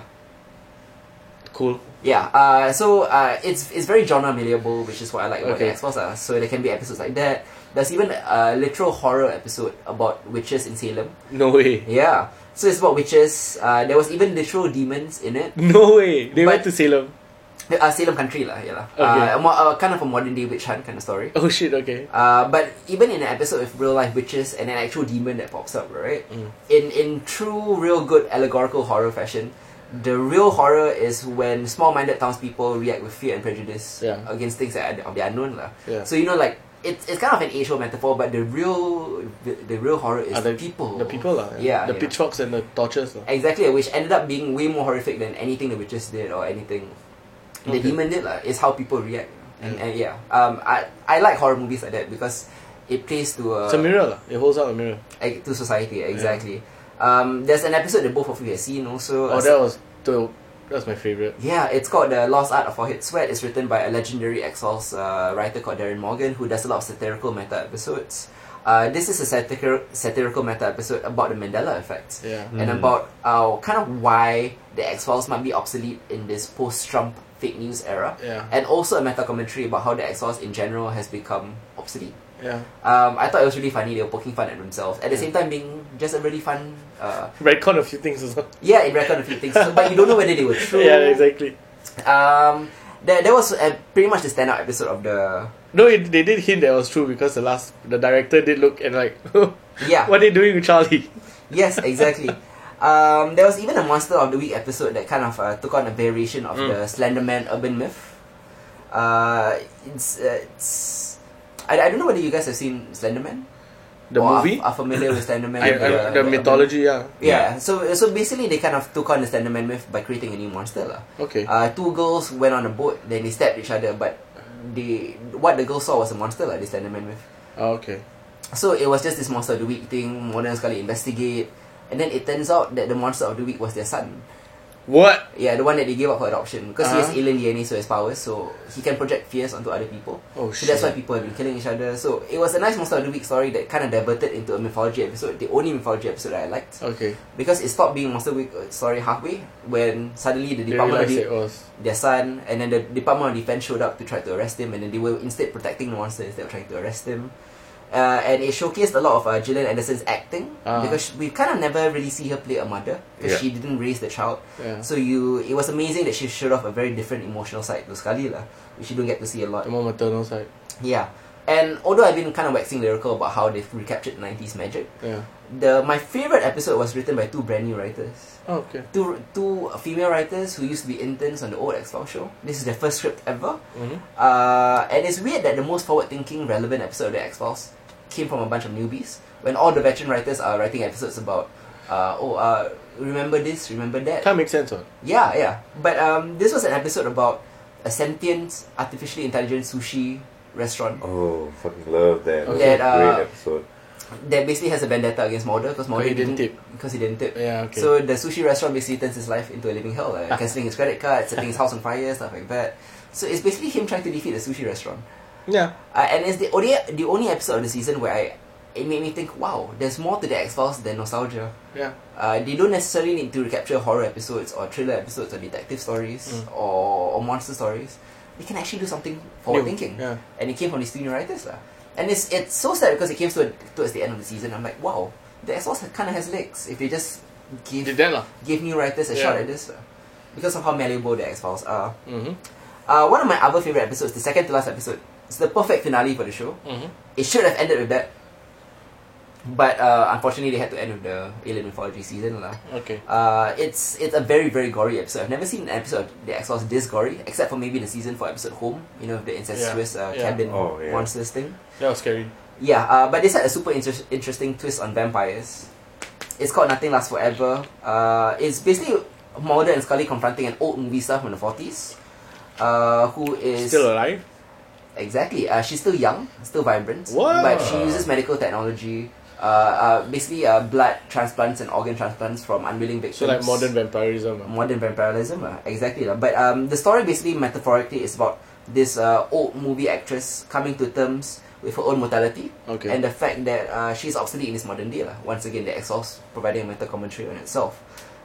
[SPEAKER 2] cool.
[SPEAKER 1] Yeah, uh, so uh, it's it's very genre malleable, which is what I like about
[SPEAKER 2] Okay.
[SPEAKER 1] the X Files. Uh, so there can be episodes like that. There's even a literal horror episode about witches in Salem.
[SPEAKER 2] No way,
[SPEAKER 1] Yeah, so it's about witches. Uh, there was even literal demons in it.
[SPEAKER 2] no way. They went
[SPEAKER 1] But-
[SPEAKER 2] to Salem.
[SPEAKER 1] Uh, Salem country lah, yeah lah.
[SPEAKER 2] Okay.
[SPEAKER 1] Uh, a mo- uh, kind of a modern day witch hunt kind of story.
[SPEAKER 2] Oh shit. Okay.
[SPEAKER 1] Uh, but even in an episode with real life witches and an actual demon that pops up, right?
[SPEAKER 2] Mm.
[SPEAKER 1] In in true, real good allegorical horror fashion, the real horror is when small minded townspeople react with fear and prejudice
[SPEAKER 2] Yeah.
[SPEAKER 1] against things that are of the unknown. lah.
[SPEAKER 2] Yeah.
[SPEAKER 1] So, you know, like, it's, it's kind of an age-old metaphor, but the real the, the real horror is
[SPEAKER 2] Are
[SPEAKER 1] the people.
[SPEAKER 2] The people, lah.
[SPEAKER 1] Yeah,
[SPEAKER 2] The
[SPEAKER 1] yeah.
[SPEAKER 2] pitchforks and the torches, lah.
[SPEAKER 1] Exactly, which ended up being way more horrific than anything the witches did or anything The demon did lah. It's how people react, and, and yeah, um, I I like horror movies like that because it plays to a,
[SPEAKER 2] It's a mirror. lah. It holds out a mirror.
[SPEAKER 1] eh, to society exactly. Um, there's an episode that both of you have seen also.
[SPEAKER 2] Oh,
[SPEAKER 1] Uh,
[SPEAKER 2] that was the, that was my favorite.
[SPEAKER 1] Yeah, it's called The Lost Art of Forehead Sweat. It's written by a legendary Exhaust uh, writer called Darren Morgan, who does a lot of satirical meta episodes. Uh, this is a satir- satirical meta episode about the Mandela effect
[SPEAKER 2] Yeah.
[SPEAKER 1] and
[SPEAKER 3] Mm.
[SPEAKER 1] about uh, kind of why the X Files might be obsolete in this post Trump fake news era,
[SPEAKER 2] Yeah.
[SPEAKER 1] and also a meta commentary about how the X Files in general has become obsolete.
[SPEAKER 2] Yeah.
[SPEAKER 1] Um, I thought it was really funny. They were poking fun at themselves at the same time being just a really fun. Uh,
[SPEAKER 2] Redcon a few things as well.
[SPEAKER 1] yeah, it reckoned a few things, so- but you don't know whether they were true.
[SPEAKER 2] Yeah, exactly.
[SPEAKER 1] Um, there, there was uh, pretty much the standout episode of the
[SPEAKER 2] No, it, they did hint that was true because the last the director did look and like,
[SPEAKER 1] yeah
[SPEAKER 2] what are they doing with Charlie?
[SPEAKER 1] yes exactly. Um, there was even a Monster of the Week episode that kind of uh, took on a variation of
[SPEAKER 2] Mm.
[SPEAKER 1] the Slenderman urban myth. Uh, it's, uh, it's I, I don't know whether you guys have seen Slenderman
[SPEAKER 2] The
[SPEAKER 1] or are-
[SPEAKER 2] movie,
[SPEAKER 1] are, familiar with Slenderman.
[SPEAKER 2] I, I, the,
[SPEAKER 1] urban-
[SPEAKER 2] mythology. Yeah.
[SPEAKER 1] Yeah. so so basically they kind of took on the Slenderman myth by creating a new monster lah.
[SPEAKER 2] Okay.
[SPEAKER 1] Uh, two girls went on a boat, then they stabbed each other, but they what the girls saw was a monster lah, the Slenderman myth.
[SPEAKER 2] oh, okay.
[SPEAKER 1] So it was just this monster of the week thing. Modern sekali investigate, and then it turns out that the monster of the week was their son.
[SPEAKER 2] What?
[SPEAKER 1] Yeah, the one that they gave up for adoption because he has
[SPEAKER 2] Uh-huh.
[SPEAKER 1] alien DNA, so his powers, so he can project fears onto other people.
[SPEAKER 2] Oh
[SPEAKER 1] So
[SPEAKER 2] shit.
[SPEAKER 1] that's why people have been killing each other. So it was a nice monster of the week story that kind of diverted into a mythology episode, the only mythology episode that I liked
[SPEAKER 2] Okay.
[SPEAKER 1] because it stopped being monster of the week uh, story halfway when suddenly the
[SPEAKER 2] They
[SPEAKER 1] department of
[SPEAKER 2] realized
[SPEAKER 1] the,
[SPEAKER 2] it was.
[SPEAKER 1] their son and then the Department of Defense showed up to try to arrest him and then they were instead protecting the monster instead of trying to arrest him. Uh, and it showcased a lot of uh, Gillian Anderson's acting
[SPEAKER 2] Ah.
[SPEAKER 1] because we kind of never really see her play a mother because
[SPEAKER 3] Yeah.
[SPEAKER 1] she didn't raise the child.
[SPEAKER 2] Yeah.
[SPEAKER 1] So you, it was amazing that she showed off a very different emotional side to Scully lah, which you don't get to see a lot.
[SPEAKER 2] The more maternal side.
[SPEAKER 1] Yeah. And although I've been kind of waxing lyrical about how they've recaptured 90s magic,
[SPEAKER 2] Yeah.
[SPEAKER 1] the my favorite episode was written by two brand new writers
[SPEAKER 2] Oh, okay.
[SPEAKER 1] two two female writers who used to be interns on the old X Files show. This is their first script ever,
[SPEAKER 2] Mm-hmm.
[SPEAKER 1] uh, and it's weird that the most forward-thinking, relevant episode of the X Files came from a bunch of newbies when all the veteran writers are writing episodes about, uh, oh, uh, remember this, remember that.
[SPEAKER 2] Can't make sense on.
[SPEAKER 1] Yeah, yeah. But um, this was an episode about a sentient, artificially intelligent sushi restaurant
[SPEAKER 3] Oh, fucking love that.
[SPEAKER 1] That,
[SPEAKER 3] That
[SPEAKER 1] uh,
[SPEAKER 3] great episode.
[SPEAKER 1] that basically has a vendetta against Mulder because Mulder
[SPEAKER 2] he didn't tip.
[SPEAKER 1] because he didn't tip.
[SPEAKER 2] Yeah. Okay. Ah.
[SPEAKER 1] So the sushi restaurant basically turns his life into a living hell, like cancelling his credit card, setting his house on fire, stuff like that. So it's basically him trying to defeat the sushi restaurant.
[SPEAKER 2] yeah.
[SPEAKER 1] Uh, and it's the only the only episode of the season where I it made me think, wow, there's more to the X Files than nostalgia.
[SPEAKER 2] Yeah.
[SPEAKER 1] Uh, they don't necessarily need to recapture horror episodes or thriller episodes or detective stories
[SPEAKER 2] Mm.
[SPEAKER 1] or, or monster stories. They can actually do something forward Oh, thinking
[SPEAKER 2] Yeah.
[SPEAKER 1] and it came from these two new writers lah. And it's it's so sad because it came to towards the end of the season. I'm like, wow, the Exorcist kind of has legs if they just give
[SPEAKER 2] Did that lah.
[SPEAKER 1] give new writers a
[SPEAKER 2] Yeah.
[SPEAKER 1] shot at this lah. because of how malleable the X Files are.
[SPEAKER 2] Mm-hmm.
[SPEAKER 1] Uh, one of my other favorite episodes, the second to last episode, it's the perfect finale for the show.
[SPEAKER 2] Mm-hmm.
[SPEAKER 1] It should have ended with that, but uh, unfortunately they had to end with the alien mythology season lah.
[SPEAKER 2] Okay.
[SPEAKER 1] Uh, it's it's a very very gory episode. I've never seen an episode of The X Files this gory, except for maybe the season four episode Home. You know the incestuous uh,
[SPEAKER 2] Yeah.
[SPEAKER 1] cabin
[SPEAKER 3] Oh, yeah.
[SPEAKER 1] monsters thing.
[SPEAKER 2] That was scary.
[SPEAKER 1] Yeah, uh, but this had a super inter- interesting twist on vampires. It's called Nothing Lasts Forever. Uh, it's basically Mulder and Scully confronting an old movie star from the forties, uh, who is
[SPEAKER 2] Still alive.
[SPEAKER 1] exactly. Uh, she's still young, still vibrant,
[SPEAKER 2] Wow.
[SPEAKER 1] but she uses medical technology. Uh, uh, basically, uh, blood transplants and organ transplants from unwilling victims.
[SPEAKER 2] So like modern vampirism. ah.
[SPEAKER 1] modern vampirism, uh, exactly. lah. But um, the story basically metaphorically is about this uh, old movie actress coming to terms with her own mortality
[SPEAKER 2] Okay.
[SPEAKER 1] and the fact that uh, she's obsolete in this modern day. lah. Once again, the Exhaust providing a meta commentary on itself.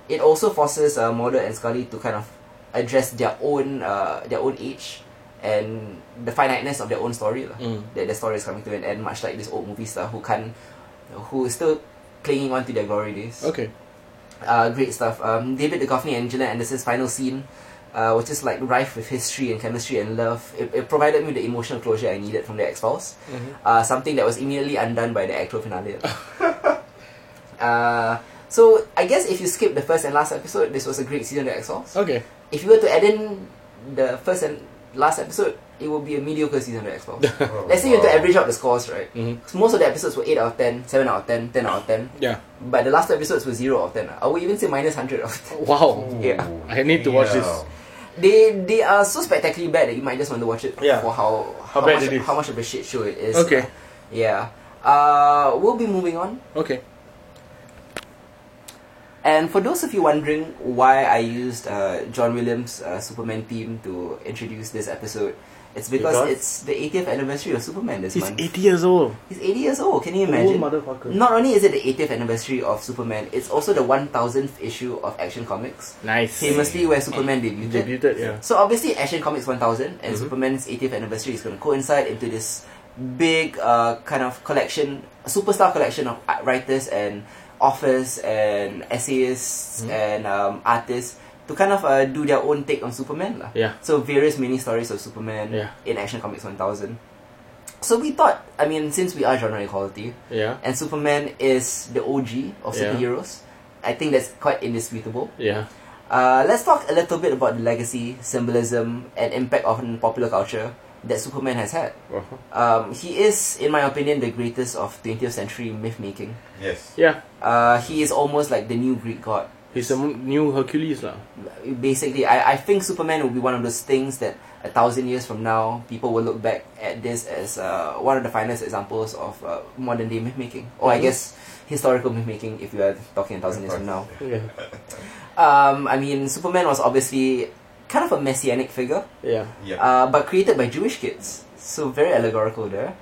[SPEAKER 1] It also forces uh, Mulder and Scully to kind of address their own uh, their own age and the finiteness of their own story. lah.
[SPEAKER 2] Mm.
[SPEAKER 1] That the story is coming to an end, much like this old movie star who can who is still clinging on to their glory days
[SPEAKER 2] Okay.
[SPEAKER 1] uh, great stuff. Um, David Duchovny and Gillian Anderson's final scene, uh, which is like rife with history and chemistry and love. It, it provided me with the emotional closure I needed from the X Files,
[SPEAKER 2] Mm-hmm.
[SPEAKER 1] uh, something that was immediately undone by the actual finale. uh, so I guess if you skip the first and last episode, this was a great season of the X Files.
[SPEAKER 2] Okay.
[SPEAKER 1] If you were to add in the first and last episode, it would be a mediocre season of the X Files.
[SPEAKER 3] Oh,
[SPEAKER 1] Let's say you have to
[SPEAKER 3] wow.
[SPEAKER 1] average out the scores, right?
[SPEAKER 2] Mm-hmm.
[SPEAKER 1] 'Cause most of the episodes were 8 out of 10, 7 out of 10, 10 out of 10.
[SPEAKER 2] Yeah.
[SPEAKER 1] But the last episodes were 0 out of 10. I would even say minus 100 out of 10.
[SPEAKER 2] Wow.
[SPEAKER 1] Yeah.
[SPEAKER 2] I need to watch
[SPEAKER 3] Yeah.
[SPEAKER 2] this.
[SPEAKER 1] They they are so spectacularly bad that you might just want to watch it
[SPEAKER 2] Yeah.
[SPEAKER 1] for how
[SPEAKER 2] How bad
[SPEAKER 1] much,
[SPEAKER 2] it is.
[SPEAKER 1] how much of a shit show it is.
[SPEAKER 2] Okay.
[SPEAKER 1] yeah. Uh, we'll be moving on.
[SPEAKER 2] Okay.
[SPEAKER 1] And for those of you wondering why I used uh, John Williams' uh, Superman theme to introduce this episode, it's because,
[SPEAKER 2] Because?
[SPEAKER 1] it's the 80th anniversary of Superman this
[SPEAKER 2] He's
[SPEAKER 1] month.
[SPEAKER 2] 80 years old.
[SPEAKER 1] He's 80 years old. Can you imagine?
[SPEAKER 2] Old motherfucker.
[SPEAKER 1] Not only is it the 80th anniversary of Superman, it's also the 1000th issue of Action Comics,
[SPEAKER 2] Nice.
[SPEAKER 1] famously where Superman debuted.
[SPEAKER 2] Debuted, yeah.
[SPEAKER 1] So obviously, Action Comics 1000 and
[SPEAKER 2] Mm-hmm.
[SPEAKER 3] Mhm.
[SPEAKER 1] Superman's 80th anniversary is going to coincide into this big uh, kind of collection, superstar collection of art- writers and authors and essayists
[SPEAKER 2] Mm-hmm.
[SPEAKER 1] and um, artists to kind of uh, do their own take on Superman. lah.
[SPEAKER 2] Yeah.
[SPEAKER 1] So various mini stories of Superman
[SPEAKER 2] Yeah.
[SPEAKER 1] in Action Comics 1000. So we thought, I mean, since we are genre equality
[SPEAKER 2] Yeah.
[SPEAKER 1] and Superman is the OG of
[SPEAKER 2] Yeah.
[SPEAKER 1] superheroes, I think that's quite indisputable.
[SPEAKER 2] Yeah.
[SPEAKER 1] Uh, let's talk a little bit about the legacy, symbolism, and impact on popular culture that Superman has had.
[SPEAKER 2] Uh-huh.
[SPEAKER 1] Um, he is, in my opinion, the greatest of 20th century myth making.
[SPEAKER 4] Yes.
[SPEAKER 2] Yeah.
[SPEAKER 1] Uh, he is almost like the new Greek god.
[SPEAKER 2] He's a m- new Hercules lah.
[SPEAKER 1] Basically, I, I think Superman will be one of those things that a thousand years from now, people will look back at this as uh, one of the finest examples of uh, modern day myth making. Or I
[SPEAKER 2] Mhm.
[SPEAKER 1] guess historical myth making if you are talking a thousand years from now.
[SPEAKER 2] Yeah.
[SPEAKER 1] Um, I mean, Superman was obviously kind of a messianic figure.
[SPEAKER 2] Yeah.
[SPEAKER 4] Yeah.
[SPEAKER 1] uh, but created by Jewish kids. So very allegorical there.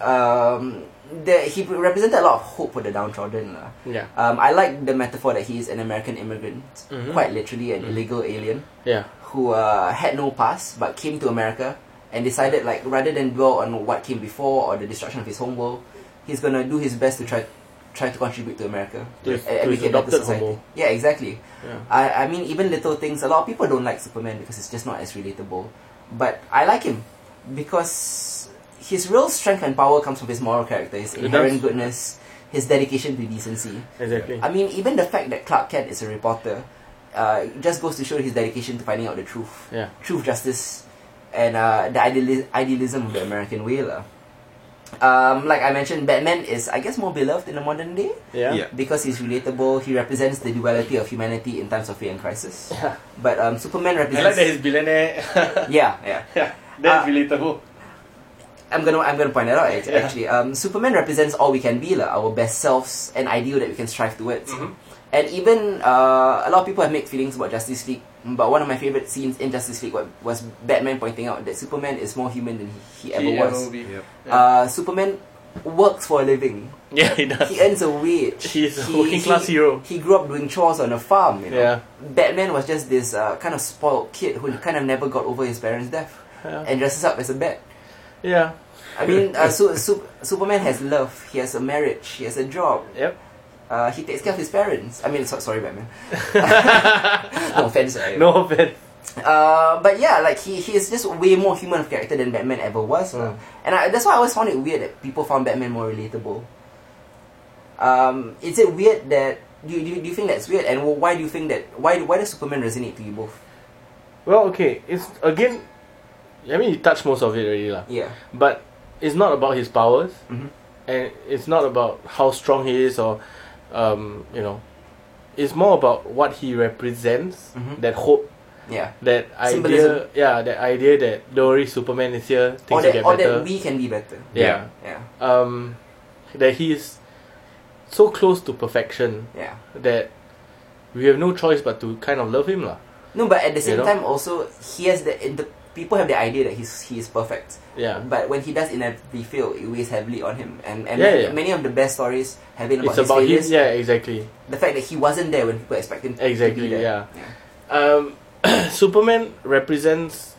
[SPEAKER 1] um, the, he represented a lot of hope for the downtrodden. lah.
[SPEAKER 2] Yeah.
[SPEAKER 1] Um, I like the metaphor that he is an American immigrant,
[SPEAKER 2] Mhm.
[SPEAKER 1] quite literally an
[SPEAKER 2] Mhm.
[SPEAKER 1] illegal alien
[SPEAKER 2] Yeah.
[SPEAKER 1] who uh, had no past but came to America and decided, like, rather than dwell on what came before or the destruction of his homeworld, he's gonna do his best to try try to contribute to America
[SPEAKER 2] To his-
[SPEAKER 1] and- and
[SPEAKER 2] to his
[SPEAKER 1] make it better
[SPEAKER 2] adopted
[SPEAKER 1] society.
[SPEAKER 2] homeworld.
[SPEAKER 1] Yeah, exactly.
[SPEAKER 2] Yeah.
[SPEAKER 1] I, I mean, even little things, a lot of people don't like Superman because it's just not as relatable. But I like him because his real strength and power comes from his moral character, his
[SPEAKER 2] It
[SPEAKER 1] inherent
[SPEAKER 2] does.
[SPEAKER 1] goodness, his dedication to decency.
[SPEAKER 2] Exactly.
[SPEAKER 1] I mean, even the fact that Clark Kent is a reporter uh, just goes to show his dedication to finding out the truth,
[SPEAKER 2] Yeah.
[SPEAKER 1] truth, justice, and uh, the ideali- idealism of the American way. lah. Um, like I mentioned, Batman is, I guess, more beloved in the modern day
[SPEAKER 2] Yeah.
[SPEAKER 3] Yeah.
[SPEAKER 1] because he's relatable, he represents the duality of humanity in times of fear and crisis. But um, Superman
[SPEAKER 2] I like
[SPEAKER 1] represents.
[SPEAKER 2] that he's billionaire.
[SPEAKER 1] yeah, yeah.
[SPEAKER 2] yeah. That's
[SPEAKER 1] Uh,
[SPEAKER 2] relatable.
[SPEAKER 1] I'm gonna I'm gonna point that out act-
[SPEAKER 2] Yeah.
[SPEAKER 1] actually. Um, Superman represents all we can be, lah, our best selves, an ideal that we can strive towards.
[SPEAKER 2] Mm-hmm.
[SPEAKER 1] And even uh, a lot of people have mixed feelings about Justice League, but one of my favorite scenes in Justice League wa- was Batman pointing out that Superman is more human than he, he ever
[SPEAKER 2] He
[SPEAKER 1] was.
[SPEAKER 2] ever will be.
[SPEAKER 3] Yep.
[SPEAKER 2] yeah.
[SPEAKER 1] Uh, Superman works for a living.
[SPEAKER 2] Yeah, he
[SPEAKER 1] He
[SPEAKER 2] does.
[SPEAKER 1] earns a wage.
[SPEAKER 2] He's a
[SPEAKER 1] He-
[SPEAKER 2] working class
[SPEAKER 1] he-
[SPEAKER 2] hero.
[SPEAKER 1] He grew up doing chores on a farm. You know?
[SPEAKER 2] Yeah.
[SPEAKER 1] Batman was just this uh, kind of spoiled kid who kind of never got over his parents' death
[SPEAKER 2] Yeah.
[SPEAKER 1] and dresses up as a bat.
[SPEAKER 2] yeah.
[SPEAKER 1] I mean, uh, su- su- Superman has love, he has a marriage, he has a job,
[SPEAKER 2] Yep.
[SPEAKER 1] uh, he takes care of his parents. I mean, so- sorry, Batman. no offense. I-
[SPEAKER 2] No offense.
[SPEAKER 1] Uh, but yeah, like he, he is just way more human of character than Batman ever was. lah.
[SPEAKER 2] Mm.
[SPEAKER 1] And I, that's why I always found it weird that people found Batman more relatable. Um, is it weird that do you, do, you, do you think that's weird? And why do you think that why why does Superman resonate to you both?
[SPEAKER 2] Well, okay. It's again. I mean, you touched most of it already, lah.
[SPEAKER 1] Yeah.
[SPEAKER 2] But it's not about his powers,
[SPEAKER 1] Mhm.
[SPEAKER 2] and it's not about how strong he is, or um, you know, it's more about what he represents.
[SPEAKER 1] Mhm.
[SPEAKER 2] That hope,
[SPEAKER 1] Yeah.
[SPEAKER 2] that
[SPEAKER 1] Symbolism.
[SPEAKER 2] idea, yeah, that idea that don't worry, Superman is here, things
[SPEAKER 1] or
[SPEAKER 2] will
[SPEAKER 1] that,
[SPEAKER 2] get
[SPEAKER 1] or
[SPEAKER 2] better.
[SPEAKER 1] that we can be better.
[SPEAKER 2] yeah.
[SPEAKER 1] Yeah,
[SPEAKER 2] um, that he is so close to perfection
[SPEAKER 1] yeah.
[SPEAKER 2] that we have no choice but to kind of love him, lah.
[SPEAKER 1] No, but at the same
[SPEAKER 2] You know?
[SPEAKER 1] time, also he has the the people have the idea that he's he is perfect.
[SPEAKER 2] Yeah,
[SPEAKER 1] But when he does inevitably fail, it weighs heavily on him. And and
[SPEAKER 2] Yeah,
[SPEAKER 1] many,
[SPEAKER 2] yeah.
[SPEAKER 1] many of the best stories have been about
[SPEAKER 2] it's
[SPEAKER 1] his
[SPEAKER 2] about him.
[SPEAKER 1] failures.
[SPEAKER 2] Yeah, exactly.
[SPEAKER 1] The fact that he wasn't there when people expect him.
[SPEAKER 2] Exactly,
[SPEAKER 1] To be there.
[SPEAKER 2] yeah. Um, Superman represents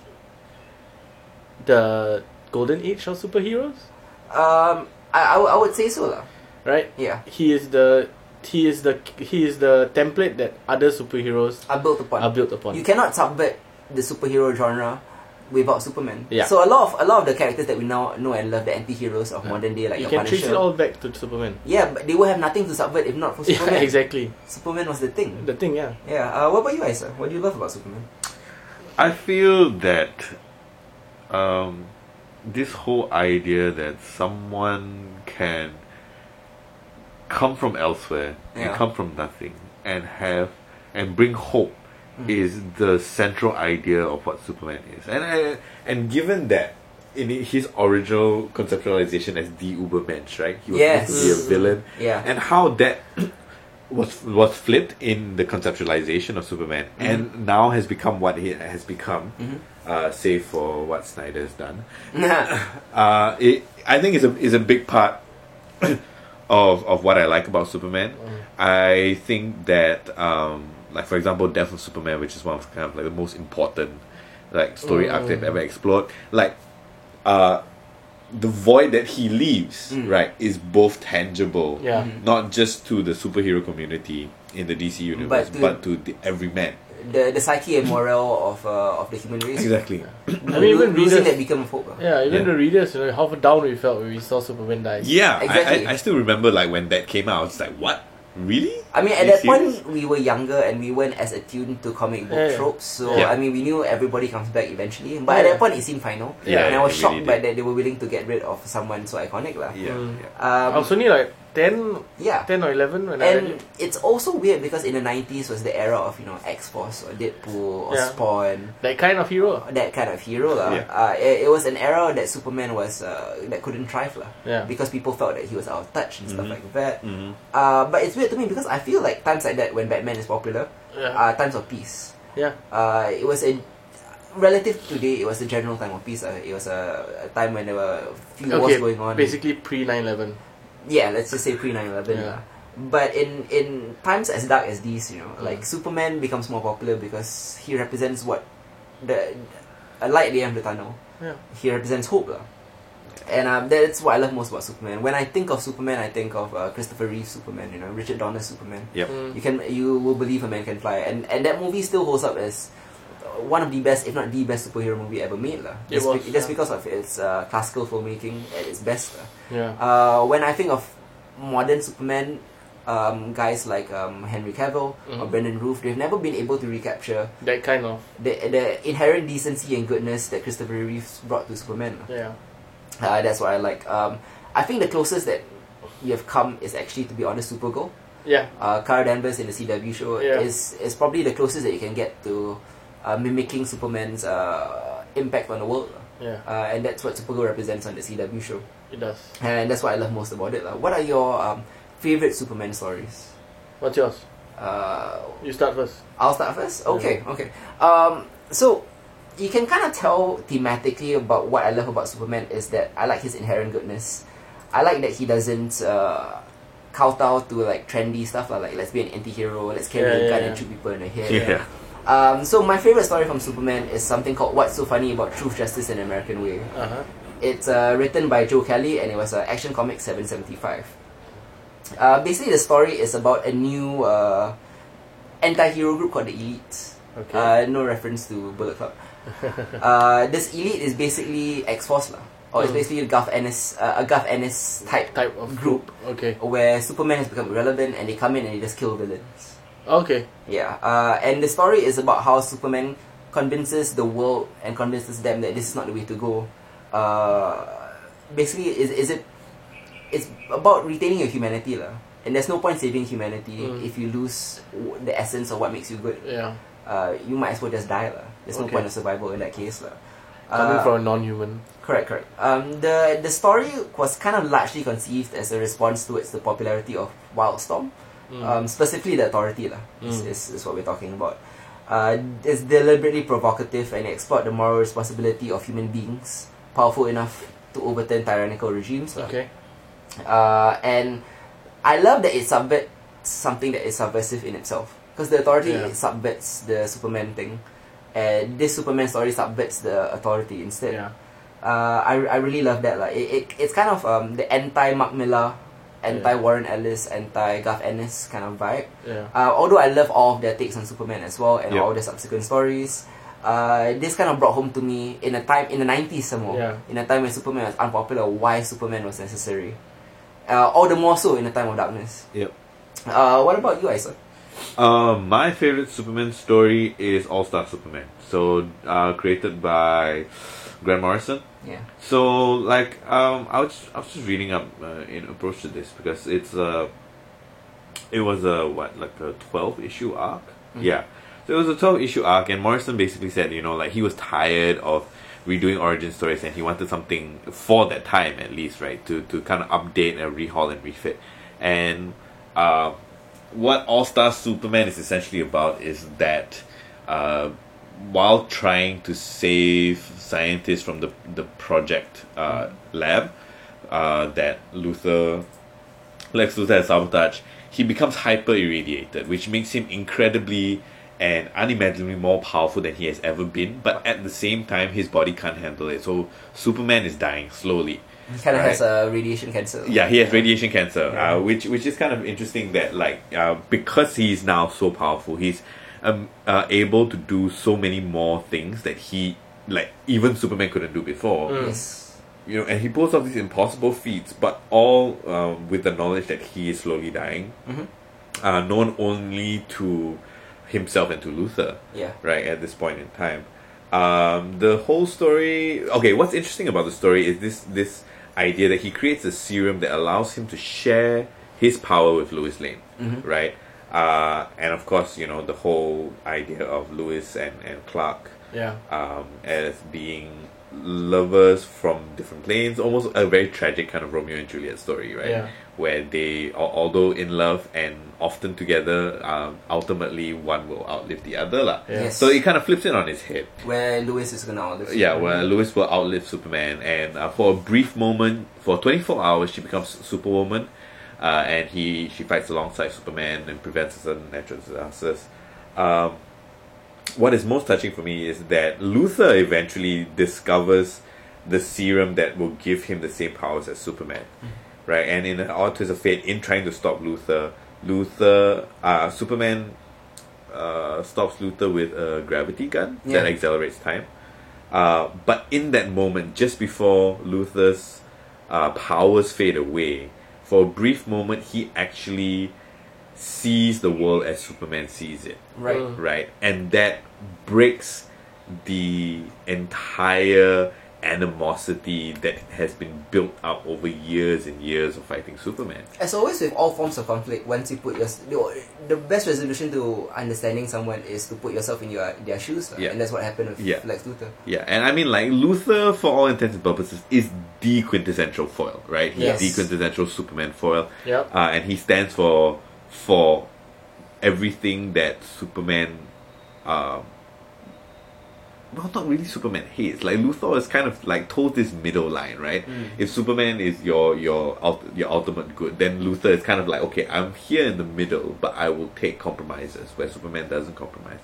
[SPEAKER 2] the golden age of superheroes,
[SPEAKER 1] Um, I, I, would- I would say so lah.
[SPEAKER 2] right?
[SPEAKER 1] Yeah,
[SPEAKER 2] He is the he is the he is the template that other superheroes
[SPEAKER 1] I built upon.
[SPEAKER 2] are built
[SPEAKER 1] you
[SPEAKER 2] upon.
[SPEAKER 1] cannot subvert the superhero genre without Superman.
[SPEAKER 2] Yeah.
[SPEAKER 1] So a lot of a lot of the characters that we now know and love, the anti-heroes of modern day, like
[SPEAKER 2] You
[SPEAKER 1] the
[SPEAKER 2] can
[SPEAKER 1] Punisher.
[SPEAKER 2] trace it all back to Superman.
[SPEAKER 1] Yeah, but they will have nothing to subvert if not for
[SPEAKER 2] Yeah,
[SPEAKER 1] Superman.
[SPEAKER 2] exactly.
[SPEAKER 1] Superman was the thing.
[SPEAKER 2] The thing, yeah.
[SPEAKER 1] Yeah. Uh, what about you, Isa? What do you love about Superman?
[SPEAKER 3] I feel that um, this whole idea that someone can come from elsewhere
[SPEAKER 1] Yeah.
[SPEAKER 3] and come from nothing and have and bring hope
[SPEAKER 1] Hmm.
[SPEAKER 3] is the central idea of what Superman is, and I, and given that in his original conceptualization as the Ubermensch, right? He was
[SPEAKER 1] Yes.
[SPEAKER 3] supposed to be a villain,
[SPEAKER 1] Yeah.
[SPEAKER 3] and how that was was flipped in the conceptualization of Superman, and now has become what he has become, uh, save for what Snyder's done. Uh, it, I think is a is a big part of of what I like about Superman. I think that um, like for example, Death of Superman, which is one of kind of like the most important like story arc they've ever explored. Like uh, the void that he leaves, right, is both tangible,
[SPEAKER 2] Yeah.
[SPEAKER 3] not just to the superhero community in the DC universe,
[SPEAKER 1] to-
[SPEAKER 3] but to, the every man.
[SPEAKER 1] the the psyche and morale of uh, of the human race.
[SPEAKER 3] Exactly.
[SPEAKER 2] I mean, even
[SPEAKER 1] losing
[SPEAKER 2] readers,
[SPEAKER 1] that become of hope. ah.
[SPEAKER 2] yeah, even
[SPEAKER 3] Yeah.
[SPEAKER 2] the readers, you know, how down we felt when we saw Superman die.
[SPEAKER 3] Yeah, I-
[SPEAKER 1] Exactly.
[SPEAKER 3] I, I, still remember like when that came out. I was like, what? Really?
[SPEAKER 1] I mean, at
[SPEAKER 3] Are you
[SPEAKER 1] that
[SPEAKER 3] serious?
[SPEAKER 1] point, we were younger and we weren't as attuned to comic book
[SPEAKER 2] Yeah.
[SPEAKER 1] tropes. So, I
[SPEAKER 3] Yeah.
[SPEAKER 1] mean, we knew everybody comes back eventually. But at
[SPEAKER 2] Yeah.
[SPEAKER 1] that point, it seemed final.
[SPEAKER 3] Yeah,
[SPEAKER 1] and I was
[SPEAKER 3] it
[SPEAKER 1] shocked
[SPEAKER 3] really
[SPEAKER 1] by
[SPEAKER 3] did.
[SPEAKER 1] that they were willing to get rid of someone so iconic. lah.
[SPEAKER 3] Yeah,
[SPEAKER 2] Mm.
[SPEAKER 3] yeah.
[SPEAKER 2] I
[SPEAKER 1] Um,
[SPEAKER 2] was only like 10,
[SPEAKER 1] yeah.
[SPEAKER 2] 10 or 11 when I read
[SPEAKER 1] And
[SPEAKER 2] it.
[SPEAKER 1] it's also weird because in the 90s was the era of, you know, X-Force or Deadpool or
[SPEAKER 2] Yeah.
[SPEAKER 1] Spawn.
[SPEAKER 2] That kind of hero.
[SPEAKER 1] That kind of hero. lah.
[SPEAKER 3] Yeah.
[SPEAKER 1] Uh, it, it was an era that Superman was, uh, that couldn't thrive. lah
[SPEAKER 2] Yeah.
[SPEAKER 1] Because people felt that he was out of touch and stuff
[SPEAKER 3] Mhm.
[SPEAKER 1] like that.
[SPEAKER 3] Mm-hmm.
[SPEAKER 1] Uh, but it's weird to me because I feel like times like that when Batman is popular,
[SPEAKER 2] Yeah.
[SPEAKER 1] uh, times of peace.
[SPEAKER 2] yeah.
[SPEAKER 1] Uh, it was a relative today. It was a general time of peace. Uh, it was a, a time when there were few wars
[SPEAKER 2] Okay,
[SPEAKER 1] going on.
[SPEAKER 2] basically pre 9 11.
[SPEAKER 1] yeah, let's just say pre 9-11.
[SPEAKER 2] Yeah.
[SPEAKER 1] But in in times as dark as these, you know, like
[SPEAKER 2] Mm.
[SPEAKER 1] Superman becomes more popular because he represents what the a light at the end of the tunnel.
[SPEAKER 2] Yeah.
[SPEAKER 1] He represents hope, lah. And um, that's what I love most about Superman. When I think of Superman, I think of uh, Christopher Reeve Superman, you know, Richard Donner Superman.
[SPEAKER 3] Yep.
[SPEAKER 2] Mm.
[SPEAKER 1] You can you will believe a man can fly, and and that movie still holds up as one of the best, if not the best superhero movie ever made, lah.
[SPEAKER 2] It
[SPEAKER 1] Just,
[SPEAKER 2] was,
[SPEAKER 1] be- just
[SPEAKER 2] yeah.
[SPEAKER 1] because of its uh, classical filmmaking at its best. lah.
[SPEAKER 2] Yeah.
[SPEAKER 1] Uh, when I think of modern Superman, um, guys like um, Henry Cavill or
[SPEAKER 2] Mhm.
[SPEAKER 1] Brendan Roof, they've never been able to recapture
[SPEAKER 2] That kind of.
[SPEAKER 1] the the inherent decency and goodness that Christopher Reeves brought to Superman. lah.
[SPEAKER 2] Yeah.
[SPEAKER 1] Uh, that's what I like. Um, I think the closest that we have come is actually, to be honest, Supergirl
[SPEAKER 2] Yeah.
[SPEAKER 1] uh, Cara Danvers in the CW show
[SPEAKER 2] Yeah.
[SPEAKER 1] is is probably the closest that you can get to uh, mimicking Superman's uh, impact on the world,
[SPEAKER 2] Yeah.
[SPEAKER 1] uh, and that's what Supergirl represents on the CW show,
[SPEAKER 2] It does.
[SPEAKER 1] and that's what I love most about it. lah. What are your um, favorite Superman stories?
[SPEAKER 2] What's yours?
[SPEAKER 1] Uh,
[SPEAKER 2] You start first.
[SPEAKER 1] I'll start first. Okay, okay. Um, so you can kind of tell thematically about what I love about Superman is that I like his inherent goodness. I like that he doesn't uh, kowtow to like trendy stuff lah, like let's be an anti-hero, let's carry
[SPEAKER 2] Yeah,
[SPEAKER 1] a
[SPEAKER 2] yeah,
[SPEAKER 1] gun
[SPEAKER 2] yeah.
[SPEAKER 1] and shoot people in the head.
[SPEAKER 3] Yeah.
[SPEAKER 1] Um, so my favorite story from Superman is something called "What's So Funny About Truth, Justice, and American Way."
[SPEAKER 2] Uh huh.
[SPEAKER 1] It's uh, written by Joe Kelly and it was uh, Action Comics 775. Uh, basically, the story is about a new uh, anti hero group called the Elite.
[SPEAKER 2] Okay.
[SPEAKER 1] Uh, no reference to Bullet Club. uh, this Elite is basically X Force, lah. Or it's
[SPEAKER 2] Mm.
[SPEAKER 1] basically a Garth Ennis, uh, a Garth Ennis type,
[SPEAKER 2] type of
[SPEAKER 1] group
[SPEAKER 2] Okay.
[SPEAKER 1] where Superman has become irrelevant and they come in and they just kill villains.
[SPEAKER 2] Okay.
[SPEAKER 1] Yeah, uh, and the story is about how Superman convinces the world and convinces them that this is not the way to go. Uh, basically, is is it? It's about retaining your humanity, lah. And there's no point saving humanity
[SPEAKER 2] Mm.
[SPEAKER 1] if you lose w- the essence of what makes you good.
[SPEAKER 2] Yeah.
[SPEAKER 1] Uh, you might as well just die, lah. There's no
[SPEAKER 2] Okay.
[SPEAKER 1] point of survival in that case, lah.
[SPEAKER 2] Coming
[SPEAKER 1] Uh,
[SPEAKER 2] from a non-human.
[SPEAKER 1] Correct, correct. Um, the the story was kind of largely conceived as a response towards the popularity of Wildstorm,
[SPEAKER 2] Mm.
[SPEAKER 1] um, specifically the authority lah, is,
[SPEAKER 2] Mm.
[SPEAKER 1] is, is what we're talking about. Uh, it's deliberately provocative and it explored the moral responsibility of human beings powerful enough to overturn tyrannical regimes. lah.
[SPEAKER 2] okay.
[SPEAKER 1] Uh, and I love that it subverts something that is subversive in itself. Because the authority
[SPEAKER 2] Yeah.
[SPEAKER 1] subverts the Superman thing. And this Superman story subverts the authority instead
[SPEAKER 2] Yeah.
[SPEAKER 1] uh, I, I really love that like it, it it's kind of um the anti Mark Miller, anti
[SPEAKER 2] Yeah.
[SPEAKER 1] Warren Ellis, anti Garth Ennis kind of vibe.
[SPEAKER 2] Yeah.
[SPEAKER 1] Uh, although I love all of their takes on Superman as well and
[SPEAKER 3] Yep.
[SPEAKER 1] all the subsequent stories. Uh, this kind of brought home to me in a time in the nineties some more.
[SPEAKER 2] Yeah.
[SPEAKER 1] In a time when Superman was unpopular, why Superman was necessary. Uh, all the more so in a time of darkness.
[SPEAKER 3] Yep.
[SPEAKER 1] Uh, what about you, Isa?
[SPEAKER 3] Um, my favorite Superman story is All Star Superman. So, uh, created by Grant Morrison.
[SPEAKER 1] Yeah.
[SPEAKER 3] So, like, um, I was I was just reading up uh, in approach to this because it's uh, it was a what like a twelve issue arc. Yeah. So it was a 12 issue arc, and Morrison basically said, you know, like he was tired of redoing origin stories and he wanted something for that time at least, right? To, to kind of update and rehaul and refit. And uh, what All Star Superman is essentially about is that uh, while trying to save scientists from the, the project uh, lab uh, that Luther Lex Luthor has sabotaged, he becomes hyper irradiated, which makes him incredibly and unimaginably more powerful than he has ever been. But at the same time, his body can't handle it. So Superman is dying slowly.
[SPEAKER 1] He kind of
[SPEAKER 3] Right.
[SPEAKER 1] has a radiation cancer.
[SPEAKER 3] Yeah, he has radiation cancer, uh, which which is kind of interesting that like uh, because he is now so powerful, he's um, uh, able to do so many more things that he like even Superman couldn't do before
[SPEAKER 1] Yes.
[SPEAKER 3] you know, and he pulls off these impossible feats, but all um, with the knowledge that he is slowly dying, uh, known only to himself and to Luther,
[SPEAKER 1] Yeah.
[SPEAKER 3] right at this point in time. Um, the whole story. Okay, what's interesting about the story is this this idea that he creates a serum that allows him to share his power with Lois Lane, right? Uh, and of course, you know the whole idea of Lois and and Clark
[SPEAKER 2] Yeah.
[SPEAKER 3] um, as being lovers from different planes, almost a very tragic kind of Romeo and Juliet story, right?
[SPEAKER 2] Yeah.
[SPEAKER 3] Where they, al- although in love and often together, um, ultimately one will outlive the other. lah.
[SPEAKER 2] Yeah.
[SPEAKER 1] Yes.
[SPEAKER 3] So it kind of flips it on its head.
[SPEAKER 1] Where Lewis is gonna outlive.
[SPEAKER 3] Yeah, where Lois will outlive Superman, and uh, for a brief moment, for 24 hours, she becomes Superwoman, uh, and he she fights alongside Superman and prevents certain natural disasters. Um, what is most touching for me is that Luther eventually discovers the serum that will give him the same powers as Superman, right? And in an odd twist of fate, in trying to stop Luther, Luther, uh, Superman. Uh, stops Luther with a gravity gun that
[SPEAKER 1] Yeah.
[SPEAKER 3] accelerates time. Uh, but in that moment, just before Luther's uh, powers fade away, for a brief moment, he actually sees the world as Superman sees it,
[SPEAKER 1] Right.
[SPEAKER 2] Mm.
[SPEAKER 3] right? And that breaks the entire animosity that has been built up over years and years of fighting Superman.
[SPEAKER 1] As always with all forms of conflict, once you put your the, the best resolution to understanding someone is to put yourself in your their shoes, lah.
[SPEAKER 3] Yeah.
[SPEAKER 1] and that's what happened with
[SPEAKER 3] Yeah.
[SPEAKER 1] Lex Luthor.
[SPEAKER 3] Yeah, and I mean, like Luther, for all intents and purposes, is the quintessential foil, right? He's
[SPEAKER 1] Yes.
[SPEAKER 3] the quintessential Superman foil.
[SPEAKER 2] Yep.
[SPEAKER 3] uh, and he stands for for everything that Superman, um, well, not really Superman hates. Like Luthor is kind of like told this middle line, right? If Superman is your your ult- your ultimate good, then Luthor is kind of like, okay, I'm here in the middle, but I will take compromises where Superman doesn't compromise,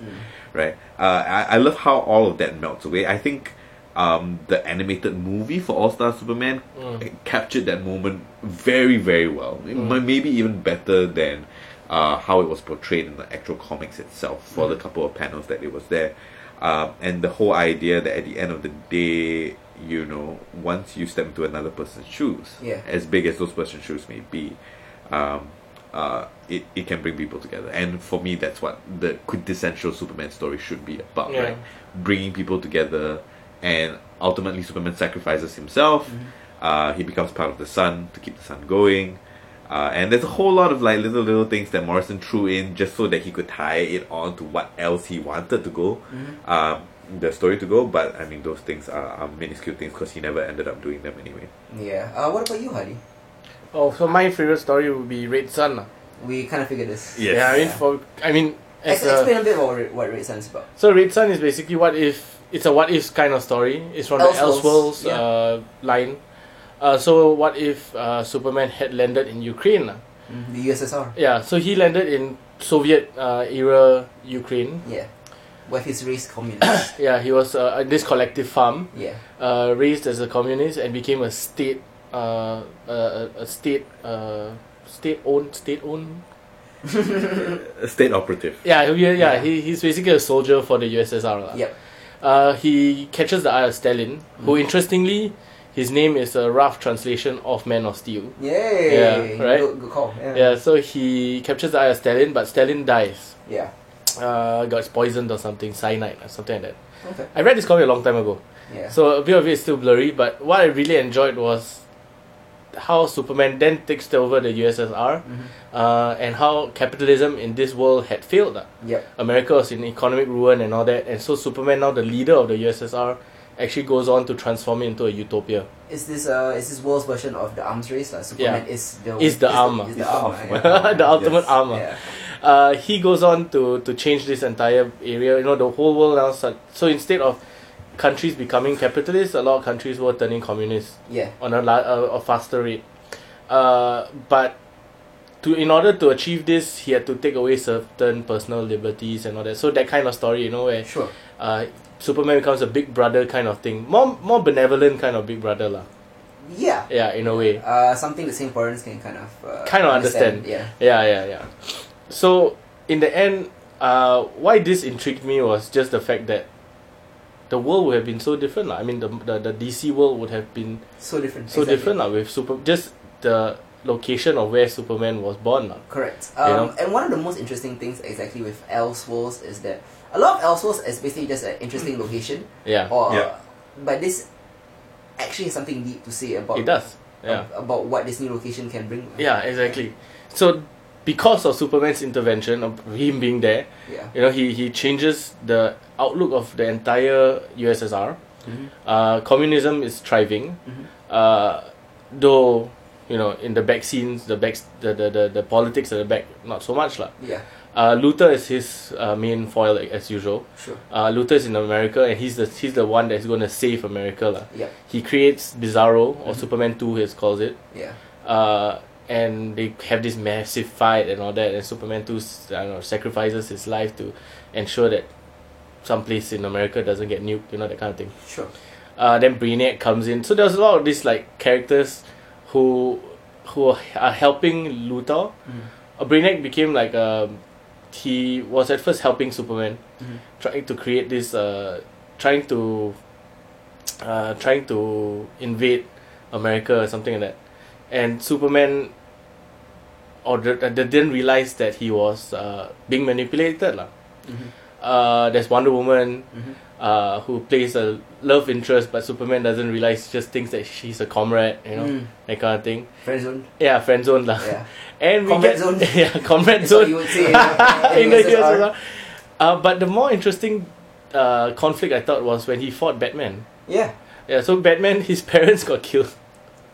[SPEAKER 3] right? Uh, I I love how all of that melts away. I think. Um, the animated movie for All Star Superman it captured that moment very very well M- maybe even better than uh, how it was portrayed in the actual comics itself for the couple of panels that it was there um, and the whole idea that at the end of the day you know once you step into another person's shoes
[SPEAKER 1] Yeah.
[SPEAKER 3] as big as those person's shoes may be um, uh, it, it can bring people together and for me that's what the quintessential superman story should be about
[SPEAKER 2] Yeah.
[SPEAKER 3] right bringing people together and ultimately superman sacrifices himself uh, he becomes part of the sun to keep the sun going uh, and there's a whole lot of like little little things that morrison threw in just so that he could tie it on to what else he wanted to go um, the story to go but i mean those things are, are minuscule things because he never ended up doing them anyway
[SPEAKER 1] Yeah. Uh, what about you, Hardy?
[SPEAKER 2] Oh, so my favorite story would be Red Sun. lah.
[SPEAKER 1] We kind of figured this.
[SPEAKER 3] Yes.
[SPEAKER 2] Yeah, I mean,
[SPEAKER 1] Yeah.
[SPEAKER 2] for uh, I mean,
[SPEAKER 1] Ex-
[SPEAKER 2] as a-
[SPEAKER 1] explain a bit about what, what Red Sun's about.
[SPEAKER 2] So Red Sun is basically what if it's a what if kind of story. It's from
[SPEAKER 1] Elseworlds,
[SPEAKER 2] the Elseworlds
[SPEAKER 1] yeah.
[SPEAKER 2] uh, line. Uh, so what if uh, Superman had landed in Ukraine? lah?
[SPEAKER 1] Mm-hmm. The USSR.
[SPEAKER 2] Yeah, so he landed in Soviet uh, era Ukraine.
[SPEAKER 1] Yeah. With his race communist.
[SPEAKER 2] Yeah, he was uh, at this collective farm,
[SPEAKER 1] yeah.
[SPEAKER 2] uh, raised as a communist, and became a state, uh, a, a state, uh, state owned, state owned.
[SPEAKER 3] a state operative
[SPEAKER 2] Yeah, yeah, yeah.
[SPEAKER 1] Yeah.
[SPEAKER 2] He, he's basically a soldier for the USSR. lah.
[SPEAKER 1] Yep.
[SPEAKER 2] Uh, he catches the eye of Stalin, who
[SPEAKER 1] Mm-hmm.
[SPEAKER 2] interestingly, his name is a rough translation of Man of Steel.
[SPEAKER 1] Yay.
[SPEAKER 2] Yeah, right?
[SPEAKER 1] Good, good call. Yeah.
[SPEAKER 2] Yeah, so he captures the eye of Stalin, but Stalin dies.
[SPEAKER 1] Yeah.
[SPEAKER 2] Uh, got poisoned or something, cyanide or something like that.
[SPEAKER 1] Okay.
[SPEAKER 2] I read this comic a long time ago,
[SPEAKER 1] Yeah.
[SPEAKER 2] so a bit of it is still blurry. But what I really enjoyed was how Superman then takes over the USSR
[SPEAKER 1] Mm-hmm.
[SPEAKER 2] uh, and how capitalism in this world had failed. uh. lah.
[SPEAKER 1] Yep.
[SPEAKER 2] America was in economic ruin and all that, and so Superman, now the leader of the USSR, actually goes on to transform it into a utopia.
[SPEAKER 1] Is this uh is this world's version of the arms race? Like Superman is the
[SPEAKER 2] Is the armor.
[SPEAKER 1] Is the
[SPEAKER 3] It's
[SPEAKER 1] armor.
[SPEAKER 3] armor,
[SPEAKER 1] yeah.
[SPEAKER 2] the ultimate
[SPEAKER 3] Yes.
[SPEAKER 2] armor.
[SPEAKER 1] Yeah.
[SPEAKER 2] Uh, he goes on to, to change this entire area. You know, the whole world now. start- So instead of countries becoming capitalist, a lot of countries were turning communist
[SPEAKER 1] Yeah.
[SPEAKER 2] on a, la- a, a faster rate. Uh, but to in order to achieve this, he had to take away certain personal liberties and all that. So that kind of story, you know, where
[SPEAKER 1] Sure.
[SPEAKER 2] uh, Superman becomes a big brother kind of thing, more more benevolent kind of big brother lah.
[SPEAKER 1] Yeah.
[SPEAKER 2] Yeah, in a way.
[SPEAKER 1] Uh, something that Singaporeans can kind of uh,
[SPEAKER 2] Kind of understand.
[SPEAKER 1] Yeah.
[SPEAKER 2] Yeah, yeah, yeah. So in the end, uh, why this intrigued me was just the fact that the world would have been so different. lah. I mean, the, the the DC world would have been
[SPEAKER 1] So different.
[SPEAKER 2] so
[SPEAKER 1] exactly.
[SPEAKER 2] different lah with super just the location of where Superman was born lah.
[SPEAKER 1] Correct.
[SPEAKER 2] You
[SPEAKER 1] Um,
[SPEAKER 2] know?
[SPEAKER 1] And one of the most interesting things exactly with Elseworlds is that a lot of Elseworlds is basically just an interesting location,
[SPEAKER 2] Yeah,
[SPEAKER 1] or
[SPEAKER 3] Yeah.
[SPEAKER 1] but this actually has something deep to say about
[SPEAKER 2] it does. Yeah,
[SPEAKER 1] ab- about what this new location can bring.
[SPEAKER 2] yeah, exactly. So because of Superman's intervention of him being there,
[SPEAKER 1] Yeah.
[SPEAKER 2] you know he he changes the outlook of the entire USSR.
[SPEAKER 1] Mhm.
[SPEAKER 2] Uh, communism is thriving,
[SPEAKER 1] Mhm.
[SPEAKER 2] uh, though you know in the back scenes, the back the, the, the, the politics at the back not so much lah.
[SPEAKER 1] Yeah.
[SPEAKER 2] Uh, Luther is his uh, main foil like, as usual.
[SPEAKER 1] Sure.
[SPEAKER 2] Uh, Luther is in America and he's the he's the one that's going to save America lah.
[SPEAKER 1] Yeah.
[SPEAKER 2] He creates Bizarro or
[SPEAKER 1] Mhm.
[SPEAKER 2] Superman Two, he calls it.
[SPEAKER 1] Yeah.
[SPEAKER 2] Uh, and they have this massive fight and all that, and Superman two, s- I don't know, sacrifices his life to ensure that some place in America doesn't get nuked, you know that kind of thing.
[SPEAKER 1] Sure.
[SPEAKER 2] Uh, then Brainiac comes in, so there's a lot of these like characters who who are helping Luthor.
[SPEAKER 1] Mhm.
[SPEAKER 2] Uh, Brainiac became like um he was at first helping Superman,
[SPEAKER 1] Mhm.
[SPEAKER 2] trying to create this, uh, trying to uh, trying to invade America or something like that, and Superman or the, the- they didn't realize that he was uh, being manipulated lah.
[SPEAKER 1] Mhm.
[SPEAKER 2] Uh, there's Wonder Woman
[SPEAKER 1] Mhm.
[SPEAKER 2] uh, who plays a love interest, but Superman doesn't realize. Just thinks that she's a comrade, you know,
[SPEAKER 1] Mm.
[SPEAKER 2] that kind of thing.
[SPEAKER 1] Friend zone.
[SPEAKER 2] Yeah, friend zone lah.
[SPEAKER 1] Yeah.
[SPEAKER 2] And we
[SPEAKER 1] Combat
[SPEAKER 2] get,
[SPEAKER 1] zone.
[SPEAKER 2] Yeah, combat
[SPEAKER 1] That's what you
[SPEAKER 2] zone.
[SPEAKER 1] would say in the,
[SPEAKER 2] In the
[SPEAKER 1] USSR.
[SPEAKER 2] USSR. Uh, but the more interesting uh, conflict I thought was when he fought Batman.
[SPEAKER 1] Yeah.
[SPEAKER 2] Yeah, so Batman, his parents got killed.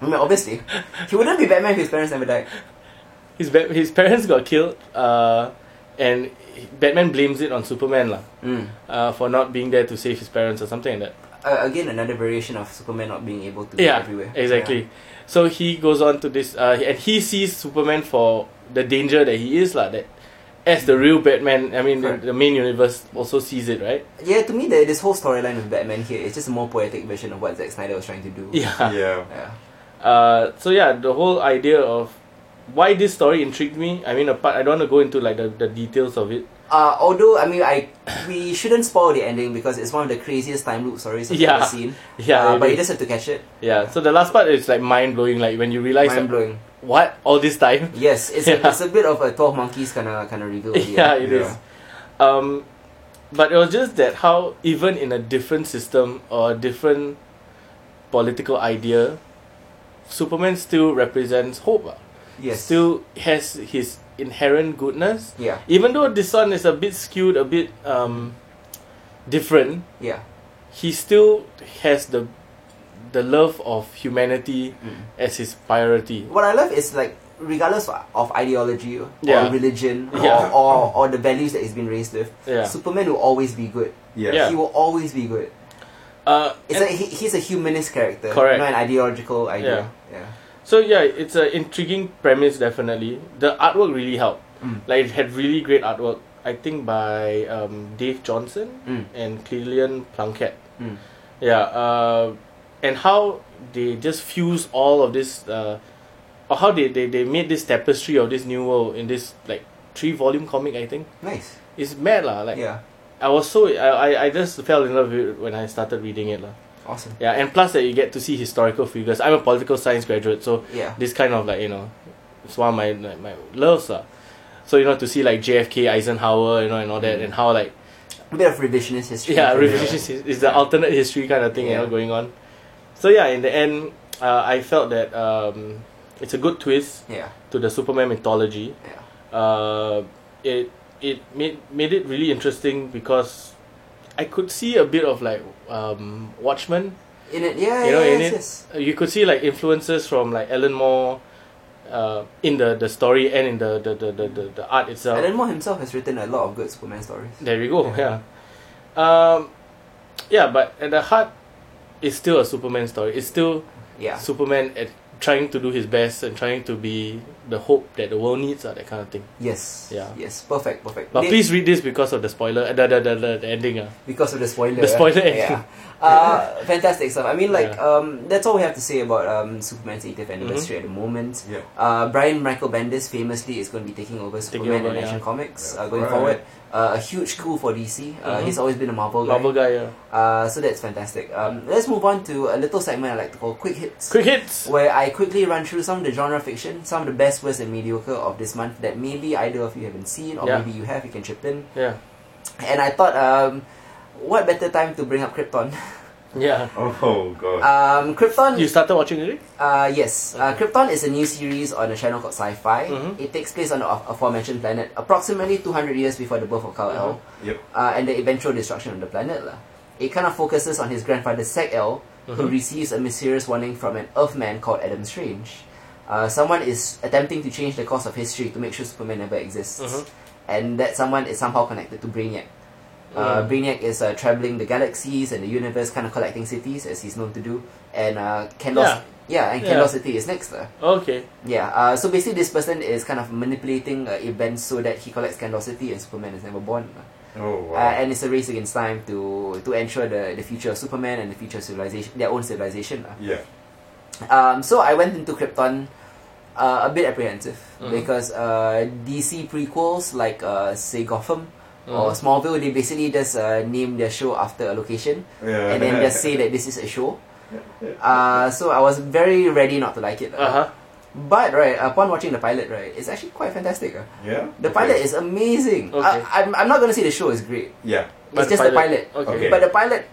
[SPEAKER 1] I mean, obviously, he wouldn't be Batman if his parents never died.
[SPEAKER 2] His ba- his parents got killed, uh, and he- Batman blames it on Superman lah,
[SPEAKER 1] Mm.
[SPEAKER 2] uh, for not being there to save his parents or something like that.
[SPEAKER 1] Uh, again, another variation of Superman not being able to
[SPEAKER 2] yeah,
[SPEAKER 1] be everywhere.
[SPEAKER 2] exactly. So he goes on to this, uh, and he sees Superman for the danger that he is lah. That as the real Batman, I mean, the,
[SPEAKER 1] Correct.
[SPEAKER 2] the main universe also sees it, right?
[SPEAKER 1] Yeah, to me, the, this whole storyline with Batman here is just a more poetic version of what Zack Snyder was trying to do.
[SPEAKER 2] Yeah.
[SPEAKER 3] yeah.
[SPEAKER 1] Yeah.
[SPEAKER 2] Uh, so yeah, the whole idea of why this story intrigued me. I mean, apart, I don't want to go into like the, the details of it.
[SPEAKER 1] Uh, although, I mean, I we shouldn't spoil the ending because it's one of the craziest time loop stories I've
[SPEAKER 2] Yeah.
[SPEAKER 1] ever seen.
[SPEAKER 2] Yeah,
[SPEAKER 1] Uh,
[SPEAKER 2] it
[SPEAKER 1] but you
[SPEAKER 2] is.
[SPEAKER 1] just have to catch it.
[SPEAKER 2] yeah. So the last part is like mind blowing. Like when you realize
[SPEAKER 1] Mind
[SPEAKER 2] that-
[SPEAKER 1] blowing.
[SPEAKER 2] what all this time.
[SPEAKER 1] Yes, it's,
[SPEAKER 2] Yeah.
[SPEAKER 1] a, it's a bit of a Twelve Monkeys kind of kind of reveal. at the
[SPEAKER 2] yeah,
[SPEAKER 1] end.
[SPEAKER 2] it is. Um, but it was just that how even in a different system or a different political idea, Superman still represents hope. ah.
[SPEAKER 1] Yes.
[SPEAKER 2] Still has his inherent goodness.
[SPEAKER 1] Yeah.
[SPEAKER 2] Even though this one is a bit skewed, a bit um, different,
[SPEAKER 1] Yeah.
[SPEAKER 2] he still has the the love of humanity
[SPEAKER 1] Mm.
[SPEAKER 2] as his priority.
[SPEAKER 1] what I love is like regardless of ideology or
[SPEAKER 2] Yeah.
[SPEAKER 1] religion
[SPEAKER 2] Yeah.
[SPEAKER 1] or, or, or the values that he's been raised with,
[SPEAKER 2] Yeah.
[SPEAKER 1] Superman will always be good.
[SPEAKER 2] Yeah.
[SPEAKER 1] He will always be good.
[SPEAKER 2] Uh,
[SPEAKER 1] It's a, he, he's a humanist character,
[SPEAKER 2] Correct.
[SPEAKER 1] not an ideological idea. Yeah.
[SPEAKER 2] So yeah, it's an intriguing premise definitely. The artwork really helped.
[SPEAKER 1] Mm.
[SPEAKER 2] Like it had really great artwork. I think by um, Dave Johnson
[SPEAKER 1] Mm.
[SPEAKER 2] and Cleland Plunkett.
[SPEAKER 1] Mm.
[SPEAKER 2] Yeah, uh, and how they just fuse all of this, uh, or how they, they, they made this tapestry of this new world in this like three volume comic. I think
[SPEAKER 1] Nice.
[SPEAKER 2] it's mad lah. Like
[SPEAKER 1] yeah.
[SPEAKER 2] I was so I, I I just fell in love with it when I started reading it lah.
[SPEAKER 1] Awesome.
[SPEAKER 2] Yeah, and plus that you get to see historical figures. I'm a political science graduate, so
[SPEAKER 1] Yeah.
[SPEAKER 2] this kind of like you know it's one of my like, my loves lah. so you know to see like JFK Eisenhower you know and all that
[SPEAKER 1] Mm.
[SPEAKER 2] and how like
[SPEAKER 1] A bit of revisionist history.
[SPEAKER 2] yeah
[SPEAKER 1] Yeah.
[SPEAKER 2] revisionist is, is the alternate history kind of thing you
[SPEAKER 1] Yeah.
[SPEAKER 2] know going on so yeah in the end uh, I felt that um, it's a good twist
[SPEAKER 1] Yeah,
[SPEAKER 2] to the Superman mythology.
[SPEAKER 1] yeah,
[SPEAKER 2] Uh, it it made made it really interesting because I could see a bit of like um, Watchmen.
[SPEAKER 1] in it, yeah,
[SPEAKER 2] You know,
[SPEAKER 1] yeah,
[SPEAKER 2] in
[SPEAKER 1] yes,
[SPEAKER 2] it-
[SPEAKER 1] yes.
[SPEAKER 2] Uh, You could see like influences from like Alan Moore. Uh, in the, the story and in the the, the, the, the, the art itself.
[SPEAKER 1] Alan Moore himself has written a lot of good Superman stories.
[SPEAKER 2] There you go. Yeah. Um, yeah, but at the heart, it's still a Superman story. It's still
[SPEAKER 1] Yeah,
[SPEAKER 2] Superman at trying to do his best and trying to be the hope that the world needs, or that kind of thing.
[SPEAKER 1] yes,
[SPEAKER 2] Yeah.
[SPEAKER 1] yes, perfect, perfect.
[SPEAKER 2] But
[SPEAKER 1] They-
[SPEAKER 2] please read this because of the spoiler, the, the, the, the, the ending. Uh.
[SPEAKER 1] because of the spoiler.
[SPEAKER 2] The spoiler
[SPEAKER 1] eh?
[SPEAKER 2] ending.
[SPEAKER 1] Yeah. Uh, fantastic stuff. I mean, like,
[SPEAKER 2] Yeah. Mm-hmm.
[SPEAKER 1] um, that's all we have to say about um, Superman's 80th anniversary at the moment.
[SPEAKER 3] Yeah.
[SPEAKER 1] Uh, Brian Michael Bendis famously is going to be taking over Superman
[SPEAKER 2] over,
[SPEAKER 1] and Action
[SPEAKER 2] yeah.
[SPEAKER 1] Comics
[SPEAKER 3] Yeah.
[SPEAKER 1] uh, going
[SPEAKER 3] Right.
[SPEAKER 1] forward. Uh, a huge coup for DC. Uh,
[SPEAKER 2] Mhm.
[SPEAKER 1] He's always been a Marvel guy.
[SPEAKER 2] Marvel guy. Yeah.
[SPEAKER 1] Uh, so that's fantastic. Um, let's move on to a little segment I like to call Quick Hits.
[SPEAKER 2] Quick hits.
[SPEAKER 1] where I quickly run through some of the genre fiction, some of the best, worst, and mediocre of this month that maybe either of you haven't seen, or
[SPEAKER 2] Yeah.
[SPEAKER 1] maybe you have, you can chip in.
[SPEAKER 2] Yeah.
[SPEAKER 1] And I thought, um, what better time to bring up Krypton?
[SPEAKER 2] Yeah.
[SPEAKER 3] Oh god.
[SPEAKER 1] Um, Krypton.
[SPEAKER 2] You started watching it?
[SPEAKER 1] Uh, yes, uh,
[SPEAKER 2] Okay.
[SPEAKER 1] Krypton is a new series on a channel called Sci-Fi.
[SPEAKER 2] Mhm.
[SPEAKER 1] It takes place on the af- aforementioned planet, approximately 200 years before the birth of Kal-El,
[SPEAKER 3] Yep.
[SPEAKER 1] uh, and the eventual destruction of the planet. lah. It kind of focuses on his grandfather Sek-El,
[SPEAKER 2] Uh-huh.
[SPEAKER 1] who receives a mysterious warning from an Earthman called Adam Strange. Uh, someone is attempting to change the course of history to make sure Superman never exists,
[SPEAKER 2] Mhm.
[SPEAKER 1] and that someone is somehow connected to Brainiac. Uh,
[SPEAKER 2] Mm.
[SPEAKER 1] Brainiac is uh, traveling the galaxies and the universe, kind of collecting cities as he's known to do. And uh, Kendall's
[SPEAKER 2] Yeah.
[SPEAKER 1] yeah, and
[SPEAKER 2] Yeah.
[SPEAKER 1] Kendall City is next. Uh.
[SPEAKER 2] Okay.
[SPEAKER 1] Yeah, uh, so basically this person is kind of manipulating uh, events so that he collects Kendall City and Superman is never born.
[SPEAKER 3] Oh
[SPEAKER 1] Uh,
[SPEAKER 3] wow.
[SPEAKER 1] and it's a race against time to to ensure the, the future of Superman and the future of civilization, their own civilization. uh. lah.
[SPEAKER 3] yeah.
[SPEAKER 1] Um, so I went into Krypton uh, a bit apprehensive
[SPEAKER 2] Mhm.
[SPEAKER 1] because uh, DC prequels like uh, say Gotham or
[SPEAKER 2] Mm.
[SPEAKER 1] Smallville, they basically just uh, name their show after a location
[SPEAKER 3] Yeah.
[SPEAKER 1] and then just say that this is a show. Uh, so I was very ready not to like it.
[SPEAKER 2] Uh huh.
[SPEAKER 1] But right, upon watching the pilot, right, it's actually quite fantastic. ah.
[SPEAKER 3] Yeah.
[SPEAKER 1] The pilot is amazing.
[SPEAKER 2] Okay.
[SPEAKER 1] I, I'm, I'm not gonna say the show is great.
[SPEAKER 3] Yeah.
[SPEAKER 1] it's just the pilot.
[SPEAKER 2] Okay.
[SPEAKER 3] Okay.
[SPEAKER 1] But the pilot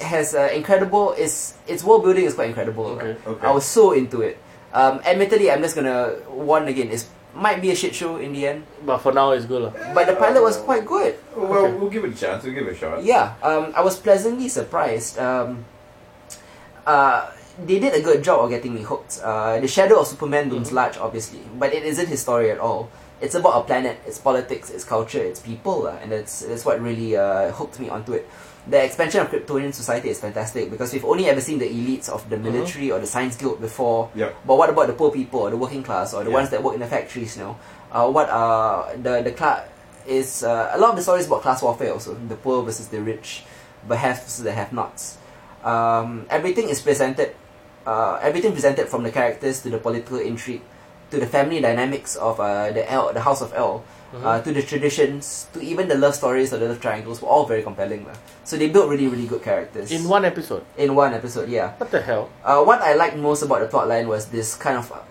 [SPEAKER 1] has uh, incredible. It's its world building is quite incredible.
[SPEAKER 2] Okay.
[SPEAKER 3] Okay.
[SPEAKER 1] I was so into it. Um, admittedly, I'm just gonna warn again. It might be a shit show in the end,
[SPEAKER 2] But for now, it's good. lah.
[SPEAKER 1] but the pilot was quite good.
[SPEAKER 3] Well,
[SPEAKER 2] Okay.
[SPEAKER 3] we'll give it a chance. We'll give it a shot.
[SPEAKER 1] Yeah, um, I was pleasantly surprised. Um, uh, they did a good job of getting me hooked. Uh, the shadow of Superman looms large, obviously, but it isn't his story at all. It's about a planet, its politics, its culture, its people, uh, and that's that's what really uh, hooked me onto it. The expansion of Kryptonian society is fantastic because we've only ever seen the elites of the military or the science guild before.
[SPEAKER 3] Yep.
[SPEAKER 1] But what about the poor people, or the working class, or the
[SPEAKER 3] Yeah.
[SPEAKER 1] ones that work in the factories? You know, uh, what are the the class is uh, a lot of the stories about class warfare also the poor versus the rich, the haves versus the have-nots. Um, everything is presented, uh, everything presented from the characters to the political intrigue, to the family dynamics of uh, the L, the House of L,
[SPEAKER 2] Mm-hmm.
[SPEAKER 1] uh, to the traditions, to even the love stories or the love triangles were all very compelling. lah. So they built really really good characters
[SPEAKER 2] In one episode.
[SPEAKER 1] in one episode. Yeah.
[SPEAKER 2] What the hell?
[SPEAKER 1] Uh, what I liked most about the plotline was this kind of uh,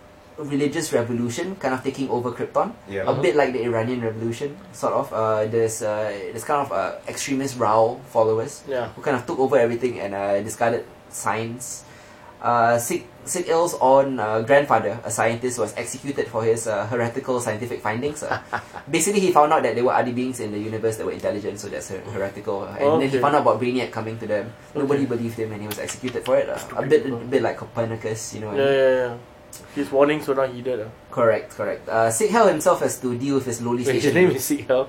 [SPEAKER 1] religious revolution, kind of taking over Krypton,
[SPEAKER 3] Yeah.
[SPEAKER 1] a bit like the Iranian Revolution, sort of. Uh, this uh, this kind of uh, extremist row followers
[SPEAKER 2] Yeah.
[SPEAKER 1] who kind of took over everything and uh, discarded science. Uh, Sig Sig Ill's own uh, grandfather, a scientist, was executed for his uh, heretical scientific findings. uh. Basically, he found out that there were other beings in the universe that were intelligent, so that's her- heretical. uh, And then he
[SPEAKER 2] Okay.
[SPEAKER 1] found out about Brainiac coming to them. Nobody believed him, and he was executed for it. uh. A bit, a bit like Copernicus, you know. and-
[SPEAKER 2] Yeah, yeah, yeah. His warnings were not heeded. Uh.
[SPEAKER 1] Correct, correct. Uh, Sig Hell himself has to deal with his lowly
[SPEAKER 2] Wait,
[SPEAKER 1] station.
[SPEAKER 2] his name is CL.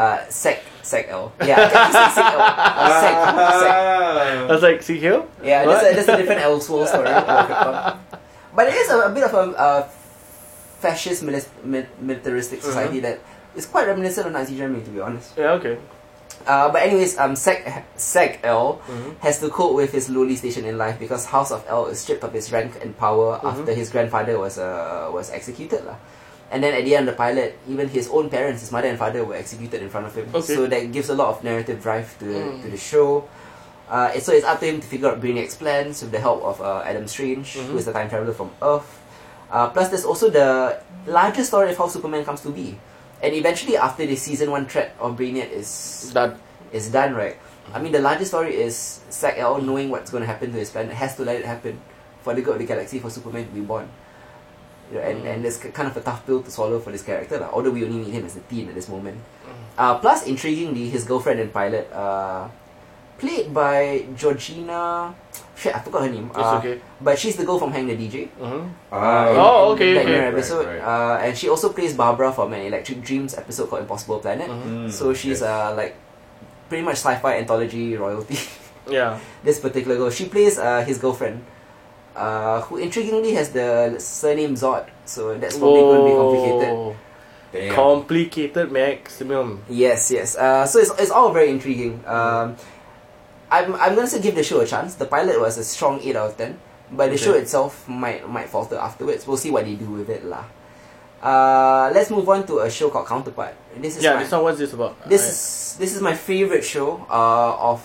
[SPEAKER 1] uh, Sek Sek L. Yeah, I think it's Sig L. Uh, Sek Sek.
[SPEAKER 2] I
[SPEAKER 3] Ah.
[SPEAKER 2] was like, CL?
[SPEAKER 1] Yeah,
[SPEAKER 2] What?
[SPEAKER 1] that's a, that's a different Elseworld story. about Krypton. but it is a, a bit of a uh, fascist milis- mi- militaristic society that is quite reminiscent of Nazi Germany, to be honest.
[SPEAKER 2] Yeah, okay.
[SPEAKER 1] Uh, but anyways, um, Sec, Sec L
[SPEAKER 2] Mhm.
[SPEAKER 1] has to cope with his lowly station in life because House of L is stripped of his rank and power
[SPEAKER 2] Mm-hmm.
[SPEAKER 1] after his grandfather was uh, was executed lah. And then at the end of the pilot, even his own parents, his mother and father, were executed in front of him.
[SPEAKER 2] Okay.
[SPEAKER 1] So that gives a lot of narrative drive to to
[SPEAKER 2] Mm.
[SPEAKER 1] the show. Uh, it- so it's up to him to figure out Brainiac's plans with the help of uh, Adam Strange, who
[SPEAKER 2] Mhm.
[SPEAKER 1] is a time traveler from Earth. Uh, plus, there's also the larger story of how Superman comes to be. And eventually, after the season one threat of Brainiac is
[SPEAKER 2] That
[SPEAKER 1] is done, right? I mean, the larger story is Zack El knowing what's going to happen to his planet has to let it happen for the good of the galaxy for Superman to be born. You know, and,
[SPEAKER 2] Mm.
[SPEAKER 1] and it's k- kind of a tough pill to swallow for this character, lah, although we only need him as a teen at this moment. Uh, plus, intriguingly, his girlfriend and pilot, uh, played by Georgina. Shit, I forgot her name.
[SPEAKER 2] It's
[SPEAKER 1] Uh,
[SPEAKER 2] okay.
[SPEAKER 1] But she's the girl from Hang the DJ.
[SPEAKER 2] Uh-huh.
[SPEAKER 1] Uh,
[SPEAKER 2] Oh,
[SPEAKER 3] Ah,
[SPEAKER 1] in the
[SPEAKER 2] okay,
[SPEAKER 1] Black
[SPEAKER 2] okay.
[SPEAKER 1] Mirror
[SPEAKER 3] Right,
[SPEAKER 1] episode,
[SPEAKER 3] right.
[SPEAKER 1] Uh, and she also plays Barbara from an Electric Dreams episode called Impossible Planet.
[SPEAKER 2] Uh-huh.
[SPEAKER 3] mm,
[SPEAKER 1] So she's uh, like pretty much sci-fi anthology royalty.
[SPEAKER 2] Yeah.
[SPEAKER 1] this particular girl, she plays uh, his girlfriend, uh, who intriguingly has the surname Zod. So that's probably going to be complicated.
[SPEAKER 2] Whoa.
[SPEAKER 3] Damn.
[SPEAKER 2] Complicated maximum.
[SPEAKER 1] Yes, yes. Uh, so it's, it's all very intriguing.
[SPEAKER 2] Mm.
[SPEAKER 1] Um, I'm I'm gonna say give the show a chance. The pilot was a strong eight out of ten, but the
[SPEAKER 2] Okay.
[SPEAKER 1] show itself might might falter afterwards. We'll see what they do with it lah. Uh, let's move on to a show called Counterpart. This is
[SPEAKER 2] yeah,
[SPEAKER 1] my-
[SPEAKER 2] this one. What's this about?
[SPEAKER 1] This
[SPEAKER 2] I-
[SPEAKER 1] is this is my favorite show uh, of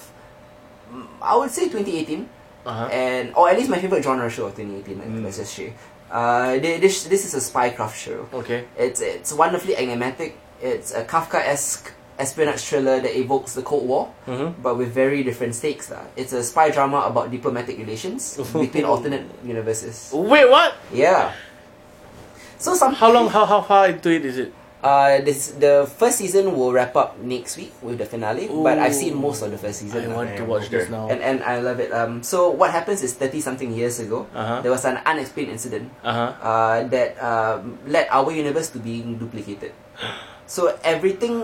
[SPEAKER 1] mm, I would say 2018
[SPEAKER 2] Uh-huh.
[SPEAKER 1] and or at least my favorite genre show of 2018. like,
[SPEAKER 2] Hmm.
[SPEAKER 4] Mm.
[SPEAKER 1] Let's just say uh, thi- this this is a spycraft show.
[SPEAKER 2] Okay.
[SPEAKER 1] It's it's wonderfully enigmatic. It's a Kafka-esque espionage thriller that evokes the Cold War,
[SPEAKER 2] Mm-hmm.
[SPEAKER 1] but with very different stakes. lah. It's a spy drama about diplomatic relations between alternate universes.
[SPEAKER 2] Wait, what?
[SPEAKER 1] Yeah. So some
[SPEAKER 2] How long? How how far into it is it?
[SPEAKER 1] Uh, this the first season will wrap up next week with the finale, but I've seen
[SPEAKER 2] Ooh.
[SPEAKER 1] most of the first season.
[SPEAKER 2] I
[SPEAKER 1] lah.
[SPEAKER 2] want to
[SPEAKER 3] am,
[SPEAKER 2] watch this
[SPEAKER 3] okay.
[SPEAKER 2] now.
[SPEAKER 1] and and I love it. Um, so what happens is thirty something years ago,
[SPEAKER 2] Uh huh.
[SPEAKER 1] there was an unexplained incident
[SPEAKER 2] Uh huh.
[SPEAKER 1] uh, that um, led our universe to being duplicated. So everything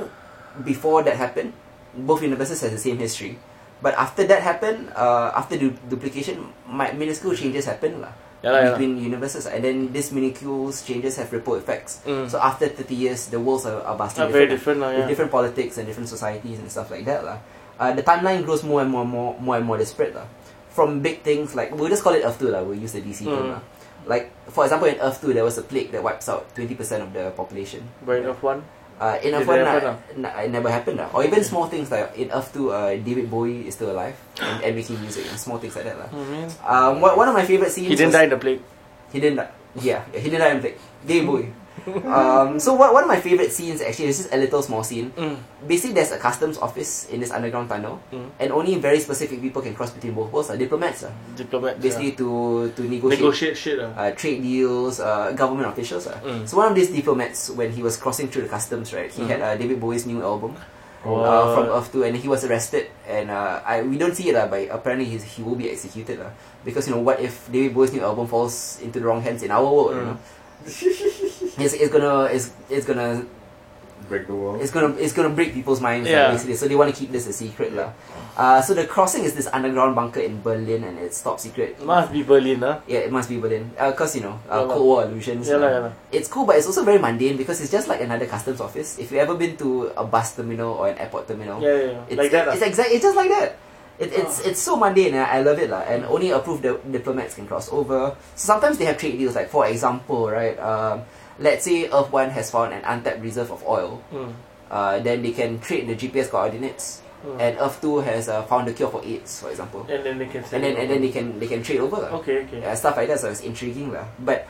[SPEAKER 1] before that happened, both universes has the same history. But after that happened, uh, after du- duplication, mi- minuscule changes happen lah
[SPEAKER 2] Yeah, lah, yeah. lah.
[SPEAKER 1] between universes, and then these minuscule changes have ripple effects.
[SPEAKER 2] Mm.
[SPEAKER 1] So after thirty years, the worlds are, are vastly
[SPEAKER 2] Not very
[SPEAKER 1] different
[SPEAKER 2] different, lah,
[SPEAKER 1] with
[SPEAKER 2] yeah.
[SPEAKER 1] different politics and different societies and stuff like that. lah. Uh, the timeline grows more and more, more, more and more disparate. lah. From big things like, we'll just call it Earth 2, lah. we'll use the DC term.
[SPEAKER 2] Mm.
[SPEAKER 1] lah. Like, for example, in Earth 2, there was a plague that wipes out 20% of the population.
[SPEAKER 2] Brain of one.
[SPEAKER 1] Uh, in Earth 1,
[SPEAKER 2] Did it
[SPEAKER 1] nah,
[SPEAKER 2] happen,
[SPEAKER 1] nah, it never happened. lah. Or even small things like in Earth 2, uh, David Bowie is still alive and, and making music and small things like that. lah.
[SPEAKER 2] Oh man.
[SPEAKER 1] Um, one one of my favorite scenes
[SPEAKER 2] He didn't
[SPEAKER 1] was-
[SPEAKER 2] die in the plague.
[SPEAKER 1] he didn't die. Yeah, he didn't die in plague. David Bowie. um, so what, one of my favorite scenes actually is just a little small scene.
[SPEAKER 2] Mm.
[SPEAKER 1] Basically, there's a customs office in this underground tunnel,
[SPEAKER 2] Mm.
[SPEAKER 1] and only very specific people can cross between both worlds. Are diplomats, ah.
[SPEAKER 2] Diplomat.
[SPEAKER 1] basically to to
[SPEAKER 2] yeah.
[SPEAKER 1] negotiate,
[SPEAKER 2] negotiate shit. Uh.
[SPEAKER 1] Uh, trade deals, uh, government officials. ah.
[SPEAKER 2] Mm.
[SPEAKER 1] So one of these diplomats, when he was crossing through the customs, right, he
[SPEAKER 2] Mhm.
[SPEAKER 1] had uh, David Bowie's new album uh,
[SPEAKER 2] What?
[SPEAKER 1] from Earth 2 and he was arrested and uh, I, we don't see it uh, but apparently he's, he will be executed uh, because you know what if David Bowie's new album falls into the wrong hands in our world you
[SPEAKER 2] Mm.
[SPEAKER 1] know it's, it's gonna it's, it's gonna
[SPEAKER 3] break the wall.
[SPEAKER 1] it's gonna it's gonna break people's minds lah,
[SPEAKER 2] Yeah.
[SPEAKER 1] basically so they want to keep this a secret lah. uh, so the crossing is this underground bunker in Berlin and it's top secret
[SPEAKER 2] Must be Berlin, uh. huh?
[SPEAKER 1] yeah it must be Berlin uh, cause you know uh,
[SPEAKER 2] Yeah lah.
[SPEAKER 1] Cold War illusions
[SPEAKER 2] Yeah,
[SPEAKER 1] lah.
[SPEAKER 2] lah, yeah, lah.
[SPEAKER 1] it's cool but it's also very mundane because it's just like another customs office if you've ever been to a bus terminal or an airport terminal
[SPEAKER 2] yeah, yeah, yeah.
[SPEAKER 1] it's,
[SPEAKER 2] like that. uh. ah? lah.
[SPEAKER 1] It's exact. It's just like that. It, it's it's so mundane. And I love it, lah. And only approved di- diplomats can cross over. So sometimes they have trade deals. Like for example, right? Um, let's say Earth One has found an untapped reserve of oil.
[SPEAKER 2] Mm.
[SPEAKER 1] Uh, then they can trade the GPS coordinates.
[SPEAKER 2] Mm.
[SPEAKER 1] And Earth Two has uh, found the cure for AIDS, for example.
[SPEAKER 2] And then they can
[SPEAKER 1] And then and then they can they can trade over. lah.
[SPEAKER 2] Okay, okay.
[SPEAKER 1] Yeah, stuff like that. So it's intriguing, lah. But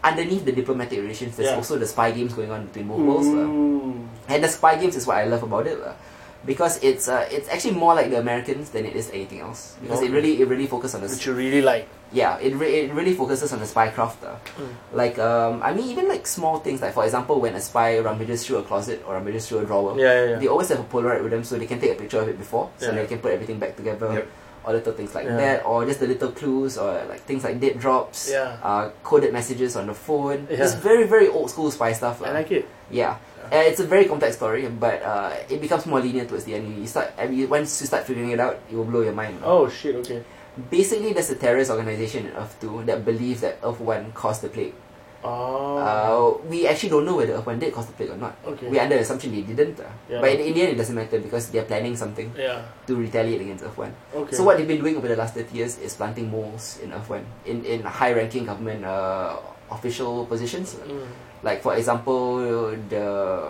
[SPEAKER 1] underneath the diplomatic relations, there's
[SPEAKER 2] Yeah.
[SPEAKER 1] also the spy games going on between both worlds, lah.
[SPEAKER 2] Ooh.
[SPEAKER 1] And the spy games is what I love about it, lah. because it's uh, it's actually more like the Americans than it is anything else. Because it
[SPEAKER 2] Okay.
[SPEAKER 1] really it really focuses on the
[SPEAKER 2] Which
[SPEAKER 1] s
[SPEAKER 2] you really like.
[SPEAKER 1] yeah it, re- it really focuses on the spy craft. lah.
[SPEAKER 2] Mm.
[SPEAKER 1] Like um, I mean even like small things like for example when a spy rummages through a closet or rummages through a drawer,
[SPEAKER 2] Yeah, yeah, yeah.
[SPEAKER 1] they always have a Polaroid with them so they can take a picture of it before so
[SPEAKER 2] Yeah.
[SPEAKER 1] they can put everything back together.
[SPEAKER 3] Yep.
[SPEAKER 1] Or little things like
[SPEAKER 2] Yeah.
[SPEAKER 1] that, or just the little clues, or like things like date drops,
[SPEAKER 2] Yeah.
[SPEAKER 1] uh, coded messages on the phone.
[SPEAKER 2] Yeah.
[SPEAKER 1] It's very, very old school spy stuff.
[SPEAKER 2] I
[SPEAKER 1] lah.
[SPEAKER 2] like it.
[SPEAKER 1] Yeah. Uh, it's a very complex story, but uh, it becomes more linear towards the end. You start I mean, once you start figuring it out, it will blow your mind.
[SPEAKER 2] Oh shit. Okay.
[SPEAKER 1] Basically, there's a terrorist organization in Earth Two that believes that Earth One caused the plague.
[SPEAKER 2] Oh.
[SPEAKER 1] Uh, we actually don't know whether Earth One did cause the plague or not.
[SPEAKER 2] okay.
[SPEAKER 1] We're under the assumption they didn't, uh,
[SPEAKER 2] Yeah.
[SPEAKER 1] but in, in the end, it doesn't matter because they're planning something
[SPEAKER 2] Yeah.
[SPEAKER 1] to retaliate against Earth One.
[SPEAKER 2] Okay. Mm.
[SPEAKER 1] So what they've been doing over the last thirty years is planting moles in Earth One in in high-ranking government uh, official positions
[SPEAKER 2] Mm.
[SPEAKER 1] like for example the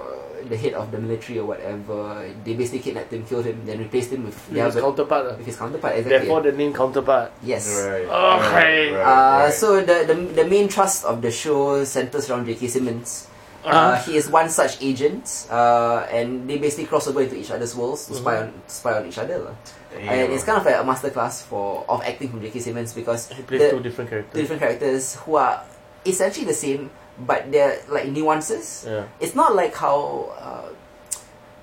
[SPEAKER 1] the head of the military or whatever they basically kidnapped him killed him then replaced him with,
[SPEAKER 2] Yeah,
[SPEAKER 1] their-
[SPEAKER 2] his counterpart. lah.
[SPEAKER 1] with his counterpart exactly
[SPEAKER 2] Therefore, the name counterpart.
[SPEAKER 1] yes
[SPEAKER 3] Right.
[SPEAKER 2] Okay.
[SPEAKER 3] Right, right,
[SPEAKER 1] Uh,
[SPEAKER 3] right.
[SPEAKER 1] so the, the the main trust of the show centers around J.K. Simmons, Uh,
[SPEAKER 2] Uh-huh.
[SPEAKER 1] he is one such agent, uh, and they basically cross over into each other's worlds to spy on spy on each other. lah. And it's kind of like a masterclass for of acting from J.K. Simmons because
[SPEAKER 2] He plays
[SPEAKER 1] the-
[SPEAKER 2] two different characters.
[SPEAKER 1] two different characters who are essentially the same, but they're like nuances.
[SPEAKER 2] yeah.
[SPEAKER 1] It's not like how uh,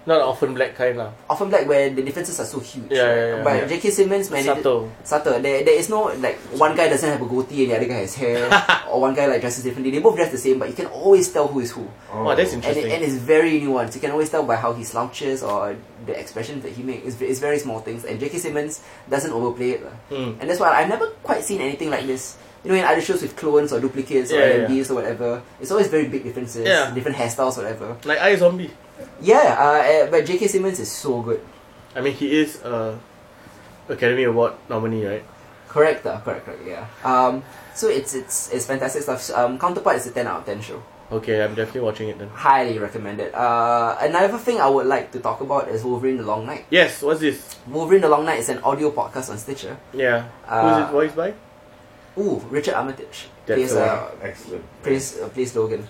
[SPEAKER 2] Not often black kind lah.
[SPEAKER 1] often like where the differences are so huge.
[SPEAKER 2] Yeah, yeah, yeah.
[SPEAKER 1] but
[SPEAKER 3] Yeah.
[SPEAKER 1] J.K. Simmons managed
[SPEAKER 2] Subtle.
[SPEAKER 1] Subtle. There, there is no like one guy doesn't have a goatee and the other guy has hair, or one guy like dresses differently. They both dress the same, but you can always tell who is who,
[SPEAKER 2] Oh, that's
[SPEAKER 1] and, it,
[SPEAKER 2] interesting.
[SPEAKER 1] and it's very nuanced. You can always tell by how he slouches or the expressions that he makes. It's, it's very small things, and J.K. Simmons doesn't overplay it, lah.
[SPEAKER 2] Mm.
[SPEAKER 1] and that's why I've never quite seen anything like this. You know, in other shows with clones or duplicates or
[SPEAKER 2] Yeah, yeah.
[SPEAKER 1] LMDs or whatever, it's always very big differences,
[SPEAKER 2] Yeah.
[SPEAKER 1] different hairstyles, whatever.
[SPEAKER 2] Like I Zombie.
[SPEAKER 1] Yeah, uh, uh, but J.K. Simmons is so good.
[SPEAKER 2] I mean, he is a Academy Award nominee, right?
[SPEAKER 1] Correct, uh, correct, correct, yeah. Um, so it's it's it's fantastic stuff. Um, Counterpart is a ten out of ten show.
[SPEAKER 2] Okay, I'm definitely watching it then.
[SPEAKER 1] Highly recommended. Uh, another thing I would like to talk about is Wolverine: The Long Night.
[SPEAKER 2] Yes, what's this?
[SPEAKER 1] Wolverine: The Long Night is an audio podcast on Stitcher.
[SPEAKER 2] Yeah.
[SPEAKER 1] Uh,
[SPEAKER 2] Who's it voiced by?
[SPEAKER 1] Ooh, Richard Armitage
[SPEAKER 2] That's
[SPEAKER 1] plays
[SPEAKER 2] the one.
[SPEAKER 1] uh,
[SPEAKER 4] Excellent.
[SPEAKER 1] plays uh, plays Logan.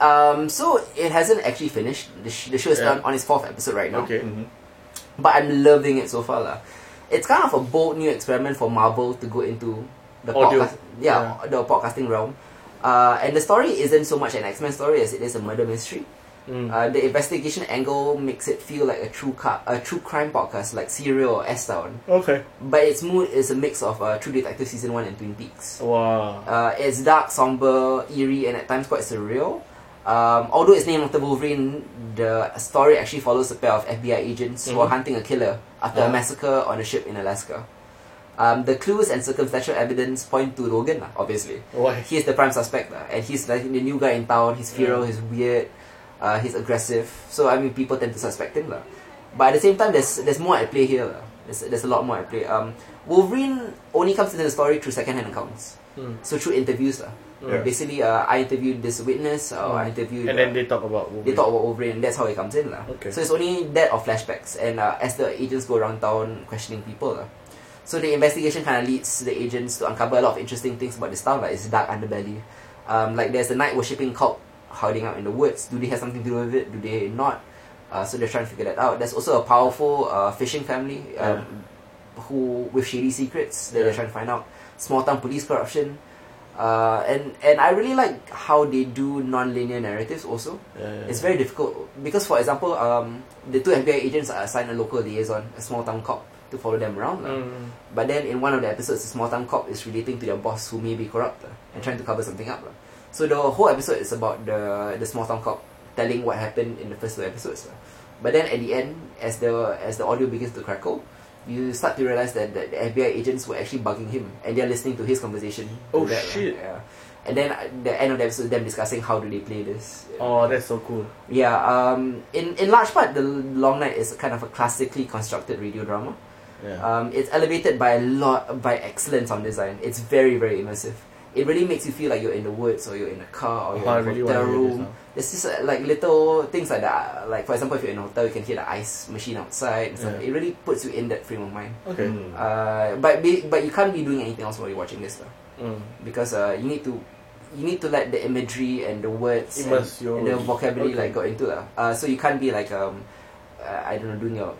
[SPEAKER 1] Um, so it hasn't actually finished. The, sh- the show is
[SPEAKER 2] Yeah.
[SPEAKER 1] done on its fourth episode right now.
[SPEAKER 2] Okay.
[SPEAKER 3] Mm-hmm.
[SPEAKER 4] Mhm.
[SPEAKER 1] but I'm loving it so far. lah. It's kind of a bold new experiment for Marvel to go into the
[SPEAKER 2] Audio.
[SPEAKER 1] podcast, yeah, the podcasting realm. Uh, and the story isn't so much an X Men story as it is a murder mystery.
[SPEAKER 2] Mm.
[SPEAKER 1] Uh, the investigation angle makes it feel like a true ca- a true crime podcast like Serial or S Town,
[SPEAKER 2] okay.
[SPEAKER 1] but its mood is a mix of uh, True Detective season one and Twin Peaks.
[SPEAKER 2] Wow.
[SPEAKER 1] Uh, it's dark, somber, eerie, and at times quite surreal. Um, although it's named after Wolverine, the story actually follows a pair of FBI agents who are
[SPEAKER 2] Mhm.
[SPEAKER 1] hunting a killer after a
[SPEAKER 2] Uh-huh.
[SPEAKER 1] massacre on a ship in Alaska. Um, the clues and circumstantial evidence point to Logan, lah, obviously.
[SPEAKER 2] Why?
[SPEAKER 1] He is the prime suspect, lah, and he's like the new guy in town. He's feral, he's weird, uh, he's aggressive. So I mean, people tend to suspect him, lah. But at the same time, there's there's more at play here. lah. There's there's a lot more at play. Um, Wolverine only comes into the story through secondhand accounts,
[SPEAKER 2] Mm.
[SPEAKER 1] so through interviews, lah.
[SPEAKER 4] Yeah.
[SPEAKER 1] Basically, uh, I interviewed this witness, or
[SPEAKER 2] Mm.
[SPEAKER 1] I interviewed.
[SPEAKER 2] And
[SPEAKER 1] uh,
[SPEAKER 2] then they talk about Wolverine.
[SPEAKER 1] they talk about Wolverine, and that's how it comes in. lah.
[SPEAKER 2] Okay.
[SPEAKER 1] So it's only that or flashbacks, and uh, as the agents go around town questioning people. lah. So the investigation kind of leads the agents to uncover a lot of interesting things about this town, like its dark underbelly. Um, like there's a night worshipping cult hiding out in the woods. Do they have something to do with it? Do they not? Uh, so they're trying to figure that out. There's also a powerful uh, fishing family um, who with shady secrets that they're
[SPEAKER 2] Yeah.
[SPEAKER 1] trying to find out. Small town police corruption. Uh, and and I really like how they do non-linear narratives also.
[SPEAKER 2] Yeah, yeah,
[SPEAKER 1] It's
[SPEAKER 2] yeah.
[SPEAKER 1] very difficult because, for example, um, the two FBI agents are assigned a local liaison, a small town cop, to follow them around. lah.
[SPEAKER 2] Mm.
[SPEAKER 1] But then in one of the episodes, the small town cop is relating to their boss who may be corrupt lah, and trying to cover something up. lah. So the whole episode is about the the small town cop telling what happened in the first two episodes. lah. But then at the end, as the as the audio begins to crackle, you start to realize that, that the FBI agents were actually bugging him, and they're listening to his conversation. to
[SPEAKER 2] Oh,
[SPEAKER 1] that, lah.
[SPEAKER 2] shit.
[SPEAKER 1] Yeah. And then at the end of the episode, them discussing how do they play this.
[SPEAKER 2] Oh, that's so cool.
[SPEAKER 1] Yeah, um, in, in large part, The Long Night is kind of a classically constructed radio drama.
[SPEAKER 2] Yeah.
[SPEAKER 1] Um, it's elevated by a lot by excellent sound design. It's very very immersive. It really makes you feel like you're in the woods or you're in a car or
[SPEAKER 2] Oh,
[SPEAKER 1] you're in
[SPEAKER 2] I
[SPEAKER 1] a
[SPEAKER 2] really want
[SPEAKER 1] hotel
[SPEAKER 2] to hear this
[SPEAKER 1] room.
[SPEAKER 2] now.
[SPEAKER 1] It's just uh, like little things like that. Uh, Like for example, if you're in a hotel, you can hear the ice machine outside. And stuff. It
[SPEAKER 2] Yeah.
[SPEAKER 1] really puts you in that frame of mind.
[SPEAKER 2] Okay.
[SPEAKER 3] Mm-hmm.
[SPEAKER 4] Mm.
[SPEAKER 1] Uh, but be, but you can't be doing anything else while you're watching this stuff
[SPEAKER 2] Mm.
[SPEAKER 1] because uh, you need to you need to let the imagery and the words and,
[SPEAKER 2] Immerse your-
[SPEAKER 1] and the vocabulary
[SPEAKER 2] okay.
[SPEAKER 1] like got into lah. Uh, so you can't be like um, uh, I don't know doing your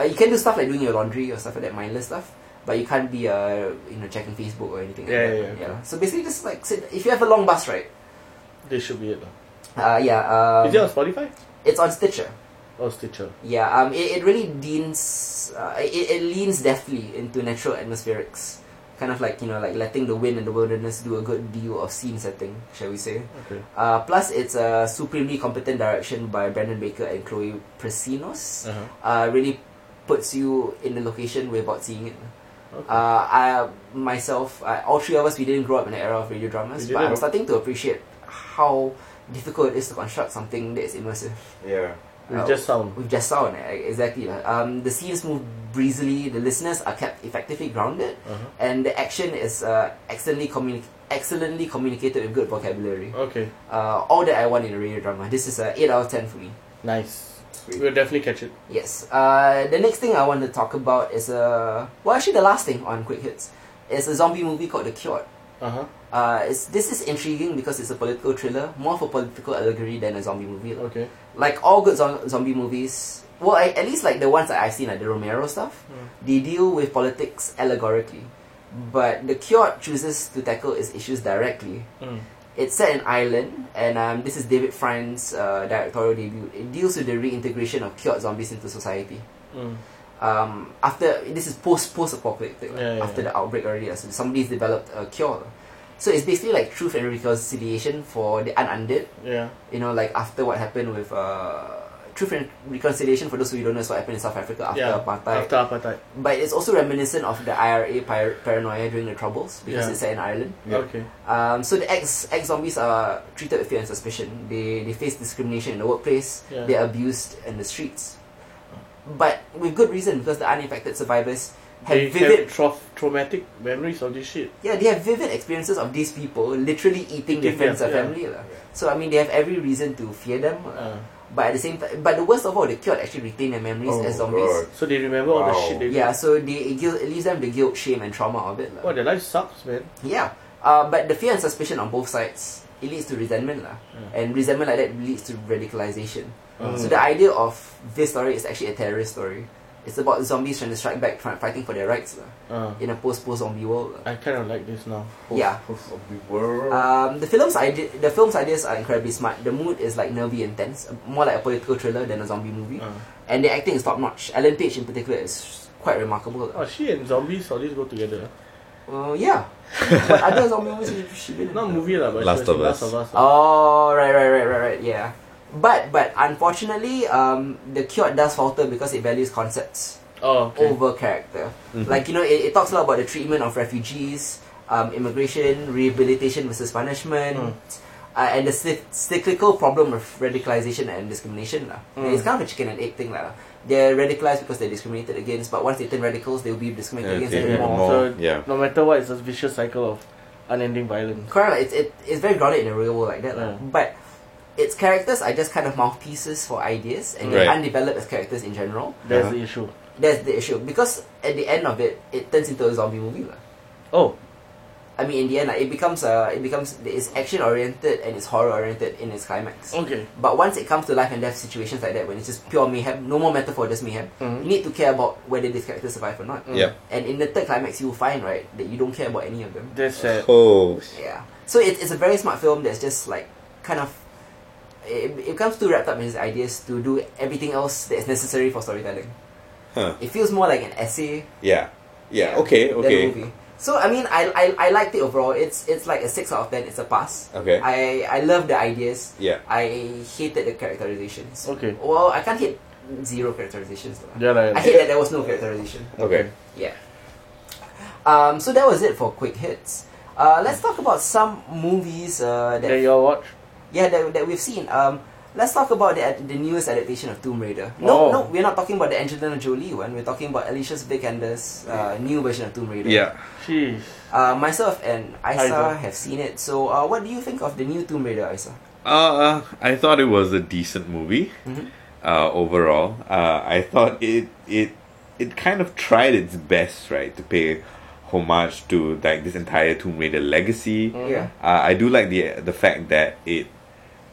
[SPEAKER 1] uh, you can do stuff like doing your laundry or stuff like that mindless stuff, but you can't be uh, you know checking Facebook or anything.
[SPEAKER 2] Yeah,
[SPEAKER 1] like that.
[SPEAKER 2] yeah, yeah, okay.
[SPEAKER 1] So basically, just like sit, if you have a long bus ride,
[SPEAKER 2] This should be it. lah.
[SPEAKER 1] uh, yeah, um,
[SPEAKER 2] Is it on Spotify
[SPEAKER 1] it's on Stitcher.
[SPEAKER 2] or Stitcher?
[SPEAKER 1] Yeah, um, it, it really leans, uh, it, it leans deftly into natural atmospherics, kind of like you know, like letting the wind and the wilderness do a good deal of scene setting, shall we say?
[SPEAKER 2] Okay.
[SPEAKER 1] Uh, plus, it's a supremely competent direction by Brandon Baker and Chloe Presinos.
[SPEAKER 2] Uh-huh.
[SPEAKER 1] Uh, really puts you in the location without seeing it.
[SPEAKER 2] Okay.
[SPEAKER 1] Uh, I myself, I, all three of us, we didn't grow up in the era of radio dramas,
[SPEAKER 2] We
[SPEAKER 1] but I'm
[SPEAKER 2] didn't.
[SPEAKER 1] starting to appreciate how difficult it is to construct something that is immersive.
[SPEAKER 4] Yeah.
[SPEAKER 2] With
[SPEAKER 1] uh,
[SPEAKER 2] just sound.
[SPEAKER 1] With just sound, eh, exactly. lah. Um, the scenes move breezily, the listeners are kept effectively grounded,
[SPEAKER 2] Uh-huh.
[SPEAKER 1] and the action is uh, excellently, communi- excellently communicated with good vocabulary.
[SPEAKER 2] Okay.
[SPEAKER 1] Uh, all that I want in a radio drama. This is a 8 out of 10 for me.
[SPEAKER 2] Nice.
[SPEAKER 4] Sweet.
[SPEAKER 2] We'll definitely catch it.
[SPEAKER 1] Yes. Uh, the next thing I want to talk uh, about is a. Well, actually, the last thing on Quick Hits is a zombie movie called The Cure.
[SPEAKER 2] Uh huh.
[SPEAKER 1] Uh, Uh, it's, this is intriguing because it's a political thriller, more of a political allegory than a zombie movie. lah.
[SPEAKER 2] Okay.
[SPEAKER 1] Like all good zom- zombie movies, well, I, at least like the ones that I've seen, like the Romero stuff, they deal with politics allegorically. But The Cure chooses to tackle its issues directly.
[SPEAKER 2] Mm.
[SPEAKER 1] It's set in Ireland, and um, this is David Friend's uh, directorial debut. It deals with the reintegration of cured zombies into society.
[SPEAKER 2] Mm.
[SPEAKER 1] Um, after this is post post apocalyptic,
[SPEAKER 2] Yeah, yeah,
[SPEAKER 1] after the
[SPEAKER 2] yeah.
[SPEAKER 1] outbreak already, uh, so somebody's developed a cure. So it's basically like truth and reconciliation for the unundead.
[SPEAKER 2] Yeah.
[SPEAKER 1] You know, like after what happened with uh, truth and reconciliation for those who don't know is what hafpened in South Africa after
[SPEAKER 2] yeah.
[SPEAKER 1] apartheid.
[SPEAKER 2] After apartheid.
[SPEAKER 1] but it's also reminiscent of the IRA pir- paranoia during the troubles because
[SPEAKER 2] Yeah.
[SPEAKER 1] it's set in Ireland.
[SPEAKER 3] Yeah.
[SPEAKER 2] Okay.
[SPEAKER 1] Um, so the ex ex zombies are treated with fear and suspicion. They they face discrimination in the workplace.
[SPEAKER 2] Yeah.
[SPEAKER 1] They're abused in the streets, but with good reason because the uninfected survivors have
[SPEAKER 2] They
[SPEAKER 1] vivid
[SPEAKER 2] have tra- traumatic memories of this shit.
[SPEAKER 1] yeah they have vivid experiences of these people literally eating their
[SPEAKER 2] Eating
[SPEAKER 1] friends
[SPEAKER 2] their-
[SPEAKER 1] or
[SPEAKER 2] yeah.
[SPEAKER 1] family lah. So I mean they have every reason to fear them, uh,
[SPEAKER 2] Uh,
[SPEAKER 1] but at the same time, but the worst of all, the cured actually retain their memories
[SPEAKER 3] Oh,
[SPEAKER 1] as zombies.
[SPEAKER 3] God.
[SPEAKER 2] so they remember all the
[SPEAKER 3] Wow.
[SPEAKER 2] shit they did.
[SPEAKER 1] Yeah, so they it, guilt, it leaves them the guilt, shame, and trauma of it. lah.
[SPEAKER 2] Wow, their life sucks, man.
[SPEAKER 1] Yeah, uh, but the fear and suspicion on both sides it leads to resentment lah,
[SPEAKER 2] Yeah.
[SPEAKER 1] and resentment like that leads to radicalization.
[SPEAKER 2] Mm.
[SPEAKER 1] Uh, So the idea of this story is actually a terrorist story. It's about zombies trying to strike back, fi- fighting for their rights lah,
[SPEAKER 2] Uh,
[SPEAKER 1] in a post-post zombie world. lah.
[SPEAKER 2] I kind of like this now.
[SPEAKER 1] Yeah.
[SPEAKER 4] Host of the world.
[SPEAKER 1] Um, the film's idea, the film's ideas are incredibly smart. The mood is like nervy and tense, more like a political thriller than a zombie movie.
[SPEAKER 2] Uh.
[SPEAKER 1] And the acting is top notch. Ellen Page in particular is quite remarkable. lah.
[SPEAKER 2] Oh, she and zombies always go together.
[SPEAKER 1] Uh, yeah. but other zombie movies she- she been in?
[SPEAKER 2] Not movie lah, but
[SPEAKER 3] Last
[SPEAKER 2] it's like
[SPEAKER 3] of
[SPEAKER 2] Last
[SPEAKER 3] Us.
[SPEAKER 2] of Us. lah.
[SPEAKER 1] Oh right, right, right, right, right. Yeah, but but unfortunately, um, the cure does falter because it values concepts
[SPEAKER 2] oh, okay.
[SPEAKER 1] over character. Mm-hmm.
[SPEAKER 3] Mm-hmm.
[SPEAKER 1] Like you know, it, it talks a lot about the treatment of refugees, um, immigration, rehabilitation versus punishment,
[SPEAKER 2] Mm.
[SPEAKER 3] Hmm.
[SPEAKER 1] uh, and the cyc- cyclical problem of radicalization and discrimination. lah.
[SPEAKER 3] Hmm.
[SPEAKER 2] Mm.
[SPEAKER 1] It's kind of a chicken and egg thing. lah. They're radicalized because they're discriminated against, but once they turn radicals, they'll be discriminated
[SPEAKER 3] Yeah,
[SPEAKER 1] against
[SPEAKER 3] they-
[SPEAKER 1] even
[SPEAKER 2] yeah.
[SPEAKER 1] more.
[SPEAKER 3] more.
[SPEAKER 2] So-
[SPEAKER 3] Yeah.
[SPEAKER 2] No matter what, it's a vicious cycle of unending violence.
[SPEAKER 1] Correct, like, it's, it, it's very grounded in the real world like that. lah.
[SPEAKER 3] Hmm.
[SPEAKER 2] Mm.
[SPEAKER 1] But its characters are just kind of mouthpieces for ideas and
[SPEAKER 3] Right.
[SPEAKER 1] they're undeveloped as characters in general.
[SPEAKER 2] That's
[SPEAKER 3] Uh-huh.
[SPEAKER 2] the issue.
[SPEAKER 1] That's the issue. Because at the end of it, it turns into a zombie movie. lah.
[SPEAKER 2] Oh,
[SPEAKER 1] I mean, in the end, like, it becomes uh, it becomes it's action oriented and it's horror oriented in its climax.
[SPEAKER 2] okay.
[SPEAKER 1] But once it comes to life and death situations like that, when it's just pure mayhem, no more metaphor, just mayhem,
[SPEAKER 2] Mhm.
[SPEAKER 3] Mm-hmm.
[SPEAKER 1] you need to care about whether these characters survive or not.
[SPEAKER 2] Mm.
[SPEAKER 3] Yeah.
[SPEAKER 1] And in the third climax, you will find right that you don't care about any of them.
[SPEAKER 2] Mm. That's sad.
[SPEAKER 3] Oh.
[SPEAKER 1] Yeah. So it, it's a very smart film that's just like kind of it, it comes too wrapped up in his ideas to do everything else that's necessary for storytelling.
[SPEAKER 3] Huh.
[SPEAKER 1] It feels more like an essay
[SPEAKER 3] Yeah. Yeah. Okay.
[SPEAKER 1] than a
[SPEAKER 3] Okay.
[SPEAKER 1] movie. So I mean I, I I liked it overall. It's it's like a six out of ten, it's a pass.
[SPEAKER 3] Okay.
[SPEAKER 1] I I love the ideas.
[SPEAKER 3] Yeah.
[SPEAKER 1] I hated the characterizations.
[SPEAKER 2] Okay.
[SPEAKER 1] Well I can't hate zero characterizations though.
[SPEAKER 2] Yeah, like,
[SPEAKER 1] I hate that there was no characterization.
[SPEAKER 3] Okay.
[SPEAKER 1] Yeah. Um, so that was it for quick hits. Uh, let's talk about some movies uh, that
[SPEAKER 2] that you all watch.
[SPEAKER 1] yeah that, that we've seen. Um, let's talk about the ad- the newest adaptation of Tomb Raider. No,
[SPEAKER 2] Oh.
[SPEAKER 1] no, we're not talking about the Angelina Jolie one. We're talking about Alicia Vikander's uh, new version of Tomb Raider.
[SPEAKER 3] Yeah.
[SPEAKER 2] Jeez.
[SPEAKER 1] Uh, myself and
[SPEAKER 2] Isa.
[SPEAKER 1] Isa have seen it. So, uh, what do you think of the new Tomb Raider, Isa?
[SPEAKER 3] Uh, I thought it was a decent movie.
[SPEAKER 1] Mhm.
[SPEAKER 3] Uh, overall, uh, I thought it it it kind of tried its best, right, to pay homage to like this entire Tomb Raider legacy.
[SPEAKER 2] Mm.
[SPEAKER 1] Yeah.
[SPEAKER 3] Uh, I do like the the fact that it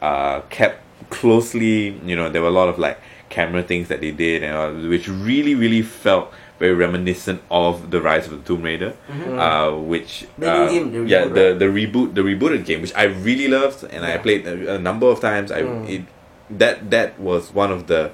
[SPEAKER 3] uh, kept closely. You know, there were a lot of like camera things that they did, and all, which really, really felt very reminiscent of the rise of the Tomb Raider,
[SPEAKER 1] Mm-hmm.
[SPEAKER 3] uh, which
[SPEAKER 1] The new
[SPEAKER 3] uh,
[SPEAKER 1] game, the
[SPEAKER 3] yeah,
[SPEAKER 1] reboot,
[SPEAKER 3] the
[SPEAKER 1] right?
[SPEAKER 3] the reboot, the rebooted game, which I really loved, and I
[SPEAKER 1] Yeah.
[SPEAKER 3] played a, a number of times. I
[SPEAKER 2] Mm.
[SPEAKER 3] it, that that was one of the.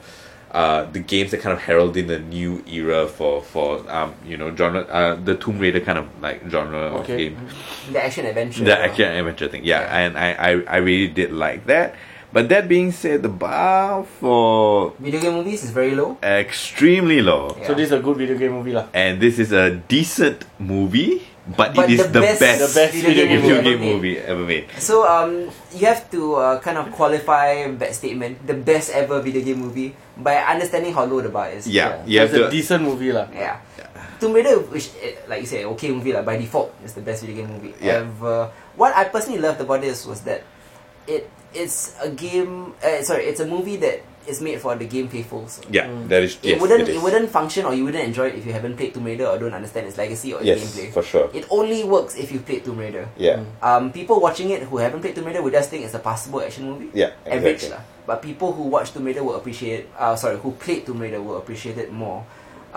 [SPEAKER 3] Uh, the games that kind of heralded the new era for for um you know genre uh, the Tomb Raider kind of like genre of
[SPEAKER 2] Okay.
[SPEAKER 3] game
[SPEAKER 1] Mm-hmm. The action adventure.
[SPEAKER 3] the action adventure thing. Yeah,
[SPEAKER 1] Yeah.
[SPEAKER 3] and I, I, I really did like that. But that being said, the bar for
[SPEAKER 1] Video game movies is very low.
[SPEAKER 3] extremely low,
[SPEAKER 1] Yeah.
[SPEAKER 2] So this is a good video game movie lah.
[SPEAKER 3] and this is a decent movie, but,
[SPEAKER 1] But
[SPEAKER 3] it is the best,
[SPEAKER 2] The best video game
[SPEAKER 3] video
[SPEAKER 1] ever
[SPEAKER 3] game
[SPEAKER 1] made.
[SPEAKER 3] movie ever made.
[SPEAKER 1] So um, you have to uh, kind of qualify that statement, the best ever video game movie, by understanding how low the bar is.
[SPEAKER 3] Yeah, you
[SPEAKER 2] It's a
[SPEAKER 3] have to.
[SPEAKER 2] decent movie lah.
[SPEAKER 1] Yeah. Tomb Raider, which eh, like you say, okay movie like by default, is the best video game movie
[SPEAKER 3] Yeah.
[SPEAKER 1] ever. What I personally loved about this was that it it's a game. Uh, eh, sorry, it's a movie that it's made for the game faithfuls.
[SPEAKER 3] Yeah,
[SPEAKER 2] Mm.
[SPEAKER 3] that is.
[SPEAKER 1] It
[SPEAKER 3] yes,
[SPEAKER 1] wouldn't
[SPEAKER 3] it
[SPEAKER 1] it,
[SPEAKER 3] is.
[SPEAKER 1] wouldn't function or you wouldn't enjoy it if you haven't played Tomb Raider or don't understand its legacy or its
[SPEAKER 3] yes,
[SPEAKER 1] gameplay.
[SPEAKER 3] for sure.
[SPEAKER 1] It only works if you've played Tomb Raider.
[SPEAKER 3] Yeah,
[SPEAKER 1] Um, people watching it who haven't played Tomb Raider would just think it's a passable action movie.
[SPEAKER 3] yeah,
[SPEAKER 1] Average
[SPEAKER 3] exactly.
[SPEAKER 1] lah. But people who watch Tomb Raider will appreciate uh, sorry, who played Tomb Raider will appreciate it more.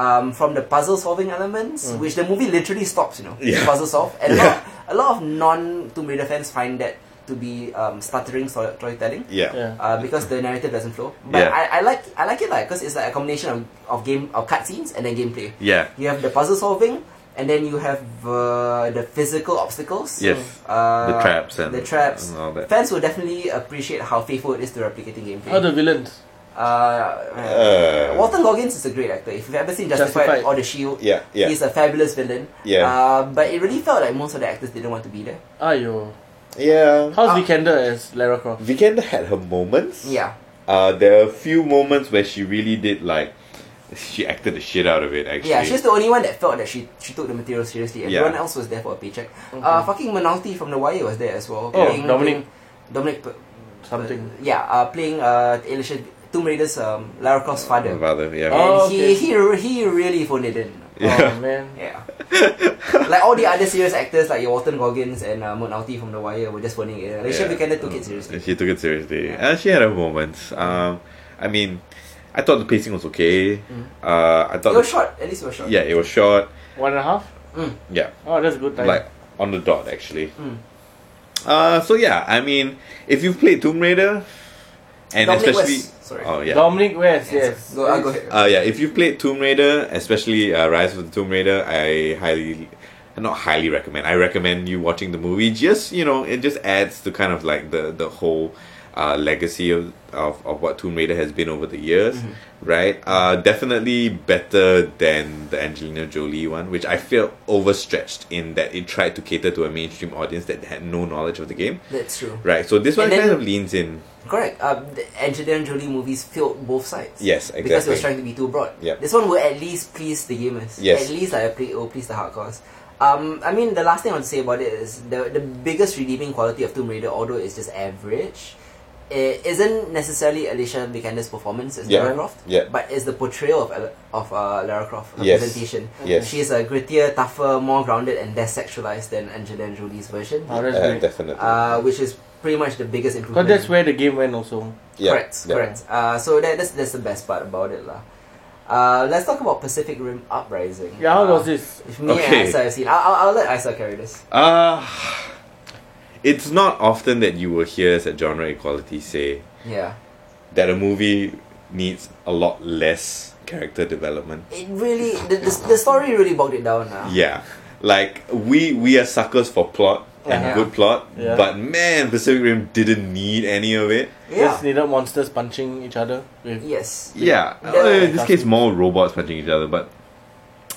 [SPEAKER 1] Um, from the puzzle solving elements,
[SPEAKER 2] Mm.
[SPEAKER 1] which the movie literally stops, you know.
[SPEAKER 3] Yeah.
[SPEAKER 1] the Puzzle solve. And
[SPEAKER 3] Yeah.
[SPEAKER 1] a lot a lot of non Tomb Raider fans find that to be um, stuttering story- storytelling
[SPEAKER 3] Yeah,
[SPEAKER 2] Yeah.
[SPEAKER 1] uh, because the narrative doesn't flow. But
[SPEAKER 3] Yeah.
[SPEAKER 1] I, I like I like it like because it's like a combination of, of game of cutscenes and then gameplay.
[SPEAKER 3] yeah,
[SPEAKER 1] You have the puzzle solving, and then you have uh, the physical obstacles.
[SPEAKER 3] yes.
[SPEAKER 1] Uh,
[SPEAKER 3] the traps and
[SPEAKER 1] the traps.
[SPEAKER 3] and all that.
[SPEAKER 1] Fans will definitely appreciate how faithful it is to replicating gameplay.
[SPEAKER 2] How the villains?
[SPEAKER 1] Uh, uh,
[SPEAKER 3] Uh.
[SPEAKER 1] Walton Goggins is a great actor. If you've ever seen Justified,
[SPEAKER 2] Justified.
[SPEAKER 1] or The Shield,
[SPEAKER 3] Yeah, yeah,
[SPEAKER 1] he's a fabulous villain.
[SPEAKER 3] Yeah.
[SPEAKER 1] Uh, but it really felt like most of the actors didn't want to be there.
[SPEAKER 2] Ayo.
[SPEAKER 3] yeah.
[SPEAKER 2] How's
[SPEAKER 1] Ah.
[SPEAKER 2] Vikander as Lara Croft?
[SPEAKER 3] Vikander had her moments.
[SPEAKER 1] Yeah.
[SPEAKER 3] Uh, there are a few moments where she really did like, she acted the shit out of it. Actually.
[SPEAKER 1] Yeah, she's the only one that felt that she she took the material seriously.
[SPEAKER 3] Yeah.
[SPEAKER 1] Everyone else was there for a paycheck. Uh, fucking Menotti from The Wire was there as well. playing-
[SPEAKER 2] Oh, Dominic.
[SPEAKER 1] Dominic. P-
[SPEAKER 2] Something.
[SPEAKER 1] uh, yeah, uh, playing uh, Alicia Tomb Raider's um, Lara Croft's father.
[SPEAKER 3] Rather, yeah.
[SPEAKER 1] And
[SPEAKER 2] Oh, okay.
[SPEAKER 1] he, he re- he really phoned it in.
[SPEAKER 3] Yeah.
[SPEAKER 2] Oh man.
[SPEAKER 1] Yeah. like all the other serious actors like your Walton Goggins and uh, Menotti from The Wire were just phoning it in. Alicia
[SPEAKER 3] Yeah.
[SPEAKER 1] Vikander
[SPEAKER 2] Mm.
[SPEAKER 1] took it seriously.
[SPEAKER 3] She took it seriously. And she had her moments. Um, I mean, I thought the pacing was okay. Uh, I
[SPEAKER 1] Mm. It
[SPEAKER 3] thought.
[SPEAKER 1] was short. At least it was short.
[SPEAKER 3] Yeah, it was short.
[SPEAKER 2] One and a half?
[SPEAKER 1] Mm.
[SPEAKER 3] Yeah,
[SPEAKER 2] Oh, that's good time.
[SPEAKER 3] like on the dot actually.
[SPEAKER 1] Mm.
[SPEAKER 3] Uh, so yeah, I mean, if you've played Tomb Raider, and
[SPEAKER 1] Dominic
[SPEAKER 3] especially
[SPEAKER 1] West. Sorry.
[SPEAKER 3] oh yeah,
[SPEAKER 2] Dominic West,
[SPEAKER 1] Yeah,
[SPEAKER 2] yes.
[SPEAKER 1] Go, uh, go ahead.
[SPEAKER 3] uh, yeah, if you played Tomb Raider, especially uh, Rise of the Tomb Raider, I highly, not highly recommend. I recommend you watching the movie. Just you know, it just adds to kind of like the the whole uh, legacy of, of of what Tomb Raider has been over the years,
[SPEAKER 1] Mm-hmm.
[SPEAKER 3] right? Uh, definitely better than the Angelina Jolie one, which I feel overstretched in that it tried to cater to a mainstream audience that had no knowledge of the game,
[SPEAKER 1] That's true.
[SPEAKER 3] right? So this one
[SPEAKER 1] And then-
[SPEAKER 3] kind of leans in.
[SPEAKER 1] Correct. Um, the Angelina Jolie movies filled both sides.
[SPEAKER 3] Yes,
[SPEAKER 1] Because it was
[SPEAKER 3] exactly.
[SPEAKER 1] trying to be too broad.
[SPEAKER 3] Yep.
[SPEAKER 1] This one will at least please the gamers. At
[SPEAKER 3] Yes.
[SPEAKER 1] least I play, will please the hardcores. Um, I mean, the last thing I want to say about it is the, the biggest redeeming quality of Tomb Raider, although it's just average, it isn't necessarily Alicia Vikander's performance as
[SPEAKER 3] Yeah.
[SPEAKER 1] Lara Croft,
[SPEAKER 3] Yeah.
[SPEAKER 1] but it's the portrayal of, Al- of uh, Lara Croft, her
[SPEAKER 3] Yes.
[SPEAKER 1] presentation.
[SPEAKER 3] Yes.
[SPEAKER 1] She's a grittier, tougher, more grounded, and less sexualized than Angelina Jolie's version,
[SPEAKER 2] Oh, that's
[SPEAKER 3] Uh,
[SPEAKER 2] great.
[SPEAKER 3] definitely.
[SPEAKER 1] uh, which is pretty much the biggest
[SPEAKER 2] Because
[SPEAKER 1] improvement.
[SPEAKER 2] that's where the game went also.
[SPEAKER 3] yeah,
[SPEAKER 1] correct,
[SPEAKER 3] yeah.
[SPEAKER 1] correct. Uh, so that, that's that's the best part about it, lah. Uh, let's talk about Pacific Rim Uprising.
[SPEAKER 2] Yeah, how
[SPEAKER 1] Uh,
[SPEAKER 2] was this?
[SPEAKER 1] If me
[SPEAKER 3] Okay.
[SPEAKER 1] and Isa have seen, I'll, I'll, I'll let Isa carry this.
[SPEAKER 3] Uh, it's not often that you will hear us at Genre Equality say
[SPEAKER 1] Yeah,
[SPEAKER 3] that a movie needs a lot less character development.
[SPEAKER 1] it really the, the, the story really bogged it down. lah.
[SPEAKER 3] Yeah. Like we we are suckers for plot and
[SPEAKER 1] Yeah.
[SPEAKER 3] good plot,
[SPEAKER 2] Yeah.
[SPEAKER 3] but man, Pacific Rim didn't need any of it.
[SPEAKER 1] yeah,
[SPEAKER 2] Just needed monsters punching each other with
[SPEAKER 1] yes.
[SPEAKER 3] Yeah,
[SPEAKER 1] Yeah.
[SPEAKER 3] Well, in this case, more robots punching each other, but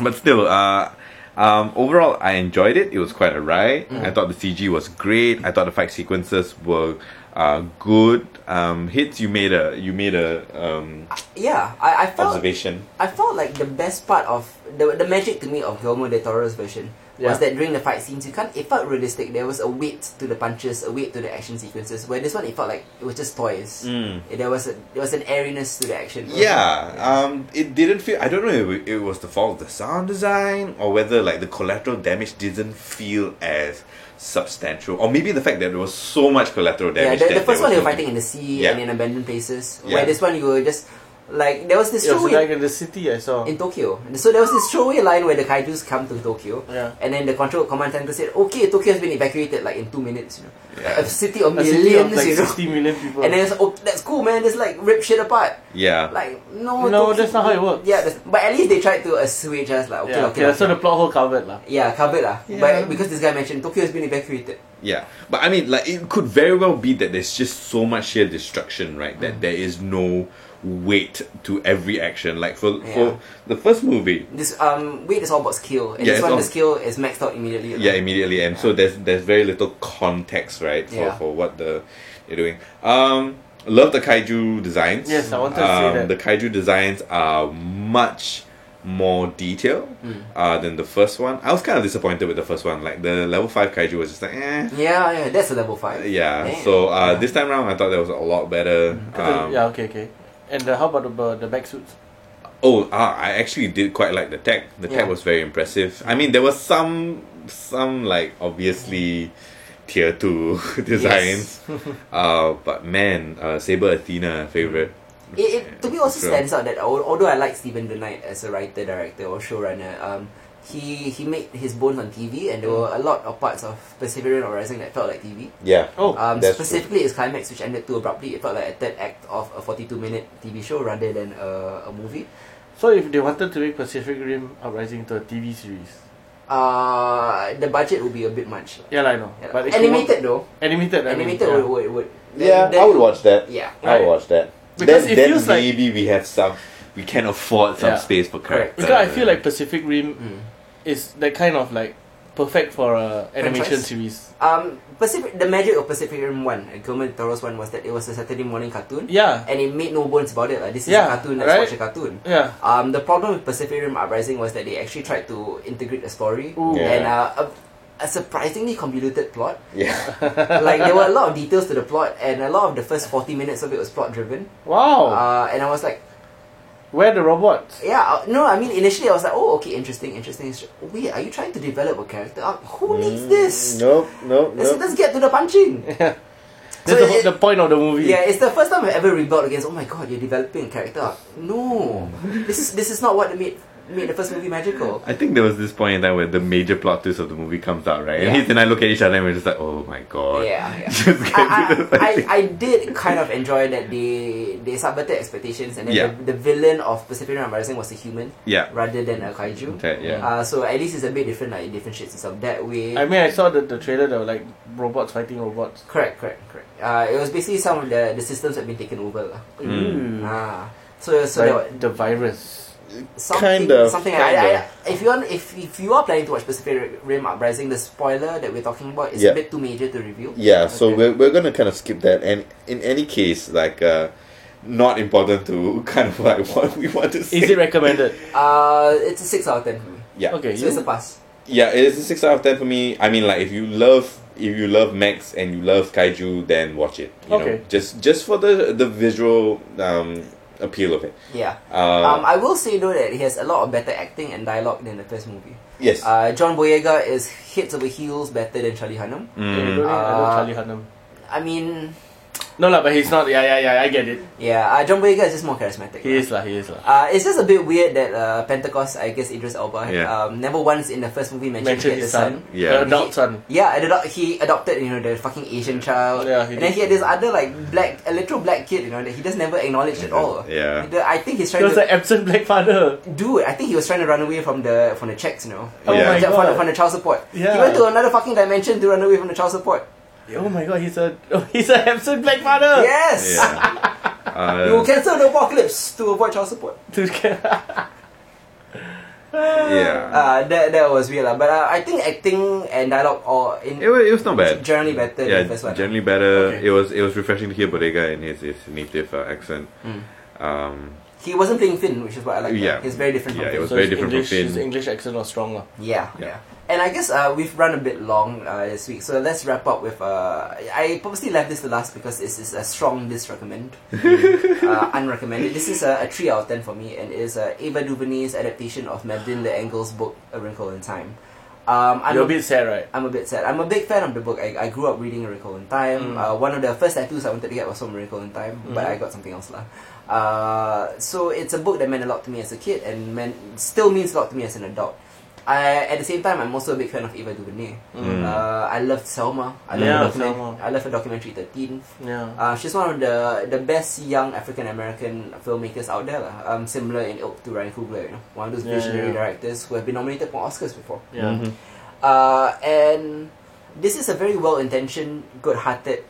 [SPEAKER 3] but still, uh, um, overall, I enjoyed it. It was quite a ride.
[SPEAKER 1] Mm-hmm.
[SPEAKER 3] I thought the CG was great. I thought the fight sequences were uh, good. Um, hits you made a you made a um,
[SPEAKER 1] Yeah, I, I felt
[SPEAKER 3] observation.
[SPEAKER 1] I felt like the best part of the the magic to me of Guillermo del Toro's version was
[SPEAKER 2] Yeah.
[SPEAKER 1] that during the fight scenes you can't it felt realistic. There was a weight to the punches, a weight to the action sequences. Where this one it felt like it was just toys.
[SPEAKER 3] Mm.
[SPEAKER 1] It- There was a there was an airiness to the action.
[SPEAKER 3] Yeah, um, it didn't feel. I don't know if it- it was the fault of the sound design or whether like the collateral damage didn't feel as substantial, or maybe the fact that there was so much collateral damage.
[SPEAKER 1] Yeah, the, the
[SPEAKER 3] that
[SPEAKER 1] first
[SPEAKER 3] there
[SPEAKER 1] one
[SPEAKER 3] was
[SPEAKER 1] you were
[SPEAKER 3] no-
[SPEAKER 1] fighting in the sea
[SPEAKER 3] Yeah.
[SPEAKER 1] and in abandoned places.
[SPEAKER 3] Yeah.
[SPEAKER 1] Where this one you were just like there was this
[SPEAKER 2] it was
[SPEAKER 1] throwaway
[SPEAKER 2] like in the city I saw.
[SPEAKER 1] in Tokyo. So there was this throwaway line where the kaiju's come to Tokyo.
[SPEAKER 2] Yeah.
[SPEAKER 1] And then the control command center said, "Okay, Tokyo has been evacuated like in two minutes, you know,
[SPEAKER 3] Yeah.
[SPEAKER 1] a city of
[SPEAKER 2] A
[SPEAKER 1] millions,
[SPEAKER 2] city of like
[SPEAKER 1] you know."
[SPEAKER 2] 60 million people.
[SPEAKER 1] And then it's oh, that's cool, man. Just like rip shit apart.
[SPEAKER 3] Yeah.
[SPEAKER 1] Like no,
[SPEAKER 2] No,
[SPEAKER 1] don't-
[SPEAKER 2] that's not how it works.
[SPEAKER 1] Yeah, that's, but at least they tried to assuage us. Like okay,
[SPEAKER 2] yeah,
[SPEAKER 1] okay,
[SPEAKER 2] okay,
[SPEAKER 1] okay.
[SPEAKER 2] so the plot hole covered lah.
[SPEAKER 1] yeah, covered lah.
[SPEAKER 3] Yeah.
[SPEAKER 1] But because this guy mentioned Tokyo has been evacuated.
[SPEAKER 3] Yeah, but I mean, like, it could very well be that there's just so much sheer destruction, right?
[SPEAKER 2] Mm.
[SPEAKER 3] That there is no weight to every action. Like for
[SPEAKER 1] Yeah.
[SPEAKER 3] for the first movie,
[SPEAKER 1] This um wait, it's all about skill, and
[SPEAKER 3] Yeah,
[SPEAKER 1] this
[SPEAKER 3] it's
[SPEAKER 1] one
[SPEAKER 3] all-
[SPEAKER 1] the skill is maxed out immediately.
[SPEAKER 3] yeah, immediately, and so there's there's very little context, right, for
[SPEAKER 1] Yeah.
[SPEAKER 3] for what the you're doing. Um, love the kaiju designs.
[SPEAKER 2] Yes, I wanted to say
[SPEAKER 3] Um,
[SPEAKER 2] that.
[SPEAKER 3] the kaiju designs are much more detailed
[SPEAKER 1] Hmm.
[SPEAKER 3] uh, than the first one. I was kind of disappointed with the first one. Like the level five kaiju was just like, eh.
[SPEAKER 1] yeah, yeah. That's a level five.
[SPEAKER 3] Yeah,
[SPEAKER 1] Damn.
[SPEAKER 3] so uh,
[SPEAKER 1] Yeah.
[SPEAKER 3] this time around I thought that was a lot better.
[SPEAKER 2] Because-
[SPEAKER 3] Um,
[SPEAKER 2] yeah, okay, okay. And the, how about the, uh, the back suits?
[SPEAKER 3] Oh, ah, I actually did quite like the tech. The
[SPEAKER 2] Yeah.
[SPEAKER 3] tech was very impressive. I mean, there was some, some like obviously tier two designs, uh, but man, uh, Saber Athena favorite.
[SPEAKER 1] It, it to me also
[SPEAKER 3] Sure.
[SPEAKER 1] stands out that al- although I like Stephen Knight as a writer, director, or showrunner, um, he he made his bones on TV, and there were a lot of parts of Perseverance or Rising that felt like TV.
[SPEAKER 3] Yeah.
[SPEAKER 2] Oh,
[SPEAKER 1] Um,
[SPEAKER 3] That's
[SPEAKER 1] specifically, its climax, which ended too abruptly, it felt like a third act of a 42-minute TV show rather than a, a movie.
[SPEAKER 2] so if they wanted to make Pacific Rim Uprising into a TV series,
[SPEAKER 1] Uh, the budget would be a bit much.
[SPEAKER 2] yeah, lah, I know.
[SPEAKER 1] Yeah.
[SPEAKER 2] But it could
[SPEAKER 1] animated though,
[SPEAKER 2] work- animated, I mean,
[SPEAKER 1] animated
[SPEAKER 2] yeah.
[SPEAKER 1] would, would, would
[SPEAKER 3] Yeah, I would watch that.
[SPEAKER 1] Yeah,
[SPEAKER 3] I would
[SPEAKER 2] Right.
[SPEAKER 3] watch that.
[SPEAKER 2] Because
[SPEAKER 3] then,
[SPEAKER 2] it
[SPEAKER 3] then
[SPEAKER 2] feels like-
[SPEAKER 3] maybe we have some. We can afford some
[SPEAKER 2] Yeah.
[SPEAKER 3] space for
[SPEAKER 1] Correct.
[SPEAKER 3] character.
[SPEAKER 2] Because I feel like Pacific Rim
[SPEAKER 1] Mm.
[SPEAKER 2] is that kind of like perfect for a animation
[SPEAKER 1] Franchise?
[SPEAKER 2] series.
[SPEAKER 1] Um, Pacific, the magic of Pacific Rim One, and Guillermo del Toro's one, was that it was a Saturday morning cartoon,
[SPEAKER 2] Yeah,
[SPEAKER 1] and it made no bones about it. Like, this is
[SPEAKER 2] Yeah,
[SPEAKER 1] a cartoon. Let's
[SPEAKER 2] right?
[SPEAKER 1] watch a cartoon.
[SPEAKER 2] yeah.
[SPEAKER 1] Um, the problem with Pacific Rim Uprising was that they actually tried to integrate the story
[SPEAKER 2] Ooh.
[SPEAKER 3] Yeah.
[SPEAKER 1] and uh, a, a surprisingly convoluted plot.
[SPEAKER 3] Yeah.
[SPEAKER 1] like there were a lot of details to the plot, and a lot of the first forty minutes of it was plot driven.
[SPEAKER 2] Wow,
[SPEAKER 1] Uh, and I was like,
[SPEAKER 2] where the robots?
[SPEAKER 1] yeah, uh, no, I mean initially I was like, oh, okay, interesting, interesting. inter- Wait, are you trying to develop a character? arc? who
[SPEAKER 2] Mm,
[SPEAKER 1] needs this?
[SPEAKER 3] Nope. Nope.
[SPEAKER 1] Let's, let's get to the punching.
[SPEAKER 2] That's
[SPEAKER 1] So
[SPEAKER 2] the,
[SPEAKER 1] it-
[SPEAKER 2] the point of the movie.
[SPEAKER 1] Yeah, it's the first time I've ever rebelled against. Oh my god, you're developing a character. arc." No, this is this is not what made made the first movie magical.
[SPEAKER 3] I think there was this point in time where the major plot twist of the movie comes out, right? And
[SPEAKER 1] Yeah.
[SPEAKER 3] Heath and I look at each other and we're just like, oh my god.
[SPEAKER 1] Yeah, yeah.
[SPEAKER 3] Just get to
[SPEAKER 1] I,
[SPEAKER 3] the
[SPEAKER 1] I,
[SPEAKER 3] fighting.
[SPEAKER 1] I, I did kind of enjoy that they they subverted expectations and then
[SPEAKER 3] Yeah.
[SPEAKER 1] the, the villain of Pacific Rim Uprising was a human
[SPEAKER 3] yeah.
[SPEAKER 1] rather than a kaiju.
[SPEAKER 3] Okay, yeah.
[SPEAKER 1] Uh, so at least it's a bit different. Like it differentiates itself that way.
[SPEAKER 2] I mean, I saw the, the trailer. There were like robots fighting robots.
[SPEAKER 1] correct, correct, correct. Uh, it was basically some of the the systems have been taken over. lah.
[SPEAKER 2] Hmm.
[SPEAKER 3] Mm.
[SPEAKER 1] Ah. So, so there
[SPEAKER 2] Like
[SPEAKER 1] were-
[SPEAKER 2] the virus.
[SPEAKER 1] something,
[SPEAKER 3] Kind of,
[SPEAKER 1] something.
[SPEAKER 3] kind
[SPEAKER 1] I, I,
[SPEAKER 3] of.
[SPEAKER 1] if you want, if, if you are planning to watch Pacific Rim Uprising, the spoiler that we're talking about is
[SPEAKER 3] Yeah.
[SPEAKER 1] a bit too major to review.
[SPEAKER 3] Yeah, so
[SPEAKER 2] Okay.
[SPEAKER 3] we're, we're gonna kind of skip that, and in any case, like, uh, not important to kind of like what we want to say.
[SPEAKER 2] Is it recommended?
[SPEAKER 1] Uh, it's a six out of ten for me.
[SPEAKER 3] Yeah,
[SPEAKER 2] Okay,
[SPEAKER 1] So it's a
[SPEAKER 2] you,
[SPEAKER 1] pass.
[SPEAKER 3] yeah, it is a six out of ten for me. I mean, like, if you love if you love Max and you love kaiju, then watch it. You
[SPEAKER 2] Okay.
[SPEAKER 3] know, just just for the the visual um appeal of it.
[SPEAKER 1] Yeah.
[SPEAKER 3] Uh,
[SPEAKER 1] Um, I will say though that he has a lot of better acting and dialogue than the first movie.
[SPEAKER 3] yes.
[SPEAKER 1] Uh, John Boyega is heads over heels better than Charlie Hunnam.
[SPEAKER 2] Yeah, you don't
[SPEAKER 3] Mm.
[SPEAKER 2] need- I know
[SPEAKER 1] Uh,
[SPEAKER 2] Charlie Hunnam.
[SPEAKER 1] I mean,
[SPEAKER 2] No, lah, but he's not. Yeah, yeah, yeah. I get it.
[SPEAKER 1] yeah, uh, John Boyega is just more charismatic.
[SPEAKER 2] He is lah. He is lah.
[SPEAKER 1] Uh, it's just a bit weird that uh, Pentecost, I guess Idris Elba,
[SPEAKER 3] Yeah.
[SPEAKER 1] um, never once in the first movie mentioned, he had
[SPEAKER 2] Mentioned
[SPEAKER 1] a
[SPEAKER 2] his
[SPEAKER 1] son.
[SPEAKER 2] son.
[SPEAKER 3] Yeah.
[SPEAKER 2] Her adult son.
[SPEAKER 1] Yeah, I adopt, he adopted, you know, the fucking Asian child.
[SPEAKER 2] Yeah, he
[SPEAKER 1] and then
[SPEAKER 2] did.
[SPEAKER 1] he had this other, like, black, a little black kid, you know, that he just never acknowledged at all.
[SPEAKER 3] Yeah.
[SPEAKER 1] The- I think he's
[SPEAKER 2] He
[SPEAKER 1] trying
[SPEAKER 2] was
[SPEAKER 1] to.
[SPEAKER 2] an absent black father.
[SPEAKER 1] Dude, I think he was trying to run away from the from the checks, you know. From
[SPEAKER 3] Oh my
[SPEAKER 1] the- from,
[SPEAKER 2] God.
[SPEAKER 1] the, from the child support. He
[SPEAKER 2] Yeah.
[SPEAKER 1] went to another fucking dimension to run away from the child support.
[SPEAKER 2] Oh my god, he's a oh, he's an absent black father.
[SPEAKER 1] Yes!
[SPEAKER 3] Yeah.
[SPEAKER 1] You will
[SPEAKER 3] Uh,
[SPEAKER 1] cancel the apocalypse to avoid child support.
[SPEAKER 2] To-
[SPEAKER 3] yeah.
[SPEAKER 1] Uh, that, that was weird, lah. but uh, I think acting and dialogue or in
[SPEAKER 3] It, wa- it was not bad.
[SPEAKER 1] generally better
[SPEAKER 3] yeah,
[SPEAKER 1] than the first one.
[SPEAKER 3] generally better.
[SPEAKER 2] Okay.
[SPEAKER 3] It was it was refreshing to hear Bodega in his, his native uh, accent. Um,
[SPEAKER 1] Mm. he wasn't playing Finn, which is what I like.
[SPEAKER 3] Yeah.
[SPEAKER 1] He's very different
[SPEAKER 3] Yeah,
[SPEAKER 1] from
[SPEAKER 3] it
[SPEAKER 1] Finn.
[SPEAKER 3] was
[SPEAKER 2] So
[SPEAKER 3] very
[SPEAKER 2] his
[SPEAKER 3] different from
[SPEAKER 2] English,
[SPEAKER 3] Finn.
[SPEAKER 2] His English accent was strong lah.
[SPEAKER 1] Yeah,
[SPEAKER 3] Yeah.
[SPEAKER 1] yeah. And I guess uh, we've run a bit long uh, this week, so let's wrap up with. Uh, I purposely left this to last because this is a strong disrecommend, uh, unrecommended. This is a, a three out of ten for me, and it is uh, Ava DuVernay's adaptation of Madeline Le Engle's book A Wrinkle in Time. Um, I'm
[SPEAKER 2] You're a bit sad, right?
[SPEAKER 1] I'm a bit sad. I'm a big fan of the book. I, I grew up reading A Wrinkle in Time.
[SPEAKER 2] Mm.
[SPEAKER 1] Uh, one of the first tattoos I wanted to get was from A Wrinkle in Time, but
[SPEAKER 2] Mhm.
[SPEAKER 1] I got something else lah. Uh, so it's a book that meant a lot to me as a kid and meant, still means a lot to me as an adult. I, at the same time, I'm also a big fan of Eva DuVernay.
[SPEAKER 3] Mm.
[SPEAKER 1] Uh, I loved Selma. I
[SPEAKER 2] Yeah,
[SPEAKER 1] love her documentary.
[SPEAKER 2] Selma.
[SPEAKER 1] I love her documentary 13.
[SPEAKER 2] Yeah.
[SPEAKER 1] Uh, she's one of the the best young African American filmmakers out there, lah. um, similar in ilk to Ryan Coogler, you know, one of those
[SPEAKER 2] Yeah,
[SPEAKER 1] visionary
[SPEAKER 2] yeah.
[SPEAKER 1] directors who have been nominated for Oscars before.
[SPEAKER 2] Yeah.
[SPEAKER 3] Mhm.
[SPEAKER 1] Uh, and this is a very well intentioned, good hearted,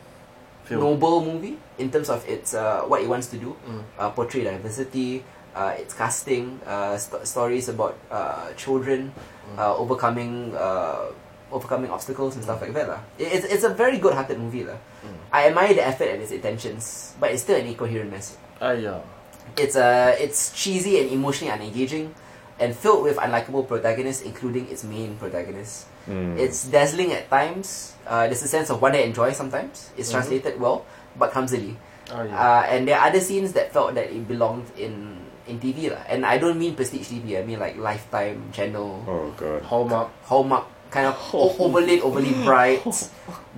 [SPEAKER 2] Film.
[SPEAKER 1] noble movie in terms of its uh, what it wants to do
[SPEAKER 2] Mm.
[SPEAKER 1] uh, portray diversity, uh, its casting, uh, st- stories about uh, children
[SPEAKER 2] Mm.
[SPEAKER 1] uh, overcoming uh, overcoming obstacles and stuff like that. lah. It, it's, it's a very good hearted movie. lah.
[SPEAKER 2] Mm.
[SPEAKER 1] I admire the effort and its intentions, but it's still an incoherent mess.
[SPEAKER 2] Ah, yeah.
[SPEAKER 1] It's uh, it's cheesy and emotionally unengaging, and filled with unlikable protagonists, including its main protagonist.
[SPEAKER 3] Mm.
[SPEAKER 1] It's dazzling at times. Uh, there's a sense of wonder and joy sometimes. It's translated well, but clumsily.
[SPEAKER 2] Oh, yeah.
[SPEAKER 1] Uh, and there are other scenes that felt that it belonged in in TV lah. And I don't mean prestige TV. I mean like Lifetime channel,
[SPEAKER 5] Oh god.
[SPEAKER 2] Hallmark.
[SPEAKER 1] Hallmark kind of o- overlaid, overly bright.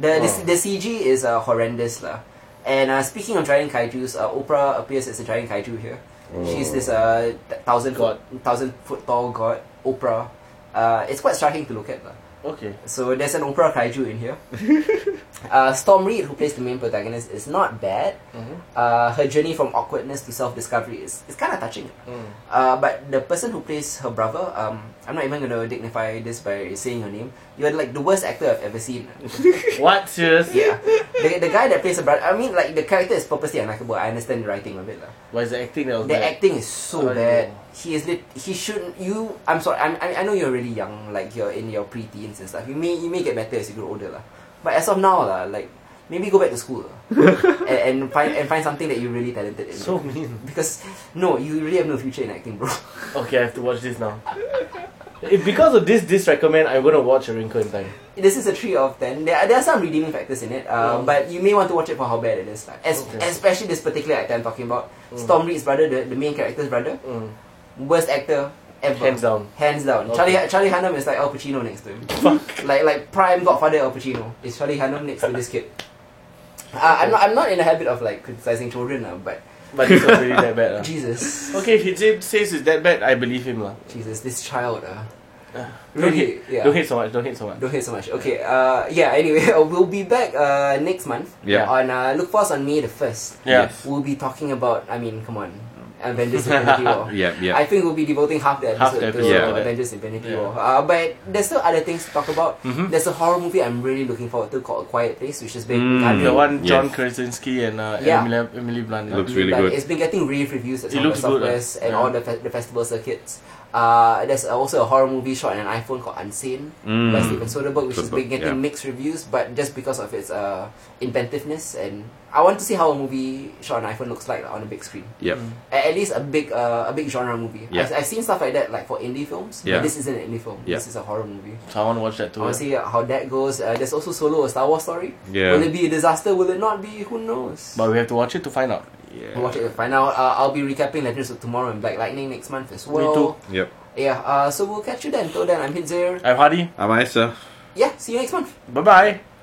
[SPEAKER 1] The, the the CG is uh, horrendous lah. And uh, speaking of giant kaiju's, uh, Oprah appears as a giant kaiju here.
[SPEAKER 3] Oh.
[SPEAKER 1] She's this uh, th- thousand foot, thousand foot tall god, Oprah. Uh, it's quite striking to look at lah.
[SPEAKER 2] Okay.
[SPEAKER 1] So there's an Oprah kaiju in here. uh, Storm Reed, who plays the main protagonist, is not bad.
[SPEAKER 2] Mm-hmm.
[SPEAKER 1] Uh, her journey from awkwardness to self-discovery is, is kind of touching.
[SPEAKER 2] Mm.
[SPEAKER 1] Uh, but the person who plays her brother, um, I'm not even gonna dignify this by saying her name. You're like the worst actor I've ever seen.
[SPEAKER 2] What? Serious?
[SPEAKER 1] yeah, the, the guy that plays her brother. I mean, like the character is purposely unlikable. I understand the writing of it, lah.
[SPEAKER 2] Why is the acting that was
[SPEAKER 1] The
[SPEAKER 2] bad?
[SPEAKER 1] acting is so
[SPEAKER 2] I
[SPEAKER 1] bad.
[SPEAKER 2] know.
[SPEAKER 1] He is lit. He shouldn't. You. I'm sorry. I'm, I, I know you're really young. Like you're in your pre-teens and stuff. You may you may get better as you grow older, lah. But as of now, lah, like maybe go back to school lah. and, and find and find something that you're really talented in.
[SPEAKER 2] So mean.
[SPEAKER 1] because no, you really have no future in acting, bro.
[SPEAKER 2] Okay, I have to watch this now. if because of this, this recommend, I'm gonna watch A Wrinkle in Time.
[SPEAKER 1] this is a three out of ten. There are, there are some redeeming factors in it, uh,
[SPEAKER 2] Mm.
[SPEAKER 1] but you may want to watch it for how bad it is. Like, es-
[SPEAKER 2] Okay. Oh.
[SPEAKER 1] Especially this particular actor I'm talking about, Storm Reed's brother, the, the main character's brother,
[SPEAKER 2] Mm.
[SPEAKER 1] worst actor ever.
[SPEAKER 2] Hands down.
[SPEAKER 1] Hands down.
[SPEAKER 2] Okay.
[SPEAKER 1] Charlie Charlie Hunnam is like Al Pacino next to him. Like like prime Godfather Al Pacino is Charlie Hunnam next to this kid. Uh, I'm not I'm not in the habit of like criticizing children now, but
[SPEAKER 2] But this was really that bad. lah.
[SPEAKER 1] Jesus,
[SPEAKER 2] Okay, if he say- says it's that bad, I believe him lah.
[SPEAKER 1] Jesus, this child. Uh,
[SPEAKER 2] Ah, don't
[SPEAKER 1] really, yeah.
[SPEAKER 2] Don't hate so much. Don't hate so much.
[SPEAKER 1] Don't hate so much. Okay. Uh, yeah. Anyway, we'll be back uh, next month.
[SPEAKER 5] Yeah.
[SPEAKER 1] On uh, look for us on May the first.
[SPEAKER 2] Yeah.
[SPEAKER 5] Yes.
[SPEAKER 1] We'll be talking about. I mean, come on, Avengers Infinity War.
[SPEAKER 5] Yep, yep.
[SPEAKER 1] I think we'll be devoting half the episode,
[SPEAKER 2] Half
[SPEAKER 1] to
[SPEAKER 2] the episode
[SPEAKER 5] to
[SPEAKER 1] uh,
[SPEAKER 2] that.
[SPEAKER 1] Avengers Infinity
[SPEAKER 2] Yeah.
[SPEAKER 1] War. Uh, but there's still other things to talk about.
[SPEAKER 2] Mm-hmm.
[SPEAKER 1] There's a horror movie I'm really looking forward to called A Quiet Place, which is being
[SPEAKER 5] Mm.
[SPEAKER 1] I've been-
[SPEAKER 2] The one
[SPEAKER 5] Yes.
[SPEAKER 2] John Krasinski and uh,
[SPEAKER 1] Yeah.
[SPEAKER 2] Emily, Emily Blunt.
[SPEAKER 5] Looks
[SPEAKER 1] Really
[SPEAKER 5] really
[SPEAKER 1] bad.
[SPEAKER 5] good.
[SPEAKER 1] It's been getting rave reviews at
[SPEAKER 2] It
[SPEAKER 1] some
[SPEAKER 2] looks
[SPEAKER 1] of
[SPEAKER 2] good,
[SPEAKER 1] the softwares
[SPEAKER 2] uh,
[SPEAKER 1] and
[SPEAKER 2] yeah.
[SPEAKER 1] all the, fe- the festival circuits. Uh, there's also a horror movie shot on an iPhone called Unsane by
[SPEAKER 5] Mm.
[SPEAKER 1] Steven Soderbergh, which has been
[SPEAKER 5] Soderbergh,
[SPEAKER 1] getting
[SPEAKER 5] yeah.
[SPEAKER 1] mixed reviews, but just because of its uh, inventiveness and I want to see how a movie shot on iPhone looks like on a big screen.
[SPEAKER 2] Mm.
[SPEAKER 5] Yep.
[SPEAKER 1] A- At least a big uh, a big genre movie.
[SPEAKER 5] Yeah.
[SPEAKER 1] I've, I've seen stuff like that like for indie films.
[SPEAKER 5] Yeah.
[SPEAKER 1] But this isn't an indie film.
[SPEAKER 5] Yeah.
[SPEAKER 1] This is a horror movie.
[SPEAKER 2] So I want to watch
[SPEAKER 1] I
[SPEAKER 2] that too.
[SPEAKER 1] want to see how that goes. Uh, there's also Solo, a Star Wars story.
[SPEAKER 5] Yeah.
[SPEAKER 1] Will it be a disaster? Will it not be? Who knows?
[SPEAKER 2] But we have to watch it to find out.
[SPEAKER 1] We'll watch it to find out. Uh, I'll be recapping Legends of Tomorrow and Black Lightning next month as well.
[SPEAKER 2] too.
[SPEAKER 5] Yep.
[SPEAKER 1] Yeah, uh, so we'll catch you then. Till then, I'm Hinzir.
[SPEAKER 2] I'm Hardy.
[SPEAKER 5] I'm Isa.
[SPEAKER 1] Yeah, see you next month.
[SPEAKER 2] Bye bye.